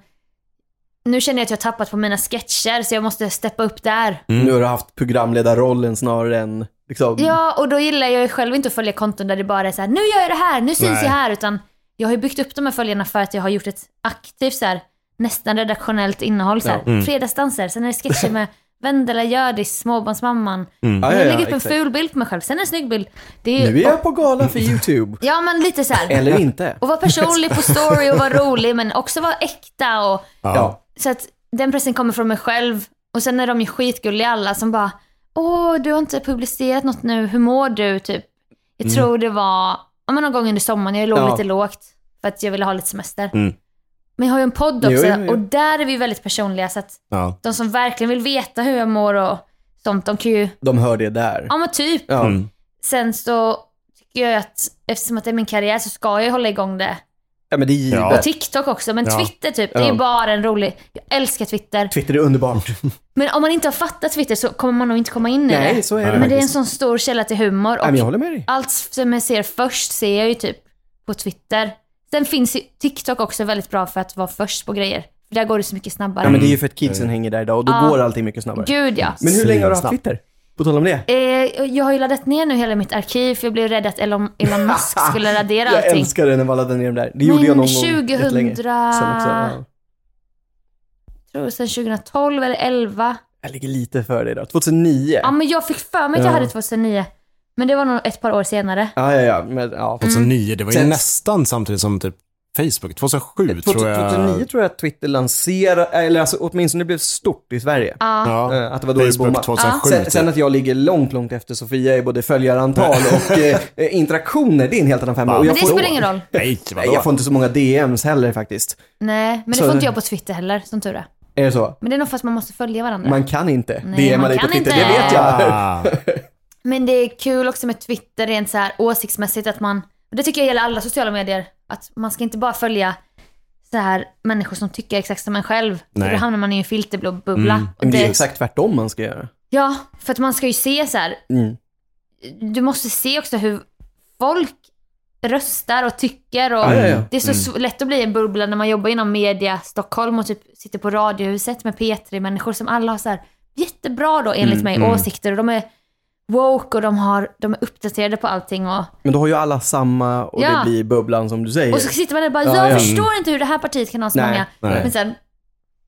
Speaker 3: nu känner jag att jag har tappat på mina sketcher så jag måste steppa upp där.
Speaker 4: Mm.
Speaker 2: Nu har du haft programledarrollen snarare än liksom...
Speaker 3: Ja, och då gillar jag ju själv inte att följa konton där det bara är så här, nu gör jag det här, nu syns
Speaker 4: Nej.
Speaker 3: jag här. Utan jag har ju byggt upp de här följarna för att jag har gjort
Speaker 4: Mm.
Speaker 3: ett aktivt så här, nästan redaktionellt innehåll. Så här, Fredagsdanser, sen är det sketcher med Vendela Hjördis, småbarnsmamman.
Speaker 4: Mm.
Speaker 2: Ja,
Speaker 3: jag
Speaker 2: ja, ja,
Speaker 3: lägger upp en
Speaker 2: exakt.
Speaker 3: ful bild på mig själv, sen en snygg bild. Det är ju,
Speaker 2: Nu är jag på gala för YouTube.
Speaker 3: Ja men lite så här.
Speaker 2: Eller inte.
Speaker 3: Och vara personlig på story och vara rolig men också vara äkta och
Speaker 2: Ja.
Speaker 3: så att den pressen kommer från mig själv. Och sen är de ju skitgulliga alla som bara Åh, du har inte publicerat något nu, hur mår du? Typ. Jag tror det var ja, men någon gång under sommaren, jag låg
Speaker 2: Mm. Ja.
Speaker 3: lite lågt för att jag ville ha lite semester.
Speaker 4: Mm.
Speaker 3: Men jag har ju en podd också
Speaker 2: Jo, jo, jo.
Speaker 3: och där är vi väldigt personliga så att
Speaker 4: Ja.
Speaker 3: de som verkligen vill veta hur jag mår och sånt, de kan ju,
Speaker 2: De hör det där.
Speaker 3: ja men typ.
Speaker 2: Ja.
Speaker 4: Mm.
Speaker 3: Sen så tycker jag att eftersom att det är min karriär så ska jag ju hålla igång det.
Speaker 2: ja, men det är
Speaker 4: Ja.
Speaker 3: Och
Speaker 2: givet.
Speaker 3: TikTok också, men
Speaker 4: Ja.
Speaker 3: Twitter typ, det är
Speaker 2: Ja.
Speaker 3: ju bara en rolig, jag älskar Twitter.
Speaker 2: Twitter är underbart.
Speaker 3: Men om man inte har fattat Twitter så kommer man nog inte komma in i
Speaker 2: Nej,
Speaker 3: det.
Speaker 2: så är det
Speaker 3: Men det är en
Speaker 2: faktiskt.
Speaker 3: sån stor källa till humor
Speaker 2: Nej, men jag
Speaker 3: och
Speaker 2: håller med dig.
Speaker 3: allt som jag ser först ser jag ju typ på Twitter. Sen finns ju TikTok också väldigt bra för att vara först på grejer. För där går det så mycket snabbare.
Speaker 2: Ja, men det är
Speaker 4: Mm.
Speaker 2: ju för att kidsen hänger där idag och då
Speaker 3: Ja.
Speaker 2: går allting mycket snabbare.
Speaker 3: Gud ja.
Speaker 2: Men hur länge har du haft
Speaker 4: Snabbt.
Speaker 2: Twitter? På tal om det.
Speaker 3: Eh, jag har ju laddat ner nu hela mitt arkiv för jag blev rädd att Elon, Elon Musk skulle radera
Speaker 2: Jag
Speaker 3: allting.
Speaker 2: älskar det när man laddar ner dem där. Det gjorde
Speaker 3: Men
Speaker 2: jag någon
Speaker 3: 2000
Speaker 2: gång jättelänge. Sen också, ja.
Speaker 3: tror sen 2012 eller 11.
Speaker 2: Jag ligger lite före dig då. 2009.
Speaker 3: Ja men jag fick för mig att jag
Speaker 2: Ja.
Speaker 3: hade 2009. Men det var nog ett par år senare.
Speaker 2: Ja, ja, ja. Men, ja.
Speaker 3: Mm.
Speaker 4: 2009, det var ju
Speaker 2: Sen-
Speaker 4: nästan samtidigt som typ Facebook. 2007 tror jag.
Speaker 2: 2009 tror jag att Twitter lanserade, eller alltså åtminstone det blev stort i Sverige.
Speaker 4: Ja.
Speaker 2: Eh, Att det var då det
Speaker 4: Facebook
Speaker 2: bommade.
Speaker 4: 2007.
Speaker 2: Sen,
Speaker 4: typ.
Speaker 2: sen att jag ligger långt, långt efter Sofia i både följarantal och eh, eh, interaktioner, det är en helt annan femma.
Speaker 4: Ja,
Speaker 2: Och
Speaker 3: Men
Speaker 2: jag
Speaker 3: det
Speaker 2: får-
Speaker 3: spelar ingen roll.
Speaker 4: Nej,
Speaker 2: Nej,
Speaker 4: vadå?
Speaker 2: Jag får inte så många DMs heller faktiskt.
Speaker 3: Nej, men det
Speaker 2: Så-
Speaker 3: får inte jag på Twitter heller, som tur är.
Speaker 2: Är det så?
Speaker 3: Men det är nog för att man måste följa varandra.
Speaker 2: Man kan inte
Speaker 3: Nej,
Speaker 2: DMa
Speaker 3: man
Speaker 2: dig på
Speaker 3: kan
Speaker 2: Twitter,
Speaker 3: inte.
Speaker 2: det vet jag.
Speaker 4: Ah,
Speaker 3: Men det är kul också med Twitter rent så här åsiktsmässigt att man, och det tycker jag gäller alla sociala medier, att man ska inte bara följa så här människor som tycker exakt som en själv. För
Speaker 4: Nej.
Speaker 3: då hamnar man i en filterblå bubbla. Och
Speaker 2: Mm, Men det är
Speaker 3: det,
Speaker 2: exakt tvärtom man ska göra.
Speaker 3: ja, för att man ska ju se så här,
Speaker 2: Mm.
Speaker 3: du måste se också hur folk röstar och tycker och
Speaker 2: Ja, ja, Mm. ja.
Speaker 3: det är så sv- lätt att bli en bubbla när man jobbar inom media Stockholm och typ sitter på radiohuset med P3-människor som alla har så här jättebra då
Speaker 2: Mm,
Speaker 3: enligt mig åsikter och de är woke och de, har, de är uppdaterade på allting och,
Speaker 2: Men då har ju alla samma och
Speaker 3: Ja.
Speaker 2: det blir bubblan som du säger.
Speaker 3: och så sitter man där och bara
Speaker 2: Ja,
Speaker 3: jag
Speaker 2: ja.
Speaker 3: förstår inte hur det här partiet kan ha så
Speaker 2: Nej,
Speaker 3: många
Speaker 4: nej.
Speaker 3: men sen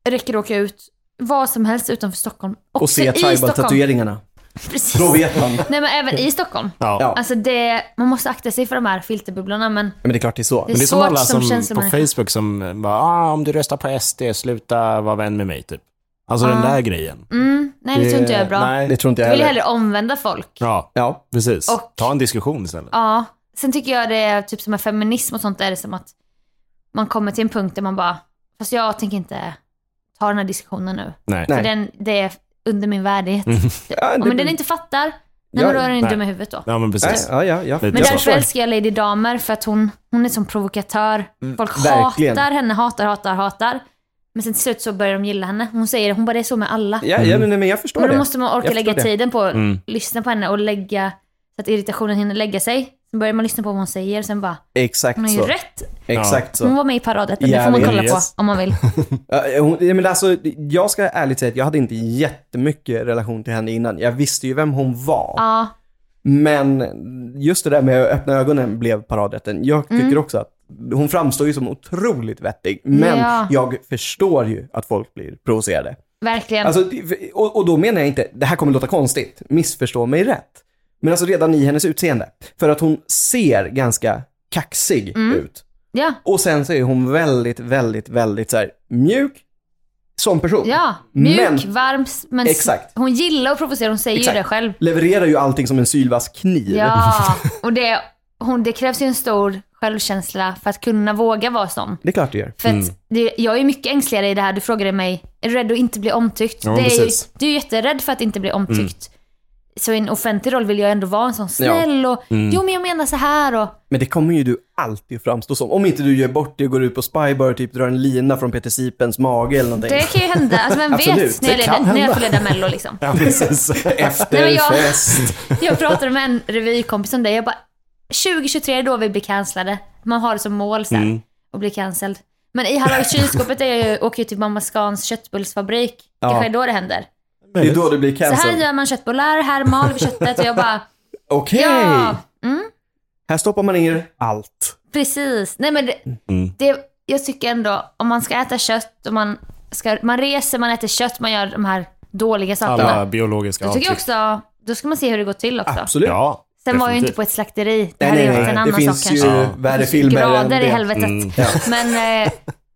Speaker 3: räcker det att åka ut vad som helst utanför Stockholm också
Speaker 2: och se
Speaker 3: i Stockholm.
Speaker 2: tribal-tatueringarna.
Speaker 3: Precis.
Speaker 2: Då vet man.
Speaker 3: Nej men även i Stockholm.
Speaker 4: ja.
Speaker 2: Ja.
Speaker 3: Alltså det, man måste akta sig för de här filterbubblorna men
Speaker 2: Men det är klart det är så.
Speaker 3: Det-
Speaker 4: Men det är som
Speaker 3: Svårt
Speaker 4: alla
Speaker 3: som
Speaker 4: som, på
Speaker 3: tjänsteman.
Speaker 4: Facebook som eh, bara, ah, om du röstar på SD, sluta vara vän med mig, typ. Alltså den där grejen.
Speaker 3: Mm, nej det, tror inte jag är bra.
Speaker 4: Nej.
Speaker 2: Det tror inte
Speaker 3: Jag
Speaker 2: jag
Speaker 3: vill
Speaker 2: heller.
Speaker 3: hellre omvända folk.
Speaker 4: Ja,
Speaker 2: Ja.
Speaker 4: precis.
Speaker 3: Och-
Speaker 4: Ta en diskussion istället.
Speaker 3: Ja. Sen tycker jag det är typ som med feminism och sånt där är det som att man kommer till en punkt där man bara, fast jag tänker inte ta den här diskussionen nu.
Speaker 4: Nej.
Speaker 3: För
Speaker 2: Nej. Mm.
Speaker 3: den, det är under min värdighet. Det,
Speaker 2: Ja,
Speaker 3: om
Speaker 2: det-
Speaker 3: den inte fattar, nej,
Speaker 2: Ja,
Speaker 3: men då är den ju
Speaker 4: nej.
Speaker 3: dum i huvudet då.
Speaker 4: Ja, men precis.
Speaker 2: Ja, ja, ja.
Speaker 4: Lite
Speaker 3: Men
Speaker 4: jag
Speaker 3: därför
Speaker 2: förstår.
Speaker 3: älskar jag Lady Damer för att hon, hon är som provokatör. Folk
Speaker 2: Mm, verkligen.
Speaker 3: hatar henne, hatar, hatar, hatar. Men sen till slut så börjar de gilla henne. Hon säger hon bara det är så med alla.
Speaker 2: Ja, ja men, men jag förstår
Speaker 3: Men då
Speaker 2: det.
Speaker 3: måste man orka
Speaker 2: Jag förstår
Speaker 3: lägga
Speaker 2: det.
Speaker 3: tiden på att
Speaker 4: Mm.
Speaker 3: lyssna på henne och lägga så att irritationen hinner lägga sig. Sen börjar man lyssna på vad hon säger och sen bara, hon
Speaker 2: Exakt
Speaker 3: har ju
Speaker 2: så.
Speaker 3: rätt.
Speaker 2: Exakt
Speaker 3: Hon
Speaker 2: så.
Speaker 3: var med i paradrätten, det
Speaker 2: Jag
Speaker 3: får man
Speaker 2: vet.
Speaker 3: kolla på
Speaker 4: Yes.
Speaker 3: om man vill.
Speaker 2: Ja, hon, ja, men alltså, jag ska ärligt säga att jag hade inte jättemycket relation till henne innan. Jag visste ju vem hon var.
Speaker 3: Ja,
Speaker 2: Men just det där med att öppna ögonen blev paradrätten. Jag tycker
Speaker 3: Mm.
Speaker 2: också att hon framstår ju som otroligt vettig. Men
Speaker 3: Ja.
Speaker 2: jag förstår ju att folk blir provocerade.
Speaker 3: verkligen.
Speaker 2: Alltså, det- och, och då menar jag inte, det här kommer låta konstigt, missförstå mig rätt. Men alltså redan i hennes utseende. För att hon ser ganska kaxig
Speaker 3: Mm.
Speaker 2: ut.
Speaker 3: ja,
Speaker 2: Och sen så är hon väldigt, väldigt, väldigt så här, mjuk som person.
Speaker 3: ja. Mjuk,
Speaker 2: Men-
Speaker 3: varm, men s-
Speaker 2: Exakt.
Speaker 3: hon gillar att provocera, hon säger
Speaker 2: Exakt.
Speaker 3: ju det själv.
Speaker 2: Levererar ju allting som en sylvass kniv.
Speaker 3: Ja, och det, hon, det krävs ju en stor självkänsla för att kunna våga vara sån.
Speaker 2: Det är klart det gör.
Speaker 3: För att det, jag är ju mycket ängsligare i det här. Du frågade mig, är du rädd att inte bli omtyckt?
Speaker 4: Ja,
Speaker 3: det är ju,
Speaker 4: precis.
Speaker 3: du är ju jätterädd för att inte bli omtyckt.
Speaker 2: Mm.
Speaker 3: Så i en offentlig roll vill jag ändå vara en sån snäll och
Speaker 2: Mm.
Speaker 3: jo men jag menar så här och
Speaker 2: Men det kommer ju du alltid framstå som. Om inte du gör bort det och går ut på Spybar och typ drar en lina från Peter Sipens mage eller någonting.
Speaker 3: det kan ju hända. Alltså vem
Speaker 2: Absolut,
Speaker 3: vet när jag,
Speaker 2: det
Speaker 3: leder,
Speaker 2: kan
Speaker 3: när jag
Speaker 2: hända.
Speaker 3: får leda mello liksom.
Speaker 2: Ja, precis. Efter
Speaker 3: Nej, men jag-
Speaker 2: fest.
Speaker 3: Jag pratade med en revykompis om det. Jag bara, 2023 är då vi blir cancellade. Man har det som mål sen
Speaker 2: Mm.
Speaker 3: att bli cancelled. Men i Hallå i kylskåpet är jag ju, åker ju till Mamma Scans köttbullsfabrik.
Speaker 2: Ja.
Speaker 3: Kanske är då det händer.
Speaker 2: Det är då det blir
Speaker 3: Så här
Speaker 2: cancel.
Speaker 3: gör man köttbullar, här mal vi köttet och jag bara,
Speaker 2: Okej.
Speaker 3: ja. Mm.
Speaker 2: Här stoppar man in allt.
Speaker 3: Precis. Nej, men det,
Speaker 4: Mm.
Speaker 3: det, jag tycker ändå, om man ska äta kött och man, ska, man reser, man äter kött, man gör de här dåliga sakerna.
Speaker 4: Alla biologiska
Speaker 3: Då tycker jag
Speaker 4: avtryck.
Speaker 3: också, då ska man se hur det går till också.
Speaker 2: typ. Absolut.
Speaker 4: Ja,
Speaker 3: Sen var jag ju inte
Speaker 4: definitivt.
Speaker 3: på ett slakteri. Det
Speaker 2: Nej,
Speaker 3: hade
Speaker 2: nej,
Speaker 3: ju
Speaker 2: nej.
Speaker 3: varit en
Speaker 2: Det
Speaker 3: annan
Speaker 2: finns
Speaker 3: sak
Speaker 2: ju
Speaker 3: kanske.
Speaker 2: värre filmer än
Speaker 3: Grader i
Speaker 2: det.
Speaker 3: helvetet.
Speaker 4: Mm.
Speaker 2: Ja.
Speaker 3: Men eh,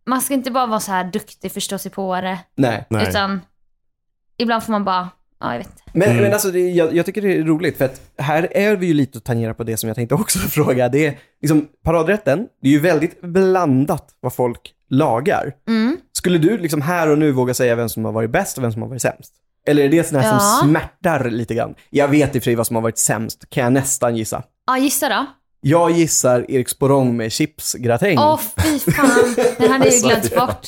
Speaker 3: man ska inte bara vara så här duktig förståsigpåare.
Speaker 2: Nej.
Speaker 4: Nej.
Speaker 3: Utan ibland får man bara, ja jag vet inte.
Speaker 2: Men,
Speaker 4: Mm.
Speaker 2: men alltså, det, jag, jag tycker det är roligt för att här är vi ju lite och tangerar på det som jag tänkte också fråga. Det är liksom paradrätten, det är ju väldigt blandat vad folk lagar.
Speaker 3: Mm.
Speaker 2: Skulle du liksom här och nu våga säga vem som har varit bäst och vem som har varit sämst? Eller är det sådana här
Speaker 3: Ja.
Speaker 2: som smärtar lite grann? Jag vet i och för sig vad som har varit sämst, kan jag nästan gissa.
Speaker 3: Ja gissa
Speaker 2: Mm.
Speaker 3: då.
Speaker 2: Jag gissar Erik Sporrong med chipsgratäng.
Speaker 3: Åh fy fan, den hade jag ju glömt bort.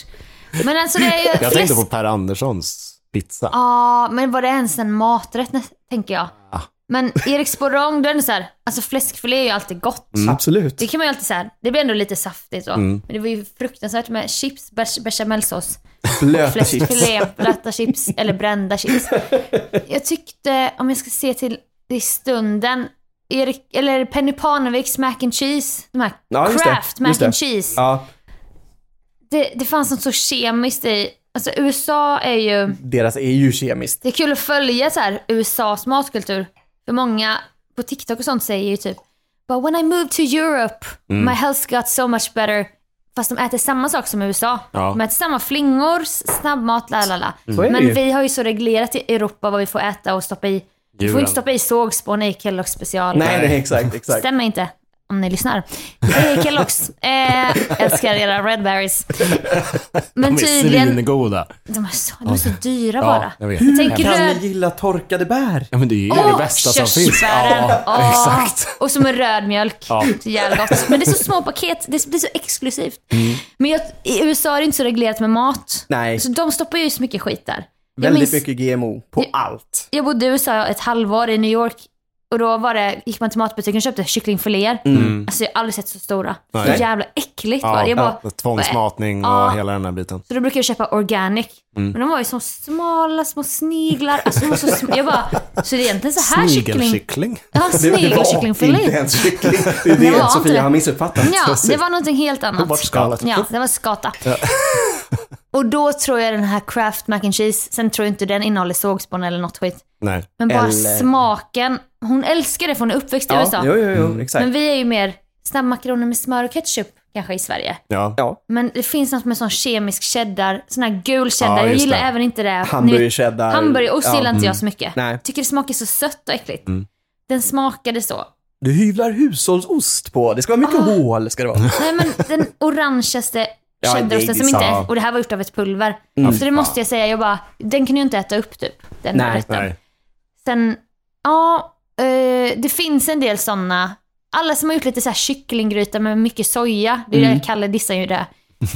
Speaker 3: Men alltså det är ju
Speaker 4: Jag
Speaker 3: flest-
Speaker 4: tänkte på Per Anderssons pizza.
Speaker 3: Ja, men var det ens en maträtt nä- tänker jag.
Speaker 4: Ah.
Speaker 3: Men Erik Sporrong, den är så här, alltså fläskfilé är ju alltid gott.
Speaker 2: Absolut.
Speaker 3: Det kan man ju alltid säga, det blir ändå lite saftigt så.
Speaker 4: Mm.
Speaker 3: Men det var ju fruktansvärt med chips, bech- bechamelsås,
Speaker 2: Blöta chips.
Speaker 3: fläskfilé, blöta chips eller brända chips. Jag tyckte, om jag ska se till i stunden, Erik, eller Penny Parneviks mac and cheese, de här
Speaker 2: Ja, just det.
Speaker 3: Kraft mac
Speaker 2: Just det.
Speaker 3: and cheese
Speaker 2: Ja,
Speaker 3: det, det fanns något så kemiskt i, alltså USA är ju,
Speaker 2: deras är ju kemiskt.
Speaker 3: det är kul att följa så här USAs matkultur. För många på TikTok och sånt säger ju typ, But when I moved to Europe,
Speaker 4: Mm.
Speaker 3: my health got so much better. Fast de äter samma sak som USA.
Speaker 4: Ja. Mm.
Speaker 3: De äter samma flingor, s- snabbmat, la la la.
Speaker 2: Så är det ju.
Speaker 3: Men vi har ju så reglerat i Europa vad vi får äta och stoppa i. Vi får
Speaker 4: Djuren.
Speaker 3: inte stoppa i sågspån i Kellogg's special.
Speaker 2: Nej, nej, exakt, exakt.
Speaker 3: Stämmer inte. Om ni lyssnar. Hej Kellogg's. Eh, älskar era Red Berries. Men
Speaker 4: De är
Speaker 3: tydligen,
Speaker 4: svingoda.
Speaker 3: de är så, de är så dyra
Speaker 4: Ja,
Speaker 3: bara.
Speaker 4: jag vet.
Speaker 3: Tänker
Speaker 2: Kan
Speaker 3: röd...
Speaker 2: ni gilla torkade bär?
Speaker 4: Ja, men det är ju det
Speaker 3: Åh,
Speaker 4: bästa som finns.
Speaker 3: körsbären. Åh.
Speaker 4: exakt.
Speaker 3: Och som en röd mjölk.
Speaker 4: Ja.
Speaker 3: Så jävla gott. Men det är så små paket. Det blir så exklusivt.
Speaker 4: Mm.
Speaker 3: Men jag, i USA är det inte så reglerat med mat.
Speaker 2: Nej.
Speaker 3: Så de stoppar ju så mycket skit där. Alltså, Jag,
Speaker 2: Väldigt
Speaker 3: minns,
Speaker 2: mycket GMO på
Speaker 3: Ja.
Speaker 2: allt.
Speaker 3: jag bodde i USA ett halvår i New York. Och då var det, gick man till matbutiken och köpte kycklingfiléer. Alltså jag har aldrig sett så stora. Så
Speaker 4: Mm. Nej.
Speaker 3: jävla äckligt var
Speaker 4: Ja,
Speaker 3: det. Jag bara,
Speaker 4: ja. Tvångsmatning och
Speaker 3: Ja.
Speaker 4: hela den här biten.
Speaker 3: Så då brukar jag köpa organic.
Speaker 4: Mm.
Speaker 3: Men de var ju som smala små sniglar. Alltså de var så sm- jag bara, så det är egentligen så här kyckling...
Speaker 4: Snigelkyckling.
Speaker 3: Ja,
Speaker 2: inte
Speaker 3: snigelkycklingfilé.
Speaker 2: ens kyckling. Det är
Speaker 3: Det var
Speaker 2: det Sofia
Speaker 3: inte.
Speaker 2: har missuppfattat.
Speaker 3: Ja, det var någonting helt annat.
Speaker 4: bort skalet.
Speaker 3: Ja, det var skata. Och då tror jag den här Kraft Mac and Cheese, sen tror jag inte den innehåller sågspån eller något skit.
Speaker 4: Nej.
Speaker 3: Men bara
Speaker 2: Eller-
Speaker 3: smaken. Hon älskar det för hon är uppväxt i
Speaker 2: Ja,
Speaker 3: USA.
Speaker 2: jo, jo, jo, exakt.
Speaker 3: Men vi är ju mer snabbmakaroner med smör och ketchup kanske i Sverige.
Speaker 4: Ja.
Speaker 2: Ja,
Speaker 3: Men det finns något med sån kemisk cheddar, sån här gul cheddar.
Speaker 4: Ja,
Speaker 3: jag
Speaker 4: just
Speaker 3: gillar
Speaker 4: det.
Speaker 3: även inte det. Ni
Speaker 2: hamburgare,
Speaker 3: vet,
Speaker 2: cheddar.
Speaker 3: Hamburgerost
Speaker 2: Ja. mm.
Speaker 3: gillar inte jag så mycket.
Speaker 2: Nej. Mm.
Speaker 3: Tycker det smakar så sött och äckligt. Den smakade så.
Speaker 2: Du hyvlar hushållsost på. Det ska vara mycket
Speaker 3: Ah.
Speaker 2: hål. Ska det vara.
Speaker 3: Nej men den orangeaste
Speaker 2: Ja,
Speaker 3: cheddarosten som
Speaker 2: det- Mm.
Speaker 3: inte
Speaker 4: ja.
Speaker 3: är, och det här var gjort av ett pulver. Så det måste jag säga, jag bara, den kan ju inte äta upp typ. Den
Speaker 2: Nej.
Speaker 3: rätten.
Speaker 4: Nej.
Speaker 3: Sen, ja, eh, det finns en del sådana. Alla som har gjort lite så här kycklinggryta med mycket soja, det är det Kalle dissar ju det.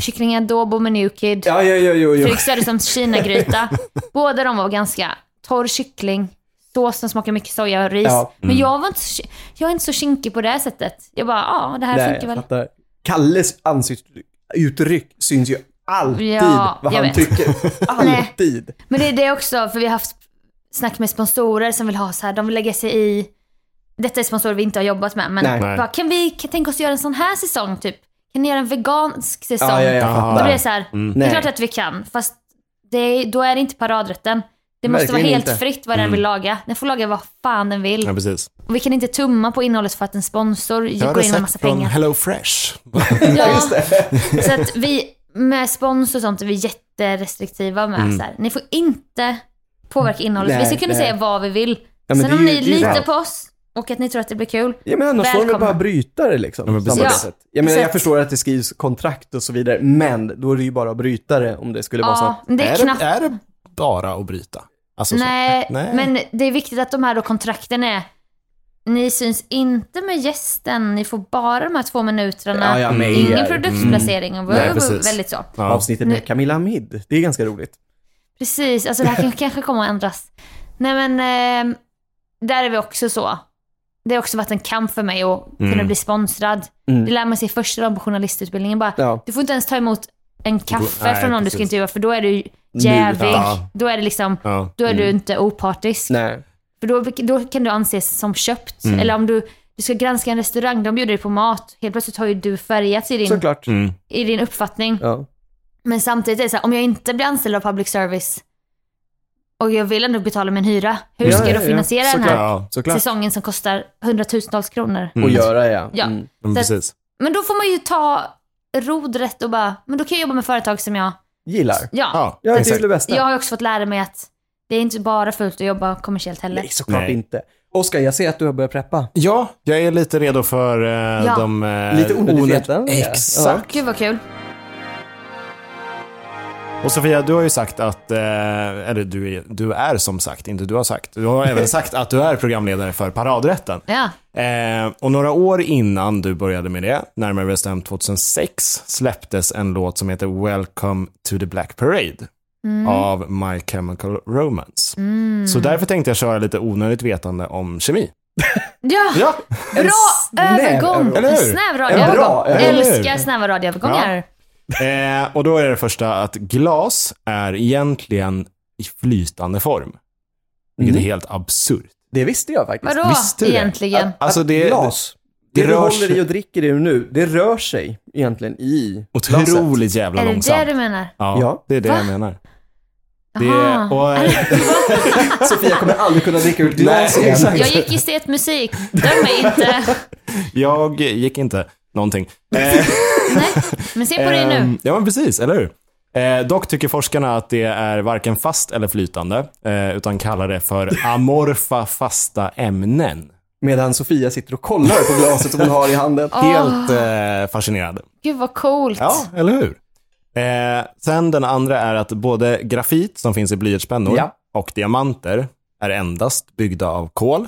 Speaker 3: Kyckling adobo med new kid.
Speaker 2: Mm. Ja, ja, ja, jo, jo.
Speaker 3: Fredrik Söderströms kinagryta. Båda de var ganska torr kyckling, sås som smakar mycket soja och ris.
Speaker 2: Ja. Mm.
Speaker 3: Men jag, var inte så, jag är inte så kinkig på det här sättet. Jag bara, ja det här
Speaker 2: Nej,
Speaker 3: funkar
Speaker 2: jag
Speaker 3: väl.
Speaker 2: fattar. Kalles ansiktsuttryck syns ju alltid
Speaker 3: Ja,
Speaker 2: vad
Speaker 3: jag
Speaker 2: han
Speaker 3: vet.
Speaker 2: tycker.
Speaker 3: Nej.
Speaker 2: Alltid.
Speaker 3: Men det är det också, för vi har haft snack med sponsorer som vill ha så här, de vill lägga sig i. Detta är sponsorer vi inte har jobbat med, men
Speaker 2: Nej.
Speaker 4: Nej.
Speaker 3: bara, kan vi kan tänka oss att göra en sån här säsong typ? Kan ni göra en vegansk säsong?
Speaker 2: Ja, ja, jag
Speaker 4: Ja.
Speaker 3: Och
Speaker 2: fattar.
Speaker 3: då är det så här,
Speaker 4: Mm.
Speaker 3: det
Speaker 2: Nej.
Speaker 3: är klart att vi kan, fast det är, då är det inte paradrätten. Det måste
Speaker 2: Verkligen
Speaker 3: vara helt
Speaker 2: inte.
Speaker 3: fritt vad den vill laga. Den får laga vad fan den vill.
Speaker 4: Mm. Ja, precis.
Speaker 3: Och vi kan inte tumma på innehållet för att en sponsor
Speaker 4: Jag
Speaker 3: går
Speaker 4: hade
Speaker 3: in med massa
Speaker 4: sett från
Speaker 3: pengar.
Speaker 4: Hello Fresh.
Speaker 3: Ja, så att vi med spons och sånt är vi jätterestriktiva med. Så här, ni får inte påverka innehållet.
Speaker 2: Mm. Nej,
Speaker 3: vi ska kunna
Speaker 2: nej.
Speaker 3: säga vad vi vill.
Speaker 2: men det
Speaker 3: Sen
Speaker 2: är
Speaker 3: om
Speaker 2: ju-
Speaker 3: ni
Speaker 2: det är ju
Speaker 3: litar
Speaker 2: sant.
Speaker 3: på oss och att ni tror att det blir kul.
Speaker 2: Ja, men annars får de väl
Speaker 3: Välkomna.
Speaker 2: bara bryta det liksom.
Speaker 4: Ja, men precis.
Speaker 2: samarbetet.
Speaker 3: Ja,
Speaker 2: Jag, menar, jag
Speaker 3: exakt.
Speaker 2: förstår att det skrivs kontrakt och så vidare, men då är det ju bara att bryta det om det skulle vara så
Speaker 3: Ja,
Speaker 2: att...
Speaker 3: men det är, knappt.
Speaker 4: det, är det bara att bryta? Alltså,
Speaker 3: nej,
Speaker 4: så. nej,
Speaker 3: men det är viktigt att de här då kontrakten är ni syns inte med gästen, ni får bara de här två minuterna.
Speaker 2: Ja, ja, men-
Speaker 3: Mm.
Speaker 2: Mm.
Speaker 3: Ingen produktplacering. Och
Speaker 4: Nej, precis.
Speaker 3: väldigt så.
Speaker 4: Ja.
Speaker 2: Avsnittet med Camilla Hamid. Det är ganska roligt.
Speaker 3: Precis, alltså det här kan, kanske kommer att ändras. Nej men, ehm, där är vi också så. Det har också varit en kamp för mig att kunna bli sponsrad.
Speaker 2: Mm.
Speaker 3: Det lär man sig första dagen på journalistutbildningen bara.
Speaker 2: Ja.
Speaker 3: Du får inte ens ta emot en kaffe
Speaker 4: nej,
Speaker 3: från någon du
Speaker 4: precis.
Speaker 3: ska intervjua för då är du jävig.
Speaker 4: Ja. Mm.
Speaker 3: Då är det liksom,
Speaker 4: Ja.
Speaker 3: då är du inte opartisk.
Speaker 2: Nej.
Speaker 3: För då, då kan du anses som köpt.
Speaker 4: Mm.
Speaker 3: Eller om du, du ska granska en restaurang, de bjuder dig på mat. Helt plötsligt har ju du färgats i din,
Speaker 2: Såklart.
Speaker 4: Mm.
Speaker 3: i din uppfattning.
Speaker 2: Ja.
Speaker 3: Men samtidigt är det så här, om jag inte blir anställd av public service, och jag vill ändå betala min hyra. Hur
Speaker 2: Ja,
Speaker 3: ska
Speaker 2: ja,
Speaker 3: jag då
Speaker 2: ja.
Speaker 3: finansiera den här
Speaker 4: Ja,
Speaker 2: Såklart.
Speaker 3: säsongen som kostar hundratusentals kronor?
Speaker 2: Och göra ja.
Speaker 3: Ja.
Speaker 2: Mm.
Speaker 4: men
Speaker 3: Så-
Speaker 4: precis.
Speaker 3: Men då får man ju ta rodret och bara, men då kan jag jobba med företag som jag,
Speaker 2: Gillar.
Speaker 3: ja.
Speaker 4: Ja,
Speaker 2: Ja, det är
Speaker 4: exakt.
Speaker 2: det bästa.
Speaker 3: Jag har ju också fått lära mig att det är inte bara fullt att jobba kommersiellt heller.
Speaker 2: Nej, såklart
Speaker 4: Nej.
Speaker 2: inte. Oskar, jag ser att du har börjat preppa.
Speaker 4: Ja, jag är lite redo för eh,
Speaker 3: Ja.
Speaker 4: de... eh,
Speaker 2: Lite onödigt
Speaker 4: onöd-
Speaker 2: vetande.
Speaker 4: Exakt.
Speaker 3: Gud vad kul.
Speaker 4: Och Sofia, du har ju sagt att, eh, eller du är, du är som sagt, inte du har sagt. Du har även sagt att du är programledare för Paradrätten.
Speaker 3: Ja.
Speaker 4: Eh, och några år innan du började med det, närmare bestämt 2006, släpptes en låt som heter Welcome to the Black Parade
Speaker 3: Mm.
Speaker 4: av My Chemical Romance. Så därför tänkte jag köra lite onödigt vetande om kemi.
Speaker 3: Ja,
Speaker 4: Ja,
Speaker 2: En
Speaker 3: bra
Speaker 2: snäv
Speaker 3: övergång.
Speaker 4: eller
Speaker 3: En
Speaker 4: hur?
Speaker 3: snäv
Speaker 2: En
Speaker 3: radioövergång.
Speaker 2: bra övergång.
Speaker 3: Älskar snäva radioövergångar.
Speaker 4: eh, och då är det första att glas är egentligen i flytande form. Vilket är helt absurt.
Speaker 2: Det visste jag faktiskt.
Speaker 3: Vadå
Speaker 4: Visste du det?
Speaker 3: Mm. egentligen?
Speaker 4: Alltså
Speaker 2: Att
Speaker 4: det,
Speaker 2: glas. Det,
Speaker 4: det
Speaker 2: du
Speaker 4: rör
Speaker 2: håller i
Speaker 4: sig-
Speaker 2: och dricker i nu, det rör sig egentligen i glaset.
Speaker 4: Otroligt jävla
Speaker 3: är det
Speaker 4: långsamt.
Speaker 3: det du menar?
Speaker 4: Ja,
Speaker 2: Ja.
Speaker 4: det är det
Speaker 3: Va?
Speaker 4: jag menar.
Speaker 3: Aha.
Speaker 4: Det, och, eh,
Speaker 2: Sofia kommer aldrig kunna dricka ur ett glas
Speaker 4: Nej,
Speaker 2: igen.
Speaker 4: exakt.
Speaker 3: Jag gick estetmusik. Döm mig inte.
Speaker 4: jag gick inte någonting. Eh,
Speaker 3: Nej, men se på dig nu.
Speaker 4: Ehm, Ja, men precis, eller hur? Eh, dock tycker forskarna att det är varken fast eller flytande, eh, utan kallar det för amorfa fasta ämnen.
Speaker 2: Medan Sofia sitter och kollar på glaset som hon har i handen.
Speaker 4: Helt eh, fascinerad.
Speaker 3: Gud vad coolt.
Speaker 4: Ja, eller hur? Eh, sen den andra är att både grafit, som finns i blyertspennor,
Speaker 2: Ja.
Speaker 4: och diamanter är endast byggda av kol.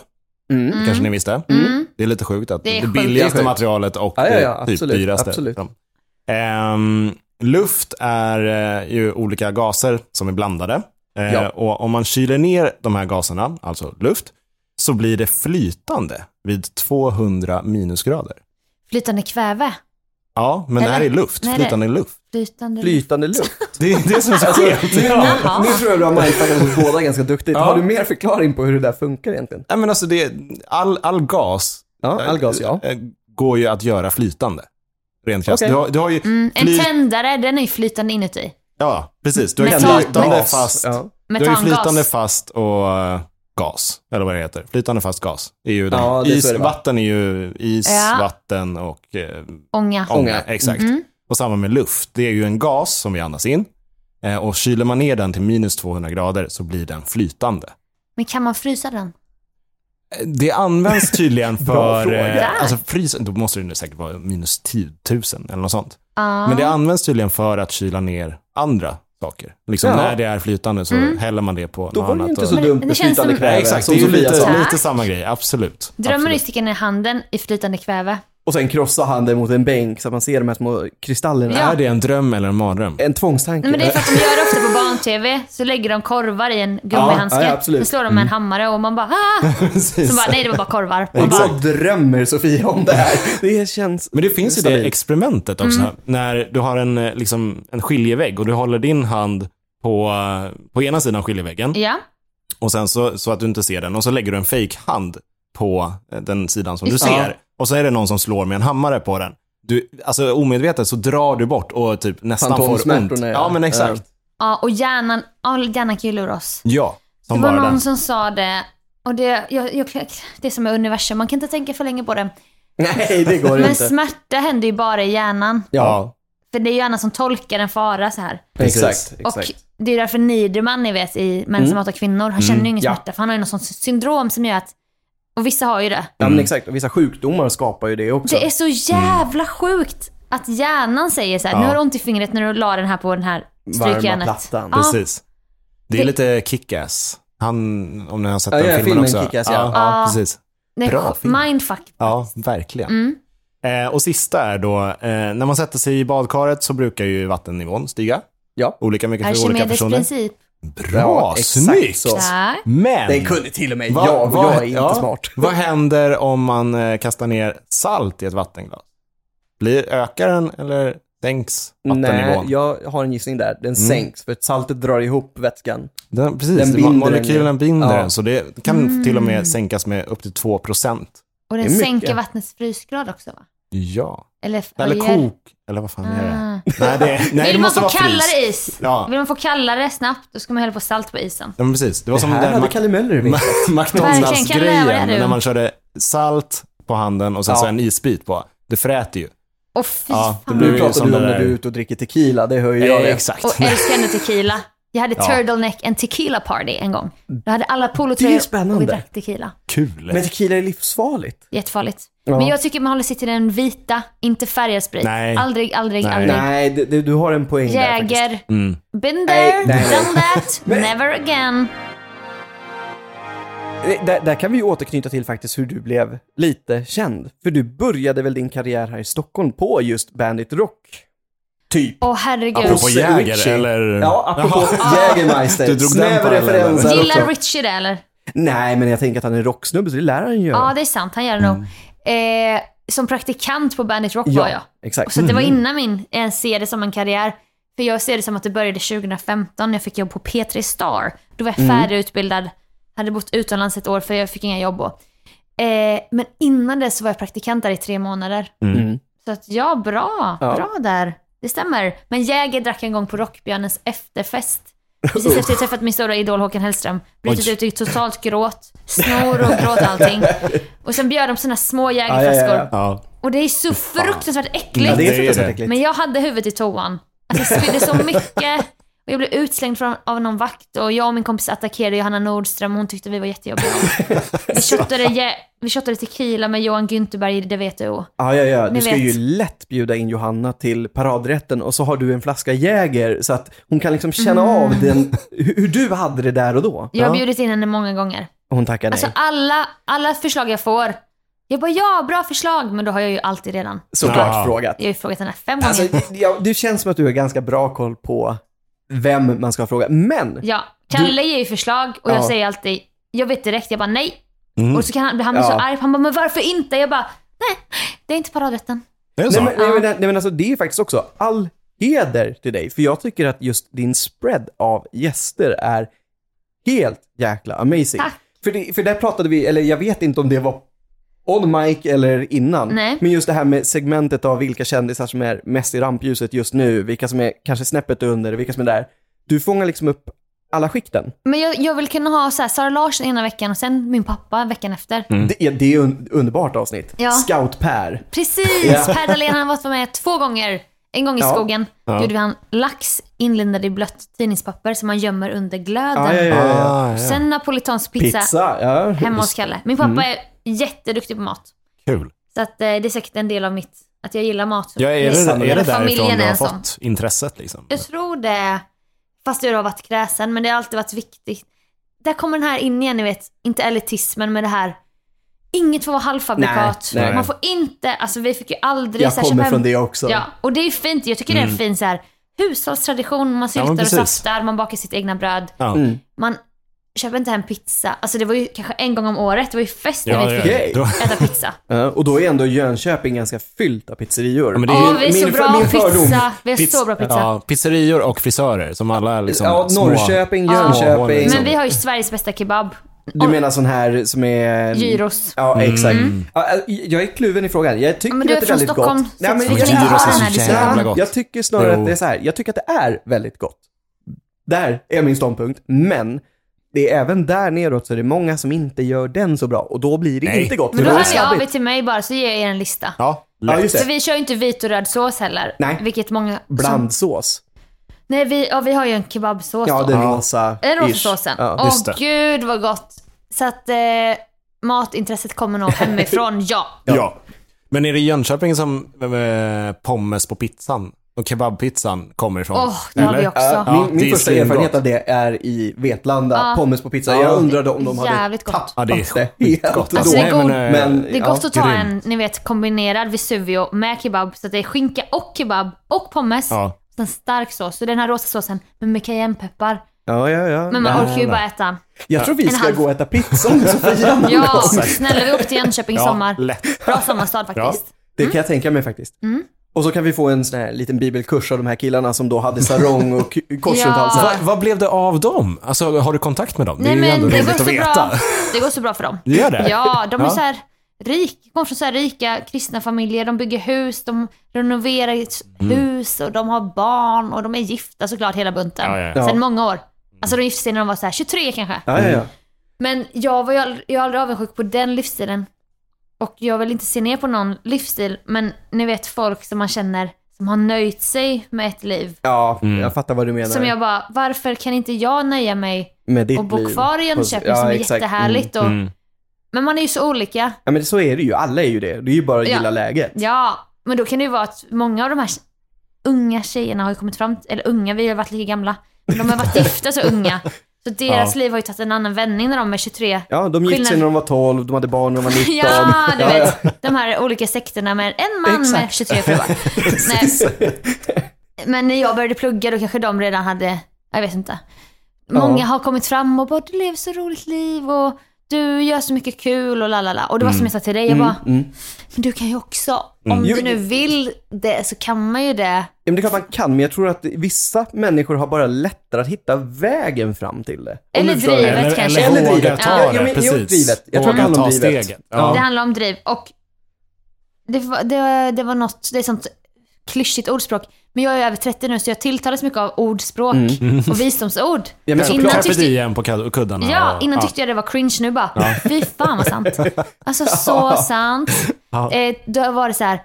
Speaker 2: Mm.
Speaker 4: Det kanske ni visste?
Speaker 3: Mm.
Speaker 4: Det är lite sjukt att
Speaker 3: Det
Speaker 4: det,
Speaker 3: är sjukt.
Speaker 4: billigaste
Speaker 2: Det är sjukt.
Speaker 4: materialet och
Speaker 2: Ja, ja, ja,
Speaker 4: det typ
Speaker 2: absolut,
Speaker 4: dyraste.
Speaker 2: absolut.
Speaker 4: liksom. Ehm, luft är eh, ju olika gaser som är blandade. Eh,
Speaker 2: Ja.
Speaker 4: Och om man kyler ner de här gaserna, alltså luft, så blir det flytande vid 200 minusgrader.
Speaker 3: Flytande kväve.
Speaker 4: Ja, men det här
Speaker 3: Eller?
Speaker 4: är luft.
Speaker 3: Nej, det-
Speaker 4: flytande luft.
Speaker 3: Flytande
Speaker 2: Flytande luft.
Speaker 4: Det är det som är så
Speaker 2: Alltså-
Speaker 4: skevt. Ja.
Speaker 3: Jaha.
Speaker 2: Nu tror jag du har mindfuckat oss båda ganska duktigt.
Speaker 4: Ja.
Speaker 2: Har du mer förklaring på hur det där funkar egentligen?
Speaker 4: Nej, men alltså det, all, all gas
Speaker 2: Ja,
Speaker 4: eh,
Speaker 2: allgas ja.
Speaker 4: eh, går ju att göra flytande. Rent krasst.
Speaker 2: Okej.
Speaker 4: Du, har, du har ju...
Speaker 3: Mm, en
Speaker 4: flyt-
Speaker 3: tändare, den är ju flytande inuti.
Speaker 4: Ja, precis. Du har ju
Speaker 3: Metan-
Speaker 4: flytande
Speaker 2: Gas.
Speaker 4: fast...
Speaker 2: Ja.
Speaker 4: Du har ju
Speaker 3: Metangas.
Speaker 4: flytande fast och eh, gas, eller vad det heter. Flytande fast gas. Är ju den.
Speaker 2: Ja, det är så
Speaker 4: is,
Speaker 2: är det, va?
Speaker 4: vatten är ju is,
Speaker 3: Ja. Mm.
Speaker 4: vatten och eh,
Speaker 3: Ånga.
Speaker 4: ånga.
Speaker 2: Ånga.
Speaker 4: Exakt. Och samma med luft. Det är ju en gas som vi andas in. Eh, och kyler man ner den till minus 200 grader så blir den flytande.
Speaker 3: Men kan man frysa den?
Speaker 4: Eh, Det används tydligen
Speaker 2: Bra
Speaker 4: för...
Speaker 2: fråga.
Speaker 4: eh, alltså frys, då måste det säkert vara minus 10 000 eller något sånt.
Speaker 3: Ja.
Speaker 4: Men det används tydligen för att kyla ner andra saker. Liksom
Speaker 2: Ja.
Speaker 4: när det är flytande så
Speaker 3: Mm.
Speaker 4: häller man det på
Speaker 2: Då
Speaker 4: något
Speaker 2: var det ju
Speaker 4: annat.
Speaker 2: inte
Speaker 4: och-
Speaker 2: så dumt
Speaker 3: det
Speaker 2: med
Speaker 3: känns
Speaker 2: flytande
Speaker 3: som-
Speaker 2: kväve.
Speaker 4: Nej, exakt. Äh, Det
Speaker 2: som
Speaker 4: är ju
Speaker 2: Sofia sa.
Speaker 4: lite,
Speaker 3: sa.
Speaker 4: lite samma grej, absolut.
Speaker 3: Drömmer du
Speaker 4: absolut.
Speaker 3: sticker ner handen i flytande kväve?
Speaker 2: Och sen krossa handen mot en bänk så att man ser de här små kristallerna.
Speaker 3: Ja.
Speaker 4: Är det en dröm eller en mardröm?
Speaker 2: En tvångstanke.
Speaker 3: Nej, men det är för att de gör det ofta på barn-tv. Så lägger de korvar i en gummihandske.
Speaker 2: Ja, ja, absolut.
Speaker 3: så slår de med en hammare och man bara ah! Så
Speaker 4: Mm. Precis.
Speaker 3: bara, nej det var bara korvar. Man
Speaker 2: Och
Speaker 3: bara,
Speaker 2: då drömmer Sofia om det här. Det känns...
Speaker 4: Men det finns ju det
Speaker 2: Stabil.
Speaker 4: experimentet
Speaker 3: Mm.
Speaker 4: också. När du har en, eh, liksom, en skiljevägg och du håller din hand på, eh, på ena sidan skiljeväggen
Speaker 3: ja,
Speaker 4: och sen så, så att du inte ser den och så lägger du en fake hand på eh, den sidan som du
Speaker 3: Just
Speaker 4: ser.
Speaker 3: det.
Speaker 4: Och så är det någon som slår med en hammare på den. Du, alltså omedvetet så drar du bort och typ nästan får ont.
Speaker 2: Fantomsmärtorna, ja.
Speaker 4: Ja, men exakt.
Speaker 3: ja, och hjärnan, ja, hjärnan kan ju lura oss.
Speaker 4: Ja,
Speaker 3: Det
Speaker 4: som
Speaker 3: var
Speaker 4: bara
Speaker 3: någon
Speaker 4: den.
Speaker 3: som sa det, och det, jag, jag, det är som är universum, man kan inte tänka för länge på det.
Speaker 2: Nej, det går
Speaker 3: Men
Speaker 2: inte.
Speaker 3: smärta händer ju bara i hjärnan.
Speaker 2: Ja,
Speaker 3: För det är hjärnan som tolkar en fara så här.
Speaker 4: precis.
Speaker 2: exakt. exakt.
Speaker 3: Och det är därför Niederman, ni vet, i Män som hatar kvinnor, han känner ju ingen
Speaker 2: ja.
Speaker 3: smärta för han har ju något sånt syndrom som gör att, och vissa har ju det.
Speaker 2: Ja,
Speaker 4: Mm.
Speaker 2: men exakt. Och vissa sjukdomar skapar ju det också.
Speaker 3: Det är så jävla sjukt att hjärnan säger så här, nu har du ont i fingret när du la den här på den här
Speaker 2: Varma
Speaker 3: strykjärnet.
Speaker 2: plattan.
Speaker 3: Ja.
Speaker 4: Precis. Det är lite kickass. Han, om ni har sett
Speaker 2: Ja,
Speaker 4: den
Speaker 2: ja,
Speaker 4: filmen,
Speaker 2: filmen
Speaker 4: också.
Speaker 2: Kick-Ass, ja.
Speaker 4: ja,
Speaker 3: Ja.
Speaker 4: precis.
Speaker 3: Det är
Speaker 4: Bra
Speaker 3: sj-
Speaker 4: film.
Speaker 3: Mindfuck.
Speaker 4: Ja, verkligen.
Speaker 3: Mm.
Speaker 4: Eh, och sista är då, eh, när man sätter sig i badkaret så brukar ju vattennivån stiga.
Speaker 2: Ja.
Speaker 4: Olika mycket för olika
Speaker 3: Arkimedes
Speaker 4: personer.
Speaker 3: princip.
Speaker 4: Bra,
Speaker 2: Ja, exakt
Speaker 4: snyggt!
Speaker 2: så.
Speaker 3: Ja.
Speaker 4: Men,
Speaker 2: Den kunde till och med
Speaker 4: vad-
Speaker 2: jag, och
Speaker 4: vad-
Speaker 2: jag är inte
Speaker 4: ja,
Speaker 2: smart.
Speaker 4: vad händer om man eh, kastar ner salt i ett vattenglas? Blir, ökar den eller sänks
Speaker 2: Nej,
Speaker 4: vattennivån?
Speaker 2: jag har en gissning där. Den sänks för att saltet drar ihop vätskan.
Speaker 4: Den, precis,
Speaker 2: Den
Speaker 4: den
Speaker 2: binder den
Speaker 4: molekylen
Speaker 2: ju.
Speaker 4: binder
Speaker 2: Ja.
Speaker 4: den, så det
Speaker 2: Mm.
Speaker 4: kan till och med sänkas med upp till 2 procent.
Speaker 3: Och
Speaker 2: Det är
Speaker 3: den
Speaker 2: mycket.
Speaker 3: sänker vattnets frysgrad också va?
Speaker 4: Ja.
Speaker 3: Eller f-
Speaker 4: Eller
Speaker 3: alger.
Speaker 4: kok. Eller vad fan är det?
Speaker 3: Ah.
Speaker 4: Nej, det, nej, det
Speaker 3: Vill man
Speaker 4: måste
Speaker 3: få
Speaker 4: vara fryst.
Speaker 3: kallare is,
Speaker 4: Ja.
Speaker 3: vill man få kallare snabbt, då ska man hälla på salt på isen.
Speaker 4: Ja, men precis. Det var som
Speaker 2: det här
Speaker 4: den
Speaker 2: hade
Speaker 4: Mac-
Speaker 2: Kalle Möller visst.
Speaker 3: Verkligen, kan jag lära
Speaker 4: McDonalds-grejen.
Speaker 3: dig?
Speaker 4: När man körde salt på handen och sen
Speaker 2: Ja.
Speaker 4: så en isbit på. Det fräter ju.
Speaker 3: Och fy
Speaker 4: Ja, det
Speaker 3: fan.
Speaker 4: blir-
Speaker 2: Nu
Speaker 4: ju
Speaker 2: pratar
Speaker 4: som
Speaker 2: du om
Speaker 4: det
Speaker 2: när
Speaker 4: där.
Speaker 2: du är ute och dricker tequila, det höjer jag.
Speaker 4: Eh,
Speaker 2: det.
Speaker 4: exakt.
Speaker 3: Och älskar ändå tequila. Jag hade
Speaker 4: Ja.
Speaker 3: turtleneck and tequila party en gång. Då hade alla polotröjor
Speaker 2: Det är spännande.
Speaker 3: och vi drack tequila.
Speaker 4: Kul.
Speaker 2: Men tequila är livsfarligt.
Speaker 3: Jättefarligt.
Speaker 2: Ja.
Speaker 3: Men jag tycker man håller sig till den vita, inte färgad sprit.
Speaker 4: Nej.
Speaker 3: Aldrig, aldrig,
Speaker 4: Nej.
Speaker 3: aldrig.
Speaker 2: Nej, det, det, du har en poäng där faktiskt.
Speaker 3: Jäger,
Speaker 4: Mm.
Speaker 3: been there,
Speaker 2: Nej, nej, nej.
Speaker 3: done that, never again.
Speaker 2: Eh, Där, där kan vi ju återknyta till faktiskt hur du blev lite känd. För du började väl din karriär här i Stockholm på just Bandit Rock? Typ.
Speaker 3: Åh herregud.
Speaker 4: Apropå
Speaker 2: Pussy
Speaker 4: jägare
Speaker 2: Ritchie.
Speaker 4: eller?
Speaker 2: Ja, apropå Jägermeister.
Speaker 4: Du drog den
Speaker 2: Snäv
Speaker 4: parallellen.
Speaker 2: referens här
Speaker 3: Gillar
Speaker 2: också.
Speaker 3: Richie det eller?
Speaker 2: Nej, men jag tänker att han är rocksnubbe, så det lär han ju göra.
Speaker 3: Ja, det är sant. Han gör det nog.
Speaker 4: Mm.
Speaker 3: Eh, som praktikant på Bandit Rock var jag.
Speaker 2: exakt. Mm.
Speaker 3: Så att det var innan min, jag ens ser det som en karriär. För jag ser det som att det började 2015 när jag fick jobb på P3 Star. Då var
Speaker 2: Mm.
Speaker 3: jag färdigutbildad, hade bott utomlands ett år för jag fick inga jobb då. Eh, men innan det så var jag praktikant där i tre månader.
Speaker 2: Mm.
Speaker 3: Så att ja, bra.
Speaker 2: Ja.
Speaker 3: Bra där. Det stämmer. Men Jäger drack en gång på Rockbjörnens efterfest. Precis efter jag träffat min stora idol Håkan Hellström. Brutit
Speaker 4: Oj.
Speaker 3: ut i totalt gråt. Snor och gråt och allting. Och sen bjöd de på sina små
Speaker 2: Ja,
Speaker 3: jägerflaskor.
Speaker 2: ja, ja.
Speaker 4: Ja.
Speaker 3: Och det är så fruktansvärt äckligt.
Speaker 2: Ja, det
Speaker 4: Det
Speaker 2: är
Speaker 4: är
Speaker 2: fruktansvärt
Speaker 4: det.
Speaker 2: äckligt.
Speaker 3: Men jag hade huvudet i toan. Alltså jag spydde så mycket. Och jag blev utslängd från, av någon vakt och jag och min kompis attackerade Johanna Nordström och hon tyckte vi var jättejobbiga. Vi shottade, jä- vi shottade tequila med Johan Günterberg i DVTO.
Speaker 2: Ja, ja, ja. Du
Speaker 3: Ni
Speaker 2: ska
Speaker 3: vet.
Speaker 2: ju lätt bjuda in Johanna till paradrätten och så har du en flaska Jäger så att hon kan liksom känna av den, hur hur du hade det där och då.
Speaker 3: Mm. Jag har
Speaker 2: Ja.
Speaker 3: bjudit in henne många gånger.
Speaker 2: Och Hon tackar nej.
Speaker 3: Alltså alla, alla förslag jag får. Jag bara ja, bra förslag. Men då har jag ju alltid redan.
Speaker 2: Såklart
Speaker 4: Ja.
Speaker 2: frågat.
Speaker 3: Jag har ju frågat henne fem gånger.
Speaker 2: Alltså, ja, det känns som att du har ganska bra koll på vem man ska fråga. Men,
Speaker 3: ja, Kalle ger ju förslag och jag
Speaker 2: Ja.
Speaker 3: säger alltid, jag vet direkt. Jag bara nej.
Speaker 4: Mm.
Speaker 3: Och så kan han, han blir så
Speaker 2: Ja.
Speaker 3: arg. Han bara, men varför inte? Jag bara, nej, det är inte paradrätten.
Speaker 4: Det är så?
Speaker 2: nej, men, nej, men, nej, men alltså, det är faktiskt också all heder till dig. För jag tycker att just din spread av gäster är helt jäkla amazing.
Speaker 3: Tack.
Speaker 2: För, det, för där pratade vi, eller jag vet inte om det var on mic eller innan.
Speaker 3: Nej.
Speaker 2: Men just det här med segmentet av vilka kändisar som är mest i rampljuset just nu, vilka som är kanske snäppet under, vilka som är där. Du fångar liksom upp alla skikten.
Speaker 3: Men jag, jag vill kunna ha så här, Sara Larsson ena veckan och sen min pappa veckan efter.
Speaker 4: Mm.
Speaker 2: Det, är- det är un, underbart avsnitt.
Speaker 3: Ja.
Speaker 2: Scout-Per.
Speaker 3: Precis! Per Dahlén han har varit med två gånger. En gång i
Speaker 2: Ja.
Speaker 3: skogen gjorde vi han lax inlindad i blött tidningspapper som man gömmer under glöden.
Speaker 2: Ja, ja, ja, ja. ja.
Speaker 4: Ah, ja.
Speaker 3: eh, Sen napolitansk pizza,
Speaker 2: Pizza, ja.
Speaker 3: hemma hos Kalle. Min pappa
Speaker 4: Mm.
Speaker 3: är jätteduktig på mat.
Speaker 4: Kul.
Speaker 3: Så att, eh, det är säkert en del av mitt, att jag gillar mat.
Speaker 4: Ja, är det,
Speaker 3: Liksom.
Speaker 4: är det
Speaker 3: Hela
Speaker 4: därifrån
Speaker 3: familjen
Speaker 4: du
Speaker 3: är
Speaker 4: har
Speaker 3: en sån.
Speaker 4: fått intresset liksom?
Speaker 3: Jag tror det. Fast jag har varit kräsen, men det har alltid varit viktigt. Där kommer den här in igen, ni vet. Inte elitismen, men det här. Inget får vara halvfabrikat.
Speaker 2: Nej, nej.
Speaker 3: Man får inte, alltså vi fick ju aldrig
Speaker 2: Jag
Speaker 3: så här,
Speaker 2: kommer
Speaker 3: köpa
Speaker 2: från
Speaker 3: hem-
Speaker 2: det också. Mm.
Speaker 3: Ja, och det är ju fint. Jag tycker det är en fin så här, hushållstradition. Man
Speaker 4: men
Speaker 3: syltar och
Speaker 4: precis.
Speaker 3: saftar, man bakar sitt egna bröd.
Speaker 4: Ja.
Speaker 2: Mm.
Speaker 3: Man köper inte hem pizza. Alltså det var ju kanske en gång om året. Det var ju fest när
Speaker 4: Ja,
Speaker 3: vi
Speaker 4: det
Speaker 3: fick
Speaker 4: är det. Då-
Speaker 3: äta pizza.
Speaker 2: Ja, Eh, Och då är ändå Jönköping ganska fyllt av pizzerior.
Speaker 4: men det är
Speaker 3: Åh,
Speaker 4: ju-
Speaker 3: vi är så bra
Speaker 2: min fördom.
Speaker 3: pizza. Vi har så bra pizza.
Speaker 4: Ja, pizzerior och frisörer som alla liksom
Speaker 2: Ja,
Speaker 4: små-
Speaker 2: Norrköping,
Speaker 3: Ja.
Speaker 4: Små hål,
Speaker 2: Jönköping.
Speaker 4: liksom.
Speaker 3: Men vi har ju Sveriges bästa kebab.
Speaker 2: Du menar sån här som är...
Speaker 3: Gyros. Mm.
Speaker 2: Ja, exakt. Ja, eh, jag är kluven i frågan. Jag tycker
Speaker 3: men du
Speaker 2: att
Speaker 3: är
Speaker 2: det är
Speaker 3: från
Speaker 2: väldigt
Speaker 3: Stockholm,
Speaker 2: gott.
Speaker 3: så att
Speaker 2: jag,
Speaker 4: vi kan ha den här
Speaker 2: jag,
Speaker 4: diskussionen.
Speaker 2: jag, jag tycker snarare att det är så här. Jag tycker att det är väldigt gott. Där är min ståndpunkt. Men det är även där neråt så är det många som inte gör den så bra. Och då blir det
Speaker 4: Nej.
Speaker 2: inte gott.
Speaker 3: Men
Speaker 2: för
Speaker 3: då
Speaker 2: är
Speaker 3: hör
Speaker 2: det
Speaker 3: ni av er
Speaker 2: sladdigt.
Speaker 3: till mig bara så ger jag er en lista.
Speaker 4: Ja,
Speaker 2: Ja,
Speaker 4: lätt.
Speaker 2: just
Speaker 3: För
Speaker 2: det.
Speaker 3: vi kör ju inte vit och röd sås heller.
Speaker 2: Nej.
Speaker 3: Vilket många... Som,
Speaker 2: Blandsås.
Speaker 3: nej, vi, ja, vi har ju en kebabsås.
Speaker 2: Ja,
Speaker 3: då.
Speaker 2: den rosa.
Speaker 3: Den rosa
Speaker 2: ish.
Speaker 3: såsen.
Speaker 2: Ja.
Speaker 3: Åh
Speaker 4: just det.
Speaker 3: gud vad gott. Så att eh, matintresset kommer nog hemifrån, ja.
Speaker 4: Ja. Men är det Jönköping som eh, pommes på pizzan och kebabpizzan kommer ifrån?
Speaker 3: Åh, det har vi också.
Speaker 2: Ja,
Speaker 4: Ja,
Speaker 2: min
Speaker 4: det
Speaker 2: min
Speaker 4: är
Speaker 2: första
Speaker 4: svingott.
Speaker 2: erfarenhet av det är i Vetlanda, pommes på pizza. Jag undrade om de hade
Speaker 3: Jävligt gott.
Speaker 2: tappat
Speaker 4: Ja, det är
Speaker 2: det helt
Speaker 4: skitgott.
Speaker 2: och
Speaker 3: Alltså, det är
Speaker 2: dåligt.
Speaker 3: god-
Speaker 4: eh,
Speaker 2: Men-
Speaker 3: Det är gott
Speaker 2: Ja,
Speaker 3: att ta en,
Speaker 4: grymt.
Speaker 3: ni vet, kombinerad Vesuvio med kebab. Så att det är skinka och kebab och pommes.
Speaker 4: Ja.
Speaker 3: En stark sås. Så den här rosa såsen, men med cayennepeppar.
Speaker 2: Ja, ja, ja.
Speaker 3: Men man
Speaker 2: Nej.
Speaker 3: orkar ju bara äta.
Speaker 2: Jag tror vi
Speaker 3: En
Speaker 2: ska
Speaker 3: halv.
Speaker 2: gå och äta pizza om så firar man
Speaker 3: Ja,
Speaker 2: oss.
Speaker 3: snälla vi åker till Jönköping i
Speaker 4: Ja,
Speaker 3: sommar.
Speaker 4: lätt.
Speaker 3: Bra sommarstad faktiskt.
Speaker 2: Det
Speaker 3: Mm.
Speaker 2: kan jag tänka mig faktiskt. Och så kan vi få en sån här liten bibelkurs av de här killarna som då hade sarong och k- kors runt
Speaker 3: Ja.
Speaker 2: halsen.
Speaker 4: Va, vad blev det av dem? Alltså, har du kontakt med dem?
Speaker 3: Nej
Speaker 4: det är ju
Speaker 3: men
Speaker 4: ändå
Speaker 3: det
Speaker 4: roligt
Speaker 3: går
Speaker 4: att
Speaker 3: så
Speaker 4: veta.
Speaker 3: bra. Det går så bra för dem.
Speaker 4: Det gör det?
Speaker 3: Ja, de är
Speaker 4: Ja.
Speaker 3: så här, rik, kommer från så här rika kristna familjer. De bygger hus, de renoverar ett
Speaker 4: Mm.
Speaker 3: hus och de har barn och de är gifta såklart hela bunten.
Speaker 4: Ja, ja,
Speaker 2: ja. Ja.
Speaker 3: Sen många år. Alltså de gifte sig när de var så här 23 kanske.
Speaker 2: Ja, ja,
Speaker 4: Mm.
Speaker 2: ja.
Speaker 3: Men jag var ju aldrig, jag är aldrig avundsjuk på den livsstilen. Och jag vill inte se ner på någon livsstil, men ni vet folk som man känner som har nöjt sig med ett liv.
Speaker 2: ja
Speaker 4: Mm.
Speaker 2: jag fattar vad du menar.
Speaker 3: Som jag bara, varför kan inte jag nöja mig
Speaker 2: med ditt
Speaker 3: och bo
Speaker 2: liv.
Speaker 3: kvar i Jönköping
Speaker 2: Ja,
Speaker 3: som är
Speaker 2: exakt.
Speaker 3: jättehärligt? Och,
Speaker 4: Mm.
Speaker 3: Men man är ju så olika.
Speaker 2: Ja, men så är det ju. Alla är ju det. Det är ju bara att
Speaker 3: Ja.
Speaker 2: gilla läget.
Speaker 3: Ja, men då kan det ju vara att många av de här unga tjejerna har ju kommit fram, eller unga, vi har varit lika gamla, men de har varit gifta så unga. Så deras liv har ju tagit en annan vändning när de är 23.
Speaker 2: Ja, de gifte sig
Speaker 3: Skillnad-
Speaker 2: när de var 12, de hade barn när de var 19.
Speaker 3: Ja, du
Speaker 2: Ja,
Speaker 3: vet. De här olika sekterna med en man med
Speaker 2: Exakt.
Speaker 3: 23 fruar. Nej. Men när jag började plugga då kanske de redan hade, jag vet inte. Många har kommit fram och bara du lever så roligt liv och du gör så mycket kul och lalala. Och det var
Speaker 2: Mm.
Speaker 3: som jag sa till dig, jag bara, men du kan ju också, om
Speaker 2: Jo,
Speaker 3: du nu
Speaker 2: jo.
Speaker 3: vill det så kan man ju det.
Speaker 2: Ja, men det är klart man kan, men jag tror att vissa människor har bara lättare att hitta vägen fram till det. Om
Speaker 3: Eller
Speaker 2: du förstår vad jag
Speaker 3: drivet
Speaker 2: menar.
Speaker 4: Eller,
Speaker 3: kanske.
Speaker 4: eller
Speaker 2: Eller
Speaker 4: våga
Speaker 2: drivet.
Speaker 4: ta
Speaker 2: Ja, ja, men-
Speaker 4: det,
Speaker 2: jo,
Speaker 4: precis.
Speaker 2: drivet. Jag tror
Speaker 4: våga
Speaker 2: det handlar
Speaker 4: ta
Speaker 2: om drivet.
Speaker 4: steget. Ja.
Speaker 3: Det handlar om driv. Och det, var- det, det var något, det är sånt klyschigt ordspråk. Men jag är över 30 nu så jag tilltalas mycket av ordspråk och visdomsord.
Speaker 2: Mm. Ja, men såklart.
Speaker 3: innan
Speaker 4: Carpe
Speaker 3: tyckte,
Speaker 4: diem på kad- kuddarna.
Speaker 3: ja,
Speaker 4: och-
Speaker 3: innan tyckte jag det var cringe. Nu bara, fy fan vad sant. Alltså så sant.
Speaker 4: Ja.
Speaker 3: Eh, då var det så här,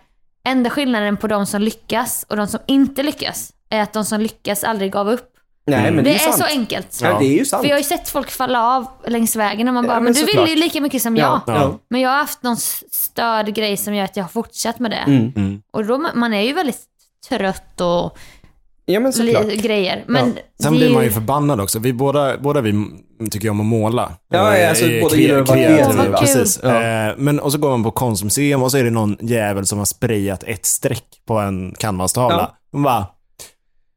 Speaker 3: enda skillnaden på de som lyckas och de som inte lyckas är att de som lyckas aldrig gav upp.
Speaker 2: Nej, men
Speaker 3: Mm. Det,
Speaker 2: det,
Speaker 3: är,
Speaker 2: sant.
Speaker 3: så enkelt.
Speaker 2: Ja, det är ju sant.
Speaker 3: För jag har ju sett folk falla av längs vägen och man bara,
Speaker 2: Ja, men
Speaker 3: men, du
Speaker 2: såklart.
Speaker 3: vill ju lika mycket som
Speaker 2: Ja,
Speaker 3: jag.
Speaker 2: ja.
Speaker 3: Men jag har haft någon s- störd grej som gör att jag har fortsatt med det. Och då, man är ju väldigt trött och
Speaker 2: Ja, men såklart.
Speaker 3: li- grejer. Men
Speaker 4: Sen
Speaker 3: det är
Speaker 4: blir man ju förbannad också. Vi båda, båda vi m- tycker ju om att måla.
Speaker 2: Ja,
Speaker 4: Eh,
Speaker 2: ja, alltså,
Speaker 4: är
Speaker 2: båda
Speaker 4: kre-
Speaker 2: gillar att vara
Speaker 4: kreativa.
Speaker 3: kreativa.
Speaker 4: Precis.
Speaker 2: Ja.
Speaker 4: Eh, Men, och så går man på konstmuseum och så är det någon jävel som har sprayat ett streck på en canvastavla.
Speaker 2: Ja.
Speaker 4: Man bara,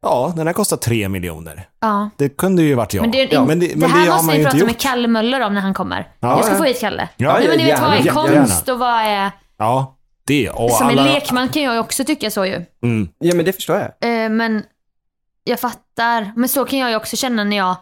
Speaker 4: ja, den här kostar tre miljoner.
Speaker 3: ja.
Speaker 4: Det kunde ju varit jag.
Speaker 3: Men det, är en-
Speaker 4: ja, men det,
Speaker 3: det
Speaker 4: men
Speaker 3: här
Speaker 4: det har
Speaker 3: måste
Speaker 4: man
Speaker 3: vi
Speaker 4: ju
Speaker 3: prata
Speaker 4: inte gjort.
Speaker 3: med Kalle Möller om när han kommer.
Speaker 4: Ja.
Speaker 3: jag ska få hit Kalle.
Speaker 4: Ja,
Speaker 3: Nej, men ni vet, vad är
Speaker 2: gärna,
Speaker 3: konst och vad är...
Speaker 4: Ja, det. Och
Speaker 3: Som
Speaker 4: alla,
Speaker 3: en lekman kan jag ju också tycka så ju.
Speaker 4: Mm,
Speaker 2: Ja, men det förstår jag.
Speaker 3: Eh, men jag fattar. Men så kan jag ju också känna när jag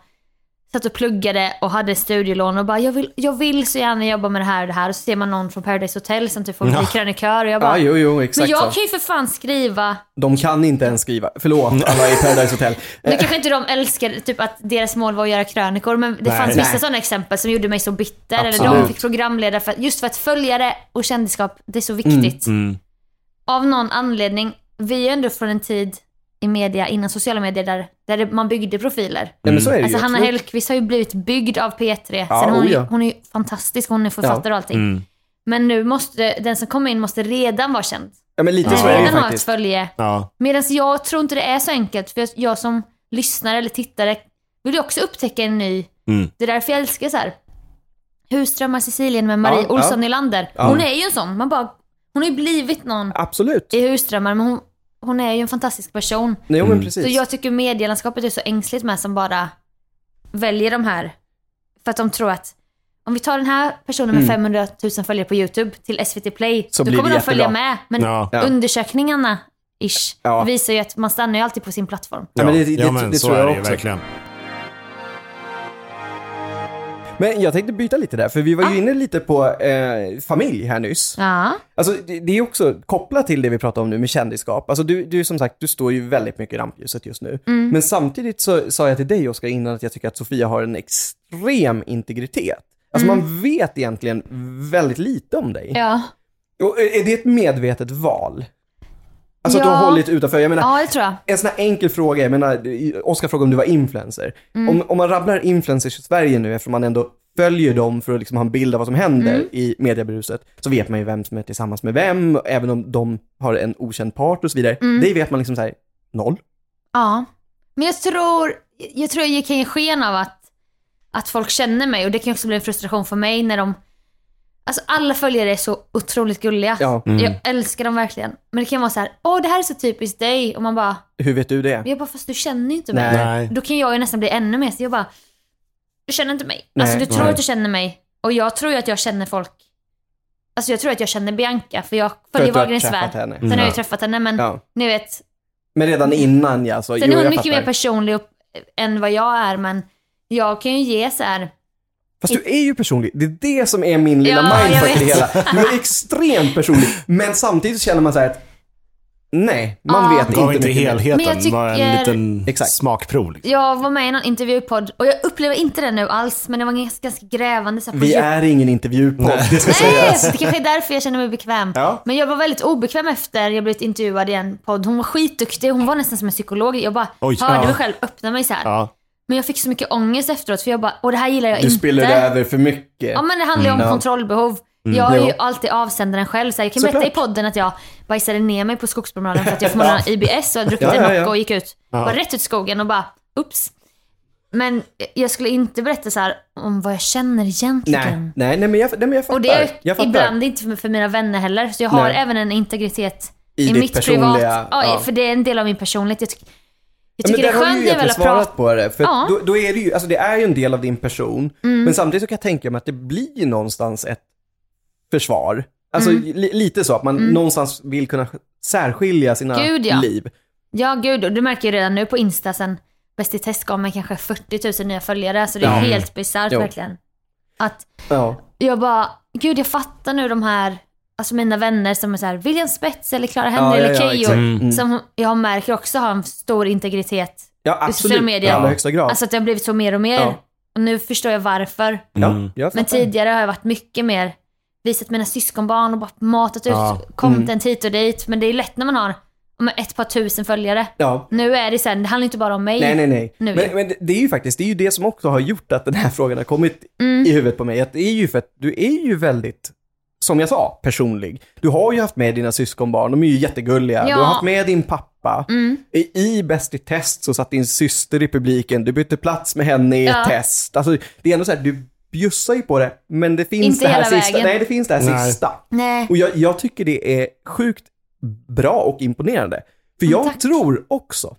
Speaker 3: satt och pluggade och hade studielån och bara jag vill, jag vill så gärna jobba med det här och det här. Och så ser man någon från Paradise Hotel som typ får bli
Speaker 4: Ja.
Speaker 3: krönikör och jag bara
Speaker 2: Ja, jo, jo,
Speaker 3: Men
Speaker 2: exakt
Speaker 3: jag
Speaker 2: så.
Speaker 3: kan ju för fan skriva.
Speaker 2: De kan inte ens skriva.
Speaker 4: Mm.
Speaker 2: Förlåt, alla i Paradise Hotel. Eh,
Speaker 3: Nu kanske inte de älskar typ att deras mål var att göra krönikor men det
Speaker 4: Nej.
Speaker 3: fanns
Speaker 2: Nej.
Speaker 3: vissa sådana exempel som gjorde mig så bitter. Eller de
Speaker 2: Absolut.
Speaker 3: fick programledare för, just för att följare och kändisskap, det är så viktigt.
Speaker 4: mm.
Speaker 3: Av någon anledning, vi är ändå från en tid i media, innan sociala medier, där, där det- man byggde profiler.
Speaker 2: Ja, men så är det ju.
Speaker 3: Alltså Hanna
Speaker 2: absolut.
Speaker 3: Hellquist har ju blivit byggd av P3.
Speaker 2: Ja,
Speaker 3: Sen hon,
Speaker 2: oh ja.
Speaker 3: hon är ju fantastisk, hon är författare och allting.
Speaker 4: Mm.
Speaker 3: Men nu måste, den som kommer in måste redan vara känd.
Speaker 2: Ja, men lite så är det ju
Speaker 3: Redan ha ett
Speaker 2: faktiskt.
Speaker 3: följe.
Speaker 4: Ja.
Speaker 3: Medan jag tror inte det är så enkelt. För jag- jag som lyssnare eller tittare vill ju också upptäcka en ny...
Speaker 4: Mm.
Speaker 3: Det är därför jag älskar så här. Husdrömmar Sicilien med Marie
Speaker 2: Ja, ja.
Speaker 3: Olsson Nylander. Hon är ju en sån. Man bara, hon har ju blivit någon
Speaker 2: Absolut.
Speaker 3: i Husdrömmar, men hon, hon är ju en fantastisk person.
Speaker 2: Jo,
Speaker 4: Mm.
Speaker 2: men
Speaker 3: Så
Speaker 2: precis.
Speaker 3: jag tycker medielandskapet är så ängsligt med som bara väljer de här. För att de tror att om vi tar den här personen med 500 000 följare på YouTube till SVT Play,
Speaker 2: Mm. Så
Speaker 3: då
Speaker 2: blir
Speaker 3: kommer
Speaker 2: det
Speaker 3: de följa
Speaker 2: jättebra.
Speaker 3: med. Men
Speaker 4: Ja.
Speaker 2: Ja.
Speaker 3: undersökningarna ish,
Speaker 2: Ja.
Speaker 3: visar ju att man stannar ju alltid på sin plattform.
Speaker 2: Ja, men det- det-
Speaker 4: ja, men
Speaker 2: det
Speaker 4: så
Speaker 2: tror jag
Speaker 4: är det ju
Speaker 2: också.
Speaker 4: verkligen.
Speaker 2: Men jag tänkte byta lite där, för vi var
Speaker 3: Ah.
Speaker 2: ju inne lite på eh, familj här nyss.
Speaker 3: Ja,
Speaker 2: Alltså, det, det är också kopplat till det vi pratar om nu med kändisskap. Alltså, du, du som sagt, du står ju väldigt mycket i rampljuset just nu.
Speaker 3: Mm.
Speaker 2: Men samtidigt så sa jag till dig, Oskar, innan att jag tycker att Sofia har en extrem integritet. Alltså
Speaker 3: Mm.
Speaker 2: man vet egentligen väldigt lite om dig.
Speaker 3: ja.
Speaker 2: Och eh, är är det ett medvetet val? Alltså att du
Speaker 3: Ja.
Speaker 2: har hållit utanför. Jag menar,
Speaker 3: ja det tror jag.
Speaker 2: en sån här enkel fråga, jag menar, Oskar frågade om du var influencer.
Speaker 3: Mm.
Speaker 2: Om, om man rabblar influencers i Sverige nu, eftersom man ändå följer dem för att liksom ha en bild av vad som händer
Speaker 3: Mm.
Speaker 2: i mediebruset, så vet man ju vem som är tillsammans med vem, och även om de har en okänd part och så vidare.
Speaker 3: Mm.
Speaker 2: Det vet man liksom så här, noll.
Speaker 3: Ja. Men jag tror, jag tror jag kan ge sken av att, att folk känner mig och det kan ju också bli en frustration för mig när de Alltså alla följare är så otroligt gulliga.
Speaker 2: Ja. Mm.
Speaker 3: Jag älskar dem verkligen. Men det kan vara så här, åh det här är så typiskt dig. Och man bara,
Speaker 2: Hur vet du det?
Speaker 3: jag bara fast du känner ju inte mig.
Speaker 2: Nej.
Speaker 4: Nej.
Speaker 3: Då kan jag ju nästan bli ännu mer så jag bara, du känner inte mig.
Speaker 2: Nej.
Speaker 3: alltså du tror
Speaker 4: Nej.
Speaker 3: att du känner mig. Och jag tror ju att jag känner folk. Alltså jag tror att jag känner Bianca för jag
Speaker 2: För
Speaker 3: följer
Speaker 2: att du har
Speaker 3: Wahlgrens
Speaker 2: träffat
Speaker 3: värld.
Speaker 2: henne. Mm.
Speaker 3: Sen har jag ju träffat henne men
Speaker 2: Ja.
Speaker 3: ni vet,
Speaker 2: Men redan
Speaker 3: Mm.
Speaker 2: innan ja, så,
Speaker 3: Sen
Speaker 2: jo,
Speaker 3: är hon
Speaker 2: jag
Speaker 3: mycket
Speaker 2: fattar.
Speaker 3: mer personlig upp, än vad jag är, men jag kan ju ge så här
Speaker 2: Fast du är ju personlig. Det är det som är min lilla
Speaker 3: Ja, jag
Speaker 2: mindfuck i det
Speaker 3: vet.
Speaker 2: hela. Du är extremt personlig. Men samtidigt så känner man så här att nej, man
Speaker 3: Ja.
Speaker 2: vet
Speaker 4: Gav
Speaker 2: inte,
Speaker 4: inte
Speaker 2: mycket mer.
Speaker 4: helheten,
Speaker 3: Men jag
Speaker 4: bara en
Speaker 3: tycker-
Speaker 4: liten
Speaker 2: Exakt.
Speaker 4: smakprov. Liksom.
Speaker 3: Jag var med i någon intervjupodd och jag upplever inte det nu alls, men det var ganska, ganska grävande. Så här, på
Speaker 2: Vi
Speaker 3: djup-
Speaker 2: är ingen intervjupodd, det ska
Speaker 3: Nej,
Speaker 2: sägas.
Speaker 3: det kanske är därför jag känner mig bekväm.
Speaker 2: Ja.
Speaker 3: Men jag var väldigt obekväm efter jag blivit intervjuad i en podd. Hon var skitduktig, hon var nästan som en psykolog. Jag bara
Speaker 4: Oj.
Speaker 3: hörde
Speaker 4: Ja.
Speaker 3: mig själv öppna mig så här.
Speaker 4: Ja.
Speaker 3: Men jag fick så mycket ångest efteråt för jag bara, och det här gillar jag
Speaker 2: Du
Speaker 3: inte.
Speaker 2: spiller över för mycket.
Speaker 3: Ja men det handlar ju
Speaker 2: Mm.
Speaker 3: om
Speaker 2: Ja. Mm.
Speaker 3: kontrollbehov. Jag är ju
Speaker 2: Jo.
Speaker 3: alltid avsändaren själv. Så här, jag kan berätta i
Speaker 2: Såklart.
Speaker 3: podden att jag bajsade ner mig på skogspromenaden för att jag förmodligen hade IBS och hade druckit
Speaker 2: Ja,
Speaker 3: en
Speaker 2: ja,
Speaker 3: Nocco
Speaker 2: ja.
Speaker 3: och gick ut.
Speaker 4: Ja.
Speaker 3: Bara rätt ut i skogen och bara, ups. Men jag skulle inte berätta så här om vad jag känner egentligen.
Speaker 2: Nej, nej, nej, men jag, nej, men jag fattar.
Speaker 3: Och det är
Speaker 2: jag fattar.
Speaker 3: ibland inte för, för mina vänner heller. Så jag har
Speaker 2: Nej.
Speaker 3: även en integritet
Speaker 2: I
Speaker 3: i,
Speaker 2: ditt
Speaker 3: mitt privat.
Speaker 2: personliga-
Speaker 3: Ja,
Speaker 2: ja.
Speaker 3: för det är en del av min personlighet. Jag, tyck, jag
Speaker 2: Ja,
Speaker 3: tycker det är
Speaker 2: där har du
Speaker 3: skönt
Speaker 2: ju
Speaker 3: när jag väl
Speaker 2: egentligen
Speaker 3: har pratat.
Speaker 2: svarat på det. För
Speaker 3: Ja. Mm.
Speaker 2: då, då är det ju, alltså det är ju en del av din person. Men samtidigt så kan jag tänka mig att det blir ju någonstans ett försvar. Alltså
Speaker 3: Mm.
Speaker 2: li, lite så att man någonstans vill kunna särskilja sina
Speaker 3: Gud, ja.
Speaker 2: liv.
Speaker 3: Ja, gud. Och du märker ju redan nu på Insta sen Bäst i test gav mig kanske 40 000 nya följare. Så det är
Speaker 2: Ja.
Speaker 3: helt bisarrt
Speaker 2: Jo.
Speaker 3: verkligen. Att
Speaker 2: Ja.
Speaker 3: jag bara, gud jag fattar nu de här, alltså mina vänner som är så här William Spets eller Clara Henry
Speaker 2: ja,
Speaker 3: eller
Speaker 2: ja,
Speaker 3: Keyyo. Mm.
Speaker 2: exakt. Mm.
Speaker 3: som jag märker också har en stor integritet.
Speaker 2: ja,
Speaker 3: I
Speaker 2: absolut.
Speaker 3: sociala medier.
Speaker 2: I allra högsta grad.
Speaker 3: Alltså att det har blivit så mer och mer.
Speaker 2: Ja.
Speaker 3: Och nu förstår jag varför.
Speaker 2: ja, jag fattar.
Speaker 3: Men tidigare har jag varit mycket mer visat mina syskonbarn och bara matat ut
Speaker 4: Ja.
Speaker 3: content
Speaker 2: Mm.
Speaker 3: hit och dit. Men det är lätt när man har om ett par tusen följare.
Speaker 2: Ja.
Speaker 3: Nu är det så här, det handlar inte bara om mig.
Speaker 2: Nej, nej, nej.
Speaker 3: Nu.
Speaker 2: Men, men det- det är ju faktiskt, det är ju det som också har gjort att den här frågan har kommit
Speaker 3: Mm.
Speaker 2: i huvudet på mig. Att det är ju för att du är ju väldigt, som jag sa, personlig. Du har ju haft med dina syskonbarn, de är ju jättegulliga.
Speaker 3: Ja. Mm.
Speaker 2: Du har haft med din pappa. I, I Bäst i test så satt din syster i publiken, du bytte plats med henne i
Speaker 3: Ja.
Speaker 2: ett test. Alltså, det är ändå så här, du bjussar ju på det, men det finns
Speaker 3: Inte
Speaker 2: det här
Speaker 3: hela
Speaker 2: sista.
Speaker 3: vägen.
Speaker 2: Nej, det finns det här
Speaker 4: Nej.
Speaker 2: sista.
Speaker 3: Nej.
Speaker 2: Och jag, jag tycker det är sjukt bra och imponerande. För jag
Speaker 3: tack.
Speaker 2: tror också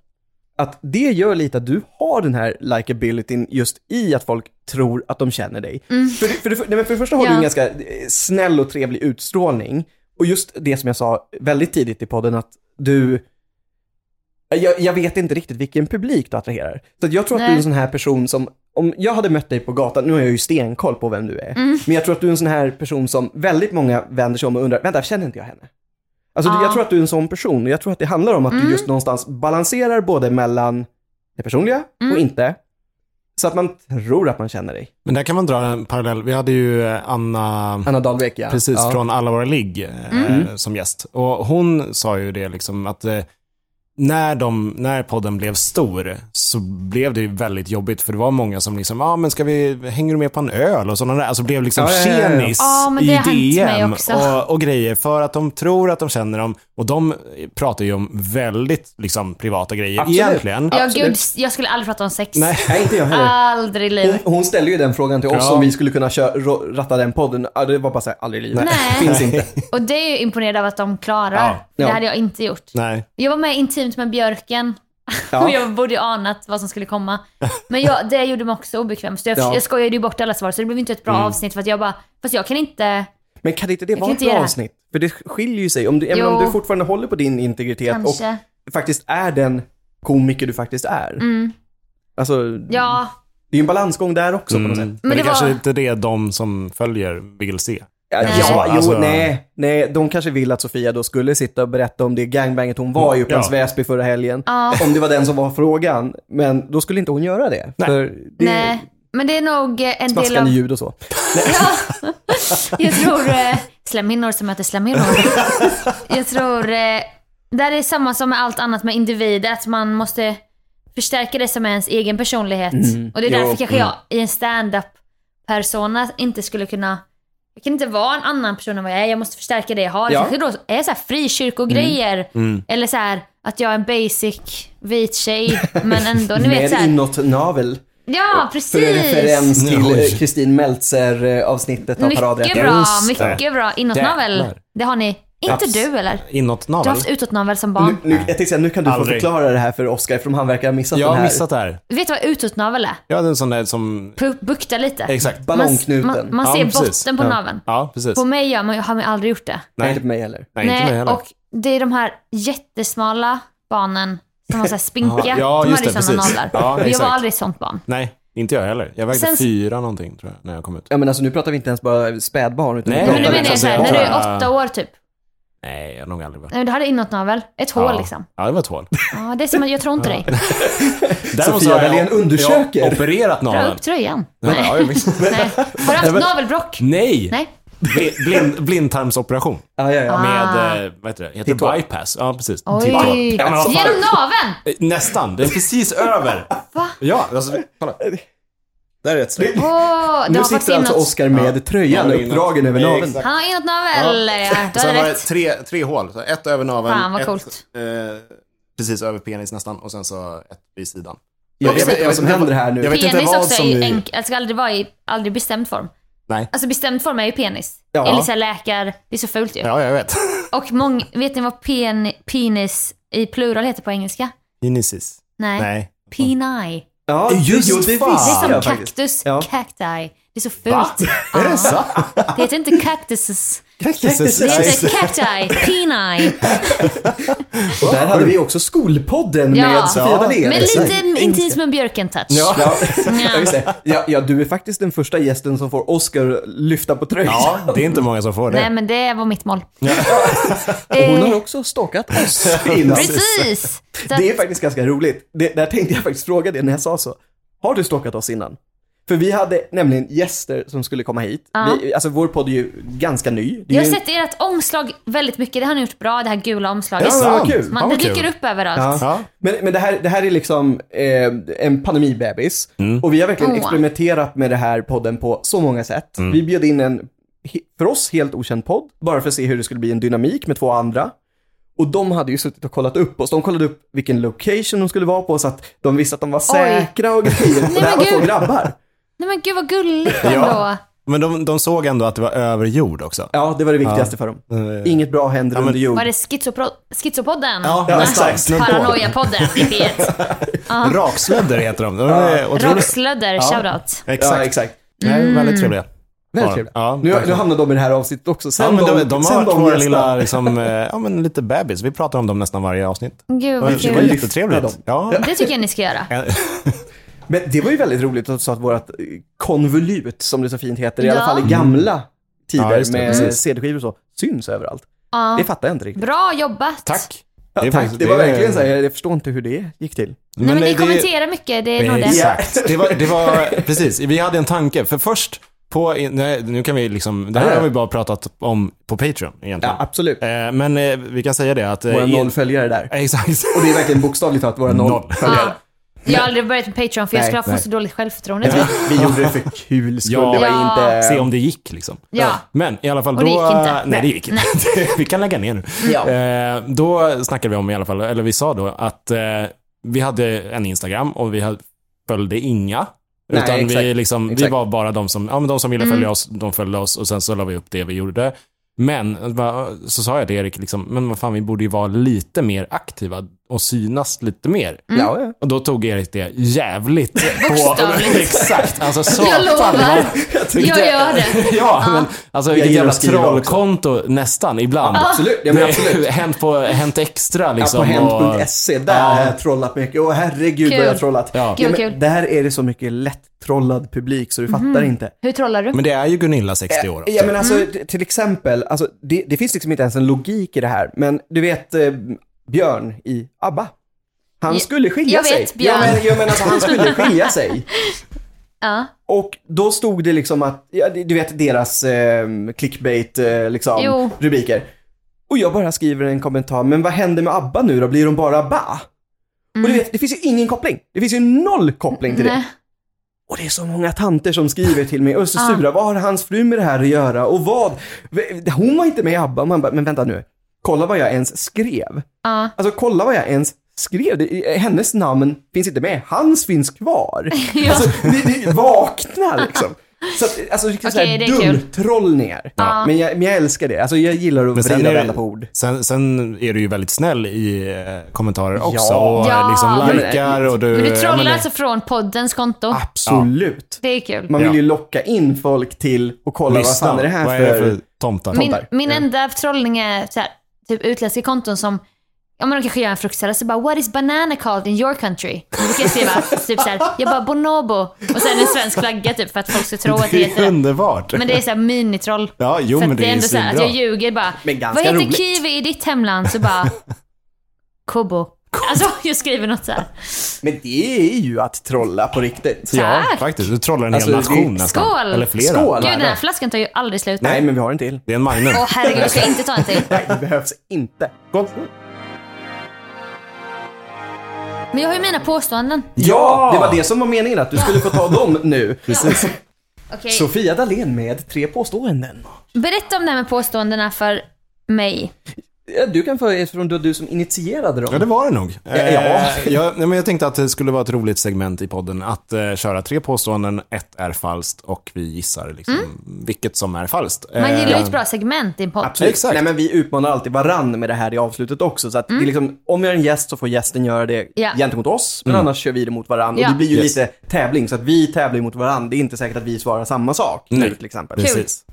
Speaker 2: att det gör lite att du har den här likabilityn just i att folk tror att de känner dig. För, för, det- för, nej, men för det första har du
Speaker 3: Mm. Ja.
Speaker 2: en ganska eh, snäll och trevlig utstrålning. Och just det som jag sa väldigt tidigt i podden att du eh, jag, jag vet inte riktigt vilken publik du attraherar. Så att jag tror att du är
Speaker 3: Nej.
Speaker 2: en sån här person som, om jag hade mött dig på gatan, nu har jag ju stenkoll på vem du
Speaker 3: Mm.
Speaker 2: är, men jag tror att du är en sån här person som väldigt många vänder sig om och undrar, vänta, känner inte jag henne? Alltså du-
Speaker 3: Ja. Mm.
Speaker 2: jag tror att du är en sån person och jag tror att det handlar om att du just någonstans balanserar både mellan det personliga
Speaker 3: Mm.
Speaker 2: och inte, så att man tror att man känner dig.
Speaker 4: Men där kan man dra en parallell. Vi hade ju eh, Anna
Speaker 2: Anna Dahlbeck ja.
Speaker 4: precis,
Speaker 2: ja.
Speaker 4: från Alla våra ligg eh, som gäst. Och hon sa ju det liksom att eh, när, de, när podden blev stor så blev det ju väldigt jobbigt för det var många som liksom, ja ah, men ska vi, hänger du med på en öl och sådana där, alltså blev liksom
Speaker 2: Ja, ja, ja, ja.
Speaker 4: tjenis
Speaker 3: Ja, men det har hänt
Speaker 4: i
Speaker 3: mig
Speaker 4: DM
Speaker 3: också.
Speaker 4: och, och grejer för att de tror att de känner dem och de pratar ju om väldigt liksom privata grejer
Speaker 2: Absolut.
Speaker 4: egentligen.
Speaker 3: Jag,
Speaker 2: absolut.
Speaker 3: gud, jag skulle aldrig prata om sex.
Speaker 2: Nej, inte jag heller.
Speaker 3: Ah. Aldrig i livet.
Speaker 2: Hon, hon ställde ju den frågan till oss
Speaker 4: Ja.
Speaker 2: om vi skulle kunna köra, ro- ratta den podden. Ja, Det var bara såhär, aldrig i livet.
Speaker 3: Nej.
Speaker 2: Finns inte.
Speaker 3: Och det är jag imponerad av att de klarar.
Speaker 4: Ja.
Speaker 2: Ja.
Speaker 3: Det hade jag inte gjort.
Speaker 4: Nej.
Speaker 3: Jag var med intimt med björken.
Speaker 2: Ja.
Speaker 3: Och jag borde ju anat vad som skulle komma. Men jag, det gjorde mig också obekväm. Så jag,
Speaker 2: Ja. Mm.
Speaker 3: jag skojade ju bort alla svar, så det blev inte ett bra avsnitt. För att jag bara, fast jag kan inte...
Speaker 2: Men kan inte det vara
Speaker 3: kan
Speaker 2: ett
Speaker 3: inte
Speaker 2: bra
Speaker 3: göra.
Speaker 2: avsnitt? För det skiljer ju sig. Om du, jag menar,
Speaker 3: Jo.
Speaker 2: om du fortfarande håller på din integritet
Speaker 3: Kanske.
Speaker 2: och faktiskt är den komiker du faktiskt är. Alltså,
Speaker 3: Mm. Ja,
Speaker 2: det är ju en balansgång där också på något sätt.
Speaker 4: Men, det,
Speaker 3: det var-
Speaker 4: kanske inte är det de som följer vill se.
Speaker 2: Ja,
Speaker 3: Nej.
Speaker 2: ja jo,
Speaker 4: Alltså-
Speaker 2: nej, nej. De kanske vill att Sofia då skulle sitta och berätta om det gangbanget hon var i Upplands
Speaker 4: Ja.
Speaker 2: Väsby förra helgen.
Speaker 3: Ja.
Speaker 2: Om det var den som var frågan. Men då skulle inte hon göra det.
Speaker 4: Nej.
Speaker 2: För det är
Speaker 3: nej. eh, Men det är nog eh, en del av...
Speaker 2: smaskande ljud och så.
Speaker 3: Ja. Jag tror eh, slemhinnor som möter slemhinnor. Jag tror... Eh, där är samma som med allt annat med individer, att man måste förstärka det som är ens egen personlighet. Och det är
Speaker 2: Jo,
Speaker 3: därför kanske jag i en stand-up-persona inte skulle kunna... Jag kan inte vara en annan person än vad jag är, jag måste förstärka det jag har.
Speaker 2: Ja.
Speaker 3: Kanske då är så här frikyrkogrejer. Eller så här att jag är en basic vit tjej, men ändå, ni vet
Speaker 2: Med
Speaker 3: så här,
Speaker 2: inåt navel.
Speaker 3: Ja,
Speaker 2: För en
Speaker 3: precis!
Speaker 2: referens till
Speaker 4: Oj.
Speaker 2: eh, Kristin Meltzer-avsnittet av
Speaker 3: Mycket
Speaker 2: Paradrätten.
Speaker 3: bra,
Speaker 4: Just det.
Speaker 3: mycket bra. Inåtnavel.
Speaker 4: Jävlar.
Speaker 3: Det har ni. Inte
Speaker 2: Abs-
Speaker 3: du eller?
Speaker 4: Inåt
Speaker 3: Du har
Speaker 4: navel.
Speaker 3: haft utåtnavel som barn.
Speaker 2: Nu, jag tänkte säga, nu kan du få
Speaker 4: Aldrig.
Speaker 2: förklara det här för Oscar, för han verkar ha missat
Speaker 4: Jag
Speaker 2: den
Speaker 4: har
Speaker 2: här.
Speaker 4: missat det här.
Speaker 3: Vet du vad utåtnavel är?
Speaker 4: Jag hade en sån där som,
Speaker 3: Bu- Bukta lite.
Speaker 4: exakt.
Speaker 2: Ballongknuten.
Speaker 3: Man, man, man
Speaker 4: Ja,
Speaker 3: ser
Speaker 4: precis.
Speaker 3: botten på
Speaker 2: Ja.
Speaker 3: naveln.
Speaker 4: Ja, precis.
Speaker 3: På mig gör man, har man aldrig gjort det.
Speaker 2: Nej,
Speaker 4: Nej.
Speaker 2: inte på mig heller.
Speaker 4: Nej, inte mig heller.
Speaker 3: och det är de här jättesmala barnen som har så här spinkiga.
Speaker 4: Ja,
Speaker 3: de
Speaker 4: just
Speaker 3: hade ju
Speaker 4: det,
Speaker 3: sådana
Speaker 4: precis.
Speaker 3: navlar.
Speaker 4: Ja,
Speaker 3: Och jag var
Speaker 4: exakt.
Speaker 3: aldrig ett sånt barn.
Speaker 4: Nej. Inte jag heller. Jag vägde
Speaker 3: Sen-
Speaker 4: fyra någonting tror jag när jag kom ut.
Speaker 2: Ja men alltså nu pratar vi inte ens bara spädbarn. Utan
Speaker 4: Nej,
Speaker 2: vi
Speaker 3: Men nu
Speaker 2: pratar
Speaker 3: menar
Speaker 2: liksom-
Speaker 3: jag
Speaker 4: så jag
Speaker 3: såhär, när du
Speaker 4: tror
Speaker 3: är
Speaker 4: jag-
Speaker 3: åtta år typ.
Speaker 4: Nej, jag har nog aldrig varit.
Speaker 3: Nej, men Du hade inåt någon väl? Ett hål
Speaker 4: Ja.
Speaker 3: liksom.
Speaker 4: Ja, det var ett hål.
Speaker 3: Ja, det är som att jag tror inte dig.
Speaker 4: Däremot så
Speaker 2: Sofia
Speaker 4: har jag-
Speaker 2: Dalén undersöker.
Speaker 4: Jag har opererat
Speaker 3: Dra
Speaker 4: naveln.
Speaker 3: upp tröjan.
Speaker 4: Ja, ja, jag visste.
Speaker 3: Nej. Har du haft navelbrock?
Speaker 4: Nej!
Speaker 3: Nej.
Speaker 4: Bli- Blind, blindtarmsoperation.
Speaker 2: Ja, ja, ja.
Speaker 4: Med,
Speaker 3: Ah.
Speaker 4: eh, vad heter det? Heter
Speaker 2: Titthål.
Speaker 4: det bypass? Ja, precis. Titthål.
Speaker 3: Oj.
Speaker 4: Ja, men vad fan.
Speaker 3: Genom naveln!
Speaker 4: Eh, Nästan. Det är precis över.
Speaker 3: Va?
Speaker 4: Ja, alltså, kolla. Där är ett streck.
Speaker 3: Åh, du
Speaker 2: Nu
Speaker 3: har fått
Speaker 2: sitter
Speaker 3: in
Speaker 2: alltså
Speaker 3: något.
Speaker 2: Oscar med tröjan
Speaker 4: Ja,
Speaker 2: uppdragen över
Speaker 4: ja,
Speaker 2: naveln.
Speaker 4: exakt.
Speaker 3: Han har inåt navel. Ja. Du
Speaker 4: Sen
Speaker 3: hade
Speaker 4: var det
Speaker 3: rätt.
Speaker 4: tre, tre hål. Så ett över naveln.
Speaker 3: Fan, vad
Speaker 4: ett,
Speaker 3: coolt.
Speaker 4: Eh, precis över penis nästan. Och sen så ett vid sidan.
Speaker 2: Jag vet inte vad som händer här
Speaker 4: Jag
Speaker 2: nu.
Speaker 4: vet inte
Speaker 3: Penis
Speaker 4: vad
Speaker 3: också
Speaker 4: som
Speaker 3: är ju
Speaker 4: ni-
Speaker 3: enk- alltså, ska aldrig vara i aldrig bestämd form.
Speaker 4: Nej.
Speaker 3: Alltså bestämd form är ju penis.
Speaker 2: Ja.
Speaker 3: Eller så här läkar... Det är så fult ju.
Speaker 4: Ja, jag vet.
Speaker 3: Och mång... Vet ni vad pen... penis i plural heter på engelska?
Speaker 4: Penisis.
Speaker 3: Nej.
Speaker 4: Nej.
Speaker 3: Peni.
Speaker 2: Ja,
Speaker 4: Just
Speaker 2: jo, det
Speaker 4: fan.
Speaker 3: Det är
Speaker 2: visste
Speaker 3: som
Speaker 2: jag faktiskt.
Speaker 3: kaktus,
Speaker 2: Ah. Ja.
Speaker 3: cacti. Det är så fult. Ah.
Speaker 4: Är det så?
Speaker 3: Det heter inte cactuses.
Speaker 4: Kaktuses.
Speaker 3: Det heter cacti. Peni.
Speaker 2: Och där hade vi också skolpodden
Speaker 3: Ja.
Speaker 2: med Sofia
Speaker 4: Ja.
Speaker 2: Dalén.
Speaker 3: Men
Speaker 2: Exakt.
Speaker 3: lite intimt med björken-touch.
Speaker 2: Ja. Ja, just det. ja, ja, du är faktiskt den första gästen som får Oscar lyfta på tröjan.
Speaker 4: Ja, det är inte många som får det.
Speaker 3: Nej men det var mitt mål.
Speaker 2: Hon har
Speaker 3: Eh,
Speaker 2: också stalkat oss innan.
Speaker 3: precis! Så att,
Speaker 2: Det är faktiskt ganska roligt. Det, där tänkte jag faktiskt fråga det när jag sa så. Har du stalkat oss innan? För vi hade nämligen gäster som skulle komma hit.
Speaker 3: Ja.
Speaker 2: Vi, alltså vår podd är ju ganska ny. Det är
Speaker 3: jag har
Speaker 2: ju en-
Speaker 3: sett ert omslag väldigt mycket. Det har ni gjort bra, det här gula omslaget.
Speaker 2: Ja, men vad kul.
Speaker 3: Man,
Speaker 4: Ja,
Speaker 3: det
Speaker 4: vad
Speaker 3: dyker
Speaker 4: kul.
Speaker 3: upp överallt.
Speaker 4: Ja.
Speaker 2: Men, men det, här, det här är liksom eh, en pandemibebis. Och vi har verkligen
Speaker 3: Åh.
Speaker 2: experimenterat med det här podden på så många sätt. Vi bjöd in en, he- för oss, helt okänd podd. Bara för att se hur det skulle bli en dynamik med två andra. Och de hade ju suttit och kollat upp oss. De kollade upp vilken location de skulle vara på så att de visste att de var säkra och grejer. Och det här
Speaker 3: men
Speaker 2: var två
Speaker 3: gud.
Speaker 2: grabbar.
Speaker 3: Nej men gud vad gulligt ändå.
Speaker 4: Men de, de såg ändå att det var över jord också.
Speaker 2: Ja, det var det viktigaste för dem. Inget bra händer under jord.
Speaker 3: Var det schizopro- Schizopodden?
Speaker 4: Ja,
Speaker 3: Nej,
Speaker 4: nästan. Snudd på.
Speaker 3: Paranoia-podden, i P1.
Speaker 4: Rakslödder heter de. de är otroligt.
Speaker 3: Rockslödder, shoutout.
Speaker 4: Exakt.
Speaker 2: Ja, exakt.
Speaker 3: Mm.
Speaker 4: Nej, väldigt trevliga.
Speaker 2: Väldigt trevligt.
Speaker 4: Ja,
Speaker 2: nu, nu
Speaker 4: verkligen.
Speaker 2: hamnade de i det här avsnittet också. Sen
Speaker 4: Ja, men de, de,
Speaker 2: sen
Speaker 4: har varit våra
Speaker 2: gästerna-
Speaker 4: lilla, liksom, eh, ja men lite bebis. Vi pratar om dem nästan varje avsnitt.
Speaker 3: Gud
Speaker 4: Det var
Speaker 3: vad
Speaker 4: det var
Speaker 3: kul.
Speaker 4: jättetrevligt.
Speaker 2: Lyfta
Speaker 4: Ja.
Speaker 3: Det tycker jag ni ska göra.
Speaker 4: Eh,
Speaker 2: Men det var ju väldigt roligt att du sa att vårt eh, konvolut, som det så fint heter, i alla
Speaker 3: Ja.
Speaker 2: fall i gamla
Speaker 4: Ja,
Speaker 2: tider
Speaker 4: just det,
Speaker 2: med
Speaker 4: precis.
Speaker 2: CD-skivor och så, syns överallt.
Speaker 3: Ja.
Speaker 2: Det fattar jag inte riktigt.
Speaker 3: Bra jobbat.
Speaker 4: Tack.
Speaker 2: Ja,
Speaker 4: är
Speaker 2: tack.
Speaker 4: faktiskt-
Speaker 2: det var
Speaker 4: det är-
Speaker 2: verkligen så här, jag jag förstår inte hur det gick till.
Speaker 3: Nej, men ni
Speaker 4: det-
Speaker 3: kommenterar mycket, det är nog det.
Speaker 4: Exakt. Det var, det var, precis. Vi hade en tanke. För först, på, nej, nu kan vi liksom, det här
Speaker 2: Ja, ja.
Speaker 4: har vi bara pratat om på Patreon
Speaker 2: Ja,
Speaker 4: egentligen.
Speaker 2: absolut.
Speaker 4: Eh, Men eh, vi kan säga det att... eh,
Speaker 2: Våra
Speaker 4: i-
Speaker 2: noll följare där.
Speaker 4: Exakt.
Speaker 2: Och det är verkligen bokstavligt talat våra noll,
Speaker 4: Noll.
Speaker 2: följare.
Speaker 3: Ja. Jag har aldrig börjat med Patreon för jag
Speaker 2: Nej,
Speaker 3: skulle ha
Speaker 4: nej.
Speaker 3: fått så dåligt självförtroende tror jag.
Speaker 2: Vi, vi gjorde det för kul skull.
Speaker 4: Ja.
Speaker 2: Det var
Speaker 3: Ja.
Speaker 2: inte...
Speaker 4: Se om det gick liksom.
Speaker 3: Ja.
Speaker 4: Men i alla fall
Speaker 3: Och
Speaker 4: då...
Speaker 3: det gick inte.
Speaker 4: Nej, det gick inte. vi kan lägga ner nu.
Speaker 2: Ja.
Speaker 3: Mm.
Speaker 4: Eh, då snackade vi om i alla fall, eller vi sa då att eh, vi hade en Instagram och vi hade, följde inga.
Speaker 2: Nej,
Speaker 4: utan vi,
Speaker 2: exakt.
Speaker 4: liksom, vi
Speaker 2: Exakt.
Speaker 4: var bara de som, ja, men de som ville följa oss, de följde oss och sen så la vi upp det vi gjorde. Men va- så sa jag till Erik, liksom, men vad fan, vi borde ju vara lite mer aktiva och synas lite mer.
Speaker 2: Ja, ja.
Speaker 4: Och då tog Erik det jävligt på...
Speaker 3: Bokstavligt.
Speaker 4: Exakt. Alltså
Speaker 3: Jag
Speaker 4: satan
Speaker 3: lovar.
Speaker 4: vad
Speaker 3: Jag gör det.
Speaker 4: Ja, men alltså vilket
Speaker 2: gillar
Speaker 4: jävla
Speaker 2: att skriva
Speaker 4: trollkonto nästan ibland.
Speaker 2: Absolut. Ja, men
Speaker 4: Det är
Speaker 2: absolut.
Speaker 4: Hänt på Hänt Extra
Speaker 2: Ja,
Speaker 4: liksom.
Speaker 2: på
Speaker 4: och-
Speaker 2: hent.se, där har jag trollat mycket. Åh herregud vad jag har
Speaker 3: Kul.
Speaker 2: trollat.
Speaker 4: Ja.
Speaker 3: Kul,
Speaker 2: men
Speaker 3: kul. Mhm.
Speaker 2: Där är det så mycket lätt-trollad publik så du fattar inte.
Speaker 3: Hur trollar du?
Speaker 4: Men det är ju Gunilla 60 år.
Speaker 2: Ja men alltså t- till exempel, alltså, det, det finns liksom inte ens en logik i det här. Men du vet eh, Björn i ABBA. Han
Speaker 3: Ja,
Speaker 2: skulle skilja
Speaker 3: jag
Speaker 2: sig.
Speaker 3: vet, Björn.
Speaker 2: Ja, men, ja, men alltså, han skulle skilja sig.
Speaker 3: Ja.
Speaker 2: Och då stod det liksom att, ja, det- du vet deras eh, clickbait eh, liksom,
Speaker 3: Jo.
Speaker 2: rubriker. Och jag bara skriver en kommentar, men vad händer med ABBA nu då? Blir de bara ABBA? Och du vet, det finns ju ingen koppling. Det finns ju noll koppling till det.
Speaker 3: Mm. Nej.
Speaker 2: Och det är så många tanter som skriver till mig och är så
Speaker 3: Ah.
Speaker 2: sura. Vad har hans fru med det här att göra? Och vad? V- Hon var inte med i ABBA. Och Man bara, men vänta nu. Kolla vad jag ens skrev.
Speaker 3: Ja.
Speaker 2: Alltså kolla vad jag ens skrev. Det, hennes namn finns inte med. Hans finns kvar.
Speaker 3: Ja.
Speaker 2: Alltså, ni, ni vaknar liksom. Så att, alltså riktigt
Speaker 3: Okej, det är
Speaker 2: såhär
Speaker 3: kul.
Speaker 2: dumtrollningar.
Speaker 3: Ja.
Speaker 2: Men, jag, men jag älskar det. Alltså jag gillar att
Speaker 4: Men sen
Speaker 2: vrida och
Speaker 4: är det-
Speaker 2: vända på ord.
Speaker 4: Sen, sen är du ju väldigt snäll i eh, kommentarer också.
Speaker 2: Ja.
Speaker 4: Och
Speaker 3: Ja. Ja,
Speaker 4: liksom
Speaker 3: men-
Speaker 4: likar och du...
Speaker 3: Men du
Speaker 4: ja,
Speaker 3: trollar
Speaker 4: det-
Speaker 3: alltså från poddens konto?
Speaker 2: Ah. Absolut.
Speaker 3: Det är kul.
Speaker 2: Man vill
Speaker 4: Ja.
Speaker 2: ju locka in folk till och kolla
Speaker 4: lyssna.
Speaker 2: vad fan är det här
Speaker 4: Vad
Speaker 2: för...
Speaker 4: är det för tomtar?
Speaker 3: Min,
Speaker 2: där.
Speaker 3: min enda trollning är så här, typ utländska konton som Ja men de kanske gör en fruktsällad så bara “What is banana called in your country?” Då brukar jag skriva typ såhär, jag bara “bonobo” och sen en svensk flagga typ för att folk ska tro att det
Speaker 4: Det är
Speaker 3: heter det.
Speaker 4: underbart.
Speaker 3: Men det är såhär minitroll.
Speaker 4: Ja, jo,
Speaker 3: för
Speaker 4: men
Speaker 3: att
Speaker 4: det är
Speaker 3: ändå såhär att
Speaker 4: svinbra.
Speaker 3: jag ljuger bara.
Speaker 2: Men ganska
Speaker 3: Vad heter
Speaker 2: roligt."
Speaker 3: kiwi i ditt hemland? Så bara “Kobo”. Alltså jag skriver något såhär.
Speaker 2: Men det är ju att trolla på riktigt.
Speaker 4: Ja,
Speaker 3: Tack.
Speaker 4: faktiskt. Du trollar en hel
Speaker 2: Alltså, det-
Speaker 4: nation nästan.
Speaker 3: Skål!
Speaker 4: Eller flera.
Speaker 2: Skål!
Speaker 3: Gud den här
Speaker 2: Lärare.
Speaker 3: flaskan tar ju aldrig slut.
Speaker 2: Nej, men vi har en till.
Speaker 4: Det är en magnum.
Speaker 3: Åh herregud, jag ska inte ta en till.
Speaker 2: Nej, det behövs inte.
Speaker 4: Skål.
Speaker 3: Men jag har ju mina påståenden.
Speaker 2: Ja! Det var det som var meningen, att du skulle få ta dem nu.
Speaker 4: Precis.
Speaker 3: Okej.
Speaker 2: Sofia Dalén med tre påståenden.
Speaker 3: Berätta om det här med påståendena för mig.
Speaker 2: Ja, Du kan få, eftersom det var du som initierade dem.
Speaker 4: Ja, det var det nog. Ja.
Speaker 2: ja.
Speaker 4: jag, nej, men jag tänkte att det skulle vara ett roligt segment i podden att eh, köra tre påståenden, ett är falskt och vi gissar liksom vilket som är falskt.
Speaker 3: Mm. Man gillar ju
Speaker 4: Eh,
Speaker 3: ett bra segment i en podd.
Speaker 2: Absolut.
Speaker 4: Exakt.
Speaker 2: Nej, men vi utmanar alltid varann med det här i avslutet också. Så att det är liksom, om vi har en gäst så får gästen göra det
Speaker 3: Mm. Ja.
Speaker 2: gentemot oss, men annars kör vi det mot varann.
Speaker 3: Ja.
Speaker 2: Och det blir ju
Speaker 4: Mm. Yes.
Speaker 2: lite tävling, så att vi tävlar ju mot varann. Det är inte säkert att vi svarar samma sak nu
Speaker 4: Nej.
Speaker 2: till exempel.
Speaker 4: Precis.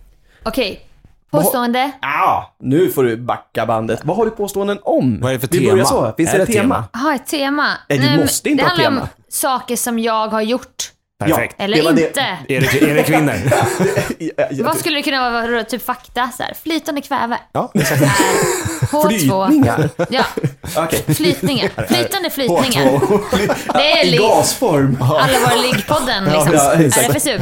Speaker 3: Okej. Påstående.
Speaker 2: Ah, nu får du backa bandet. Vad har du påståenden om?
Speaker 4: Vad är det för
Speaker 2: vi börjar
Speaker 4: tema?
Speaker 2: så. Finns
Speaker 4: Är
Speaker 2: det
Speaker 4: det
Speaker 2: ett tema?
Speaker 4: tema?
Speaker 3: Jaha, ett tema.
Speaker 2: Nej, du
Speaker 3: men
Speaker 2: Eh, måste inte
Speaker 3: det
Speaker 2: ha ett
Speaker 3: handlar om
Speaker 2: tema.
Speaker 3: saker som jag har gjort.
Speaker 4: Perfekt.
Speaker 2: Ja.
Speaker 3: Eller
Speaker 2: Det var det-
Speaker 3: inte.
Speaker 4: Erik, Erik vinner.
Speaker 3: Vad skulle det kunna vara? Typ fakta? Så här. Flytande kväve.
Speaker 4: Ja,
Speaker 3: H2.
Speaker 2: Flytningar?
Speaker 3: Ja,
Speaker 2: Okej.
Speaker 3: flytningar. Flytande flytningar. Det är
Speaker 2: I
Speaker 3: li-
Speaker 2: gasform.
Speaker 3: Allvarlig-podden liksom.
Speaker 2: Ja, exakt.
Speaker 3: RFSU.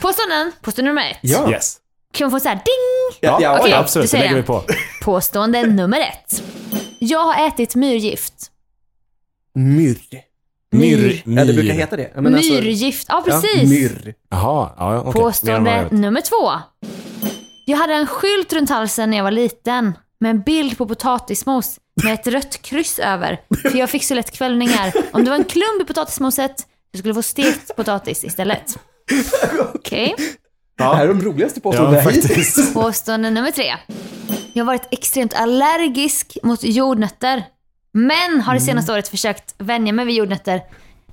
Speaker 3: Påståenden. Påstående nummer ett.
Speaker 2: Ja.
Speaker 4: yes.
Speaker 3: Kan man få så här ding?
Speaker 2: Ja, ja,
Speaker 3: Okej.
Speaker 2: ja.
Speaker 4: Absolut,
Speaker 3: du
Speaker 4: det
Speaker 3: säger
Speaker 4: lägger vi
Speaker 3: det.
Speaker 4: på.
Speaker 3: Påstående nummer ett. Jag har ätit myrgift.
Speaker 2: Myrr.
Speaker 4: Myr. myr.
Speaker 2: Ja, det brukar heta det. Ja, men alltså-
Speaker 3: Myrgift, ja
Speaker 2: Ja,
Speaker 3: precis.
Speaker 2: myrr.
Speaker 4: Jaha, ja, okej. Mer än vad jag
Speaker 3: Påstående
Speaker 4: vet.
Speaker 3: nummer två. Jag hade en skylt runt halsen när jag var liten med en bild på potatismos med ett rött kryss över. För jag fick så lätt kvällningar. Om det var en klump i potatismoset, jag skulle få stekt potatis istället. Okej.
Speaker 2: Det här är de roligaste
Speaker 4: Ja,
Speaker 2: påståendena hittills.
Speaker 4: faktiskt.
Speaker 3: Påstående nummer tre. Jag har varit extremt allergisk mot jordnötter. Men har det
Speaker 4: Mm.
Speaker 3: senaste året försökt vänja mig vid jordnötter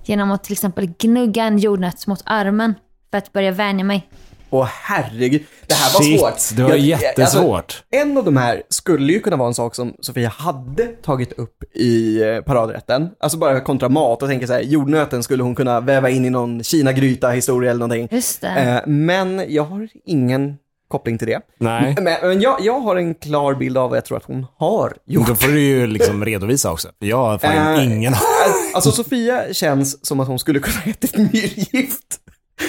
Speaker 3: genom att till exempel gnugga en jordnöt mot armen för att börja vänja mig.
Speaker 2: Åh herregud, det här var
Speaker 4: Shit,
Speaker 2: svårt.
Speaker 4: det var
Speaker 2: Jag- alltså-
Speaker 4: jättesvårt.
Speaker 2: en av de här skulle ju kunna vara en sak som Sofia hade tagit upp i eh, paradrätten. Alltså bara kontra mat och tänka så här, jordnöten skulle hon kunna väva in i någon Kina-gryta-historia eller någonting.
Speaker 3: Just det.
Speaker 2: Eh, Men jag har ingen koppling till det.
Speaker 4: Nej.
Speaker 2: Men, men jag, jag har en klar bild av vad jag tror att hon har gjort.
Speaker 4: Då får du ju liksom redovisa också. Jag har fan
Speaker 2: Eh,
Speaker 4: ingen aning.
Speaker 2: Alltså Sofia känns som att hon skulle kunna äta ett myrgift.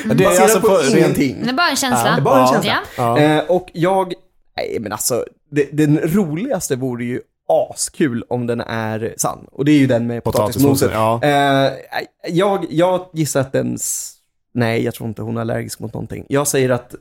Speaker 4: Det
Speaker 2: Baserat på, ingenting.
Speaker 3: Det är bara en känsla.
Speaker 2: Det är bara en
Speaker 4: Ja.
Speaker 2: känsla.
Speaker 3: Ja.
Speaker 4: Ja.
Speaker 2: Eh, och jag, nej men alltså, det, den roligaste vore ju askul om den är sann. Och det är ju den med potatismoset.
Speaker 4: Potatismoset, ja.
Speaker 2: Eh, jag, jag gissar att den, s- nej jag tror inte hon är allergisk mot någonting. Jag säger att,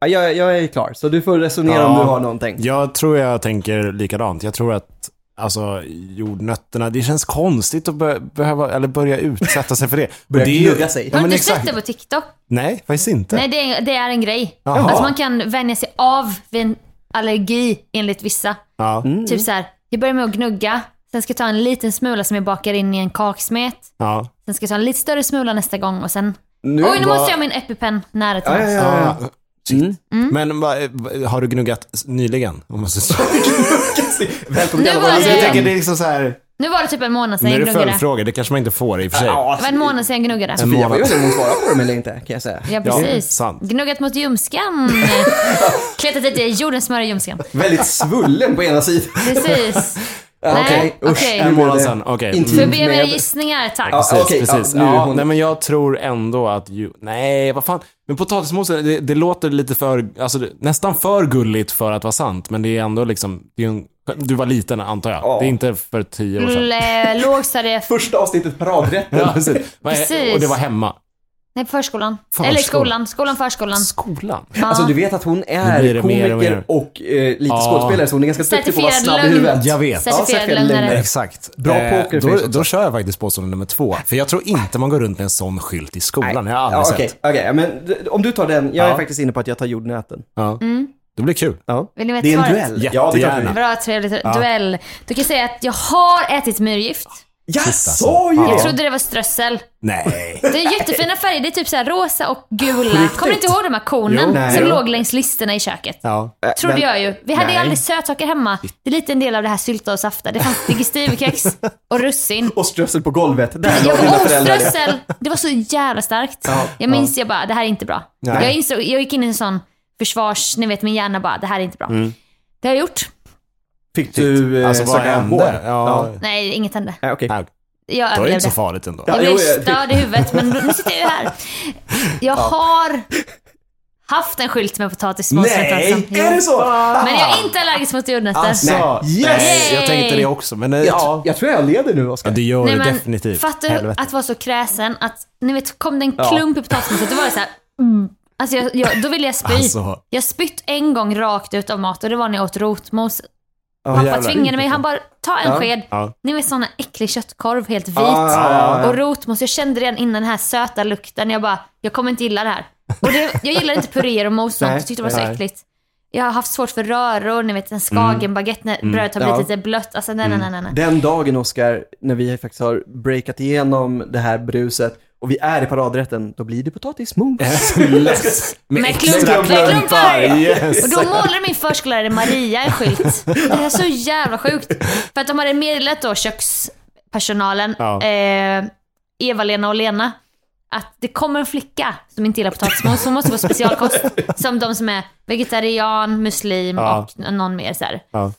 Speaker 2: Ja, jag, jag är klar, så du får resonera om
Speaker 4: Ja.
Speaker 2: du har någonting.
Speaker 4: Jag tror jag tänker likadant. Jag tror att alltså, jordnötterna, det känns konstigt att bör, behöva, eller börja utsätta sig för det.
Speaker 2: Börja
Speaker 4: det är ju-
Speaker 2: gnugga sig.
Speaker 4: Ja,
Speaker 3: Har du
Speaker 4: men
Speaker 3: inte sett
Speaker 4: exakt.
Speaker 3: det på TikTok?
Speaker 4: Nej, faktiskt inte.
Speaker 3: Nej, det är, det är en grej.
Speaker 4: Jaha.
Speaker 3: Alltså man kan vänja sig av vid en allergi enligt vissa.
Speaker 4: Ja,
Speaker 2: Mm.
Speaker 3: Typ så här, jag börjar med att gnugga, sen ska jag ta en liten smula som jag bakar in i en kaksmet.
Speaker 4: ja.
Speaker 3: Sen ska jag ta en lite större smula nästa gång och sen...
Speaker 2: Nu
Speaker 3: Oj, nu
Speaker 4: bara-
Speaker 3: måste jag ha min EpiPen nära till
Speaker 2: Ja, ja,
Speaker 3: hands.
Speaker 2: ja, ja.
Speaker 4: Ah, shit. Men va, va- har du gnuggat s- nyligen? Om man så-
Speaker 2: Välkommen till
Speaker 3: Nu
Speaker 2: alla
Speaker 3: var
Speaker 2: våra
Speaker 4: alltså, jag
Speaker 3: det-
Speaker 2: lyssnare.
Speaker 4: tänker det är liksom så här,
Speaker 3: Nu var det typ en månad sedan
Speaker 4: nu är
Speaker 3: jag
Speaker 4: det
Speaker 3: gnuggade.
Speaker 4: följdfrågor, det kanske man inte får i och för sig.
Speaker 2: Ja,
Speaker 3: Det var en månad sedan jag gnuggade.
Speaker 4: En
Speaker 2: Jag vet
Speaker 4: månad.
Speaker 2: inte om hon svarar på dem eller inte, kan jag säga.
Speaker 3: Ja,
Speaker 4: Ja,
Speaker 3: precis.
Speaker 4: sant.
Speaker 3: Gnuggat mot ljumsken. Kletat lite jordnötssmör i ljumsken.
Speaker 2: Väldigt svullen på ena sidan.
Speaker 3: Precis.
Speaker 2: Ja,
Speaker 3: Nej,
Speaker 2: Okej, usch.
Speaker 3: okej.
Speaker 2: nu
Speaker 4: En
Speaker 2: blev
Speaker 4: månad
Speaker 2: det
Speaker 4: sedan, okej.
Speaker 2: intimt
Speaker 3: Förbe mina
Speaker 2: med-
Speaker 3: gissningar, tack.
Speaker 2: Ja,
Speaker 4: Precis,
Speaker 2: okej, ja,
Speaker 4: precis.
Speaker 2: nu är
Speaker 4: Ja,
Speaker 2: hon-
Speaker 4: Nej men jag tror ändå att ju, Nej, vad fan. Men potatismoset, det, det låter lite för, alltså det, nästan för gulligt för att vara sant. Men det är ändå liksom, det är ju en, du var liten antar jag. Det är inte för tio år
Speaker 3: Mm.
Speaker 4: sedan.
Speaker 3: L- Lågstadie...
Speaker 2: Första avsnittet Paradrätten.
Speaker 4: Ja, precis. Vad är-
Speaker 3: Precis.
Speaker 4: Och det var hemma.
Speaker 3: Nej, förskolan.
Speaker 4: Förskolan.
Speaker 3: Eller skolan. Skolan, förskolan.
Speaker 4: Skolan?
Speaker 2: Alltså du vet att hon
Speaker 4: Nu blir
Speaker 2: är
Speaker 4: det mer
Speaker 2: komiker
Speaker 4: och
Speaker 2: och,
Speaker 4: mer.
Speaker 2: eh, lite
Speaker 4: Ja.
Speaker 2: skådespelare så hon är ganska duktig på att vara snabb i
Speaker 3: Certifierad lögn.
Speaker 2: huvudet.
Speaker 4: Jag vet.
Speaker 2: Ja,
Speaker 3: Certifierad
Speaker 2: säkert
Speaker 3: lögnare.
Speaker 2: lögner.
Speaker 4: Exakt.
Speaker 2: Bra pokerface
Speaker 4: Eh, då,
Speaker 2: också.
Speaker 4: då kör jag faktiskt påstående nummer två. För jag tror inte man går runt med en sån skylt i skolan. Jag har aldrig
Speaker 2: Ja,
Speaker 4: sett.
Speaker 2: Okej, okej, ja, men d- om du tar den. Jag är
Speaker 4: Ja.
Speaker 2: faktiskt inne på att jag tar jordnöten.
Speaker 4: Ja.
Speaker 3: Mm.
Speaker 4: Det blir kul.
Speaker 2: Ja.
Speaker 3: Vill ni veta
Speaker 2: Det är en
Speaker 3: svaret?
Speaker 2: duell.
Speaker 4: Jättegärna.
Speaker 2: Ja, det är klart.
Speaker 3: Bra, trevligt. Duell. Du kan säga att jag har ätit myrgift.
Speaker 2: Jag
Speaker 4: Shit, alltså.
Speaker 2: sa ju
Speaker 4: Ja.
Speaker 3: Jag
Speaker 2: det!
Speaker 3: trodde det var strössel.
Speaker 4: Nej.
Speaker 3: Det är jättefina färger. Det är typ så här rosa och gula. Kommer du inte ihåg de här
Speaker 4: Jo,
Speaker 3: kornen
Speaker 4: nej,
Speaker 3: som
Speaker 4: jo.
Speaker 3: låg längs listerna i köket?
Speaker 4: Ja.
Speaker 3: Trodde
Speaker 2: men-
Speaker 3: jag ju. Vi hade
Speaker 4: Nej.
Speaker 3: ju aldrig sötsaker hemma. Det är lite en del av det här sylta och safta. Det fanns digestivkex och russin.
Speaker 2: Och strössel på golvet. Där
Speaker 3: Jag
Speaker 2: la dina
Speaker 3: var
Speaker 2: föräldrar det.
Speaker 3: oströssel! Det var så jävla starkt. jag minns, jag bara, det här är inte bra.
Speaker 4: Nej.
Speaker 3: Jag, insåg, jag gick in i en sån försvars... Ni vet, min hjärna bara, det här är inte bra.
Speaker 4: Mm.
Speaker 3: Det har jag gjort.
Speaker 2: Fick du eh,
Speaker 4: Alltså vad
Speaker 2: söka
Speaker 4: hände?
Speaker 2: vård?
Speaker 4: Ja.
Speaker 3: Nej, inget hände.
Speaker 2: Ja, okej.
Speaker 4: Ja.
Speaker 3: Jag
Speaker 4: Då är det inte
Speaker 3: överlevde.
Speaker 4: så farligt ändå.
Speaker 2: Ja.
Speaker 3: Jag blev
Speaker 2: jo, jag-
Speaker 3: störd i huvudet, men nu sitter jag ju här. Jag har haft en skylt med potatismos.
Speaker 4: Nej,
Speaker 2: Är det så?
Speaker 3: alltså. Men jag är inte allergisk mot jordnötter.
Speaker 4: Alltså,
Speaker 2: Nej.
Speaker 4: nej, Jag
Speaker 3: Yay!
Speaker 4: tänkte det också, men eh,
Speaker 2: Jag,
Speaker 4: ja.
Speaker 2: jag tror jag leder nu, Oskar.
Speaker 4: Ja, det gör
Speaker 3: Nej,
Speaker 4: du
Speaker 3: men
Speaker 4: definitivt.
Speaker 3: Fattar du
Speaker 4: Helvete.
Speaker 3: att vara så kräsen att, ni vet, kom det en klump i potatismoset, då var det så här, mm. Alltså jag, jag, då ville jag spy.
Speaker 4: Alltså.
Speaker 3: Jag spytt en gång rakt ut av mat och det var när jag åt rotmos.
Speaker 2: Ja,
Speaker 3: Pappa
Speaker 4: jävlar.
Speaker 3: tvingade mig, han bara ta en
Speaker 2: Ja. Ah,
Speaker 3: sked.
Speaker 4: Ja.
Speaker 3: Ni vet sån här äcklig köttkorv, helt vit.
Speaker 2: Ja, ja, ja.
Speaker 3: Och rotmos, jag kände redan innan den här söta lukten, jag bara, jag kommer inte gilla det här. Och det, jag gillar inte puréer och mos och sånt,
Speaker 2: Nej,
Speaker 3: jag tyckte det var så
Speaker 2: nej.
Speaker 3: äckligt. Jag har haft svårt för röror, ni vet en skagenbaguette när brödet har blivit
Speaker 2: Mm. Ja.
Speaker 3: lite blött. Alltså nej, nej, nej, nej.
Speaker 2: Den dagen, Oskar, när vi faktiskt har breakat igenom det här bruset och vi är i paradrätten, då blir det potatismos.
Speaker 4: Less. Med
Speaker 3: Med
Speaker 4: extra
Speaker 3: klumpar, med klumpar!
Speaker 4: Yes.
Speaker 3: Och då målade min förskollärare Maria en skylt. Det är så jävla sjukt. För att de hade meddelat då kökspersonalen,
Speaker 4: Ja.
Speaker 3: eh, Eva-Lena och Lena, att det kommer en flicka som inte gillar potatismos. Hon måste få specialkost. Som de som är vegetarian, muslim
Speaker 4: Ja.
Speaker 3: och någon mer så här.
Speaker 4: Ja.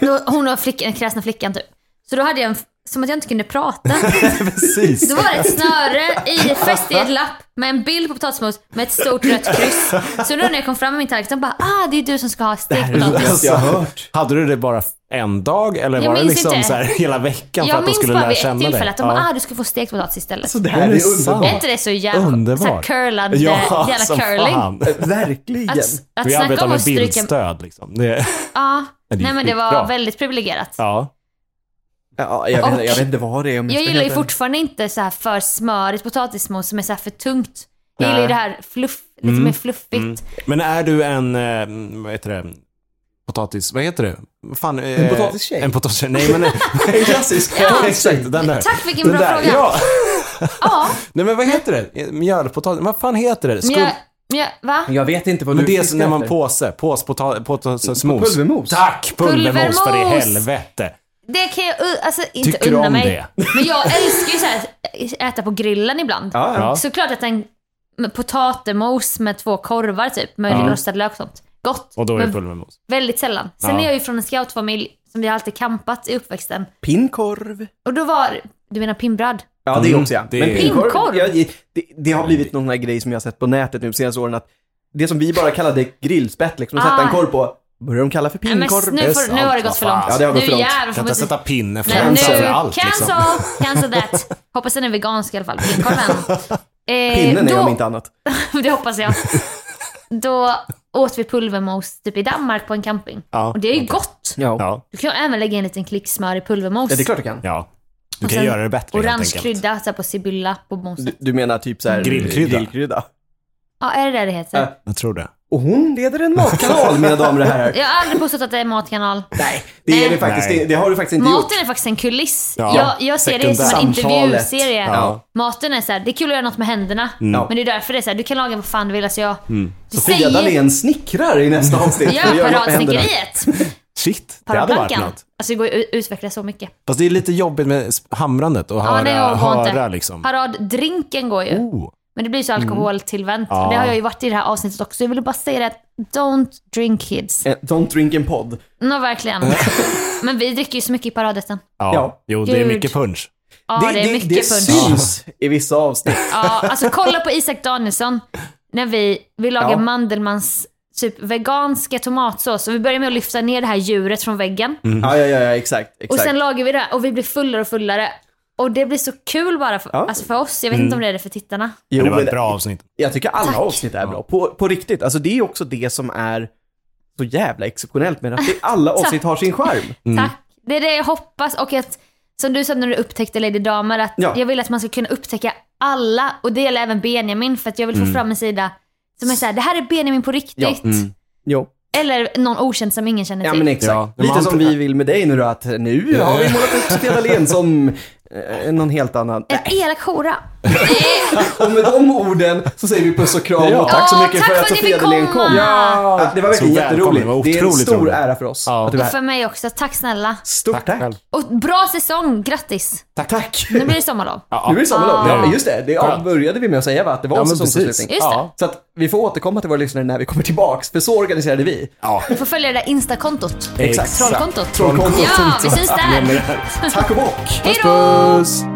Speaker 3: Då- Hon var flickan, den kräsna flickan typ. Så då hade jag en, som att jag inte kunde prata.
Speaker 4: Precis.
Speaker 3: Då var det ett snöre i, fäst i ett lapp med en bild på potatismos med ett stort rött kryss. Så då när jag kom fram med min tallrik, de bara ah det är du som ska ha stekt potatis.
Speaker 2: bästa jag har hört.
Speaker 4: Hade du det bara en dag eller
Speaker 3: Jag
Speaker 4: var det
Speaker 3: minns
Speaker 4: liksom
Speaker 3: inte.
Speaker 4: så här, hela veckan för
Speaker 3: Jag
Speaker 4: att de
Speaker 3: minns
Speaker 4: skulle
Speaker 3: bara
Speaker 4: lära
Speaker 3: vid ett
Speaker 4: känna dig?
Speaker 3: tillfälle att de bara ah du ska få stekt potatis istället.
Speaker 2: Så det här är
Speaker 4: sant.
Speaker 2: underbart.
Speaker 3: är inte det så jävla
Speaker 4: Underbart.
Speaker 3: Så här curlad, eh,
Speaker 4: Ja,
Speaker 3: jävla
Speaker 4: som
Speaker 3: curling.
Speaker 4: fan.
Speaker 2: Eh, Verkligen.
Speaker 3: Att, att
Speaker 4: Vi
Speaker 3: snacka
Speaker 4: arbetar
Speaker 3: om
Speaker 4: med
Speaker 3: att stryka...
Speaker 4: bildstöd liksom. Det,
Speaker 3: Ja,
Speaker 4: det är
Speaker 3: nej men det var
Speaker 4: skitbra.
Speaker 3: väldigt privilegierat.
Speaker 4: ja.
Speaker 2: Ja, jag,
Speaker 3: Och-
Speaker 2: vet, jag vet inte vad det är om
Speaker 3: Jag
Speaker 2: ska
Speaker 3: gillar ju
Speaker 2: veta.
Speaker 3: fortfarande inte så här för smörigt potatismos som är så här för tungt. Jag gillar ju
Speaker 4: Nej.
Speaker 3: det här fluff, lite mer fluffigt.
Speaker 4: Mm. Men är du en, eh, vad heter det, potatis, vad heter det? Vad Fan, eh, en
Speaker 2: potatistjej?
Speaker 4: En potatistjej, nej men
Speaker 2: En klassisk.
Speaker 3: Ja.
Speaker 4: exakt den där.
Speaker 3: Tack, vilken
Speaker 4: den
Speaker 3: bra
Speaker 4: där.
Speaker 3: fråga.
Speaker 4: Ja.
Speaker 3: Ja,
Speaker 4: Nej men vad heter det? Mjölpotatis, vad fan heter det? Skum...
Speaker 3: mjöl, mjöl, va?
Speaker 4: Mm.
Speaker 2: Jag vet inte vad
Speaker 4: Men
Speaker 2: du
Speaker 4: det är så när man
Speaker 2: efter.
Speaker 4: påse, påspotatismos.
Speaker 2: Pulvermos.
Speaker 4: Tack! Pulvermos för i
Speaker 3: Pulvermos!
Speaker 4: helvete.
Speaker 3: Det kan jag uh, alltså, inte
Speaker 4: Tycker du
Speaker 3: unna
Speaker 4: om
Speaker 3: mig.
Speaker 4: det?
Speaker 3: Men jag älskar ju så här, äta på grillen ibland.
Speaker 2: Ja, ja.
Speaker 4: Ja.
Speaker 3: Såklart att en med potatismos med två korvar typ, med
Speaker 4: Ja.
Speaker 3: rostad lök och sånt. Gott,
Speaker 4: Och då är det
Speaker 3: men
Speaker 4: pulvermos.
Speaker 3: väldigt sällan. Sen
Speaker 4: Ja.
Speaker 3: är jag ju från en scoutfamilj som vi har alltid campat i uppväxten.
Speaker 2: Pinnkorv.
Speaker 3: Och då var, du menar pinnbröd?
Speaker 2: Ja, det är också ja.
Speaker 4: Mm. det
Speaker 2: Men
Speaker 4: är-
Speaker 3: Pinnkorv?
Speaker 2: Jag, det, det har blivit någon sån här grej som jag har sett på nätet nu de senaste åren att det som vi bara kallade grillspett, liksom, att
Speaker 3: Ah.
Speaker 2: sätta en korv på, börjar de kalla för
Speaker 3: Nej, men
Speaker 2: pinnkorv.
Speaker 3: nu, får,
Speaker 4: sant,
Speaker 3: nu har
Speaker 4: vad
Speaker 3: det gått för
Speaker 4: fan.
Speaker 3: långt.
Speaker 2: Ja, det har gått för
Speaker 3: nu
Speaker 2: långt.
Speaker 3: jävlar får
Speaker 4: Kan
Speaker 3: man
Speaker 4: inte
Speaker 3: inte...
Speaker 4: sätta pinne
Speaker 3: Nej, nu,
Speaker 4: framför allt
Speaker 3: cancel,
Speaker 4: liksom.
Speaker 3: cancel that. Hoppas den är vegansk i alla fall, pinnkorven. Eh,
Speaker 2: Pinnen är
Speaker 3: då-
Speaker 2: om inte annat.
Speaker 3: Det hoppas jag. Då åt vi pulvermos typ i Danmark på en camping.
Speaker 4: Ja,
Speaker 3: och det är ju gott.
Speaker 2: Ja. ja.
Speaker 4: Ja,
Speaker 3: Du kan även lägga in en liten klick smör i pulvermos.
Speaker 2: det är klart du kan.
Speaker 4: ja. Du
Speaker 3: Och
Speaker 4: kan
Speaker 3: sen
Speaker 4: göra det bättre helt
Speaker 3: Orange
Speaker 4: enkelt.
Speaker 3: krydda så här på sibylla på moset.
Speaker 2: Du, du menar typ så här
Speaker 4: Grillkrydda.
Speaker 2: grillkrydda.
Speaker 3: Ja, är det det det heter?
Speaker 2: Ja.
Speaker 4: Jag tror det.
Speaker 2: Och hon leder en matkanal, mina damer och herrar.
Speaker 3: Jag har aldrig påstått att det är matkanal.
Speaker 2: Nej, det, är det, faktiskt,
Speaker 4: Nej.
Speaker 2: det, det har du faktiskt inte gjort.
Speaker 3: Maten är faktiskt en kuliss.
Speaker 4: Ja,
Speaker 3: jag, jag ser det som en
Speaker 2: sekundär.
Speaker 3: intervjuserie.
Speaker 4: Ja. Mm.
Speaker 3: Maten är så här, det är kul att göra något med händerna. Men det är därför det är så här, du kan laga vad fan du vill. Alltså jag... Du
Speaker 2: Frida
Speaker 3: säger...
Speaker 2: Dahlén snickrar i nästa avsnitt. för
Speaker 3: Ja,
Speaker 2: att göra något med händerna.
Speaker 3: paradsnickeriet.
Speaker 4: Shit, det hade varit
Speaker 3: Paradplankan.
Speaker 4: något.
Speaker 3: Alltså det går ju att utveckla så mycket.
Speaker 4: Fast det är lite jobbigt med s- hamrandet och höra,
Speaker 3: nej, jag går
Speaker 4: höra
Speaker 3: inte.
Speaker 4: liksom.
Speaker 3: Paraddrinken går ju.
Speaker 4: Oh.
Speaker 3: Men det blir ju så alkoholtillvänt. Och Det har jag ju varit i det här avsnittet också. Jag ville bara säga det att don't drink kids.
Speaker 2: Eh, Don't drink and pod.
Speaker 3: Nå, verkligen. Men vi dricker ju så mycket i paradrätten.
Speaker 4: Ja.
Speaker 2: Ja.
Speaker 4: Jo, det är
Speaker 3: Gud.
Speaker 4: mycket punch.
Speaker 3: Ja, det, är mycket
Speaker 2: det
Speaker 3: punch.
Speaker 2: syns i vissa avsnitt.
Speaker 3: Ja, alltså kolla på Isak Danielsson. När vi, vi lagar
Speaker 2: Ja.
Speaker 3: Mandelmans typ veganska tomatsås. Och vi börjar med att lyfta ner det här djuret från väggen.
Speaker 2: Ja, ja, ja, ja exakt. Mm, exakt.
Speaker 3: Och sen lagar vi det här och vi blir fullare och fullare. Och det blir så kul bara för,
Speaker 2: Ja. Mm.
Speaker 3: alltså för oss. Jag vet inte om det är det för tittarna.
Speaker 2: jo,
Speaker 4: Men det var ett
Speaker 2: men
Speaker 4: bra avsnitt.
Speaker 2: Jag tycker alla avsnitt är bra. På, på riktigt. Alltså, det är också det som är så jävla exceptionellt med att det, alla avsnitt har sin charm.
Speaker 3: Tack. Det är det jag hoppas och att, som du sa när du upptäckte Lady Damer, att
Speaker 2: Ja.
Speaker 3: jag vill att man ska kunna upptäcka alla och det gäller även Benjamin för att jag vill få
Speaker 2: Mm.
Speaker 3: fram en sida som är såhär, det här är Benjamin på riktigt.
Speaker 2: Jo.
Speaker 3: Eller någon okänd som ingen känner
Speaker 2: Mm. Ja
Speaker 3: till.
Speaker 2: men exakt.
Speaker 4: Ja, men
Speaker 2: Lite
Speaker 4: man-
Speaker 2: som vi vill med dig nu då, att nu har vi målat upp Stena Len som eh, någon helt annan.
Speaker 3: En elak hora.
Speaker 2: Och med de orden så säger vi puss och kram.
Speaker 4: Ja,
Speaker 2: och
Speaker 4: tack så
Speaker 3: Åh,
Speaker 4: mycket
Speaker 3: tack
Speaker 4: för
Speaker 3: för
Speaker 4: att
Speaker 3: att ni fick
Speaker 2: Sofia-Delin kom.
Speaker 3: komma.
Speaker 2: Ja, det var
Speaker 4: Så välkommen,
Speaker 2: verkligen jätteroligt.
Speaker 4: det var
Speaker 2: Det är en
Speaker 4: otroligt
Speaker 2: stor
Speaker 4: roligt.
Speaker 2: ära för oss
Speaker 4: Ja.
Speaker 2: att du är här.
Speaker 3: För mig också. Tack snälla.
Speaker 2: Stort tack.
Speaker 4: själv.
Speaker 3: Och bra säsong. Grattis.
Speaker 2: Tack.
Speaker 3: Nu blir det sommarlov.
Speaker 2: Nu är det sommarlov.
Speaker 4: Ja.
Speaker 2: Ja, just det. Det ja, började vi med att säga va? Att det var
Speaker 4: Ja,
Speaker 2: en
Speaker 4: men
Speaker 2: säsongsavslutning.
Speaker 3: Just det.
Speaker 2: Så att vi får återkomma till våra lyssnare när vi kommer tillbaks, för så organiserade vi.
Speaker 4: Ja,
Speaker 3: Du får följa det där Insta-kontot.
Speaker 4: exakt.
Speaker 3: Trollkontot.
Speaker 2: Trollkontot.
Speaker 3: Ja, vi syns där.
Speaker 2: Tack och bock!
Speaker 3: Hej då!
Speaker 4: Puss!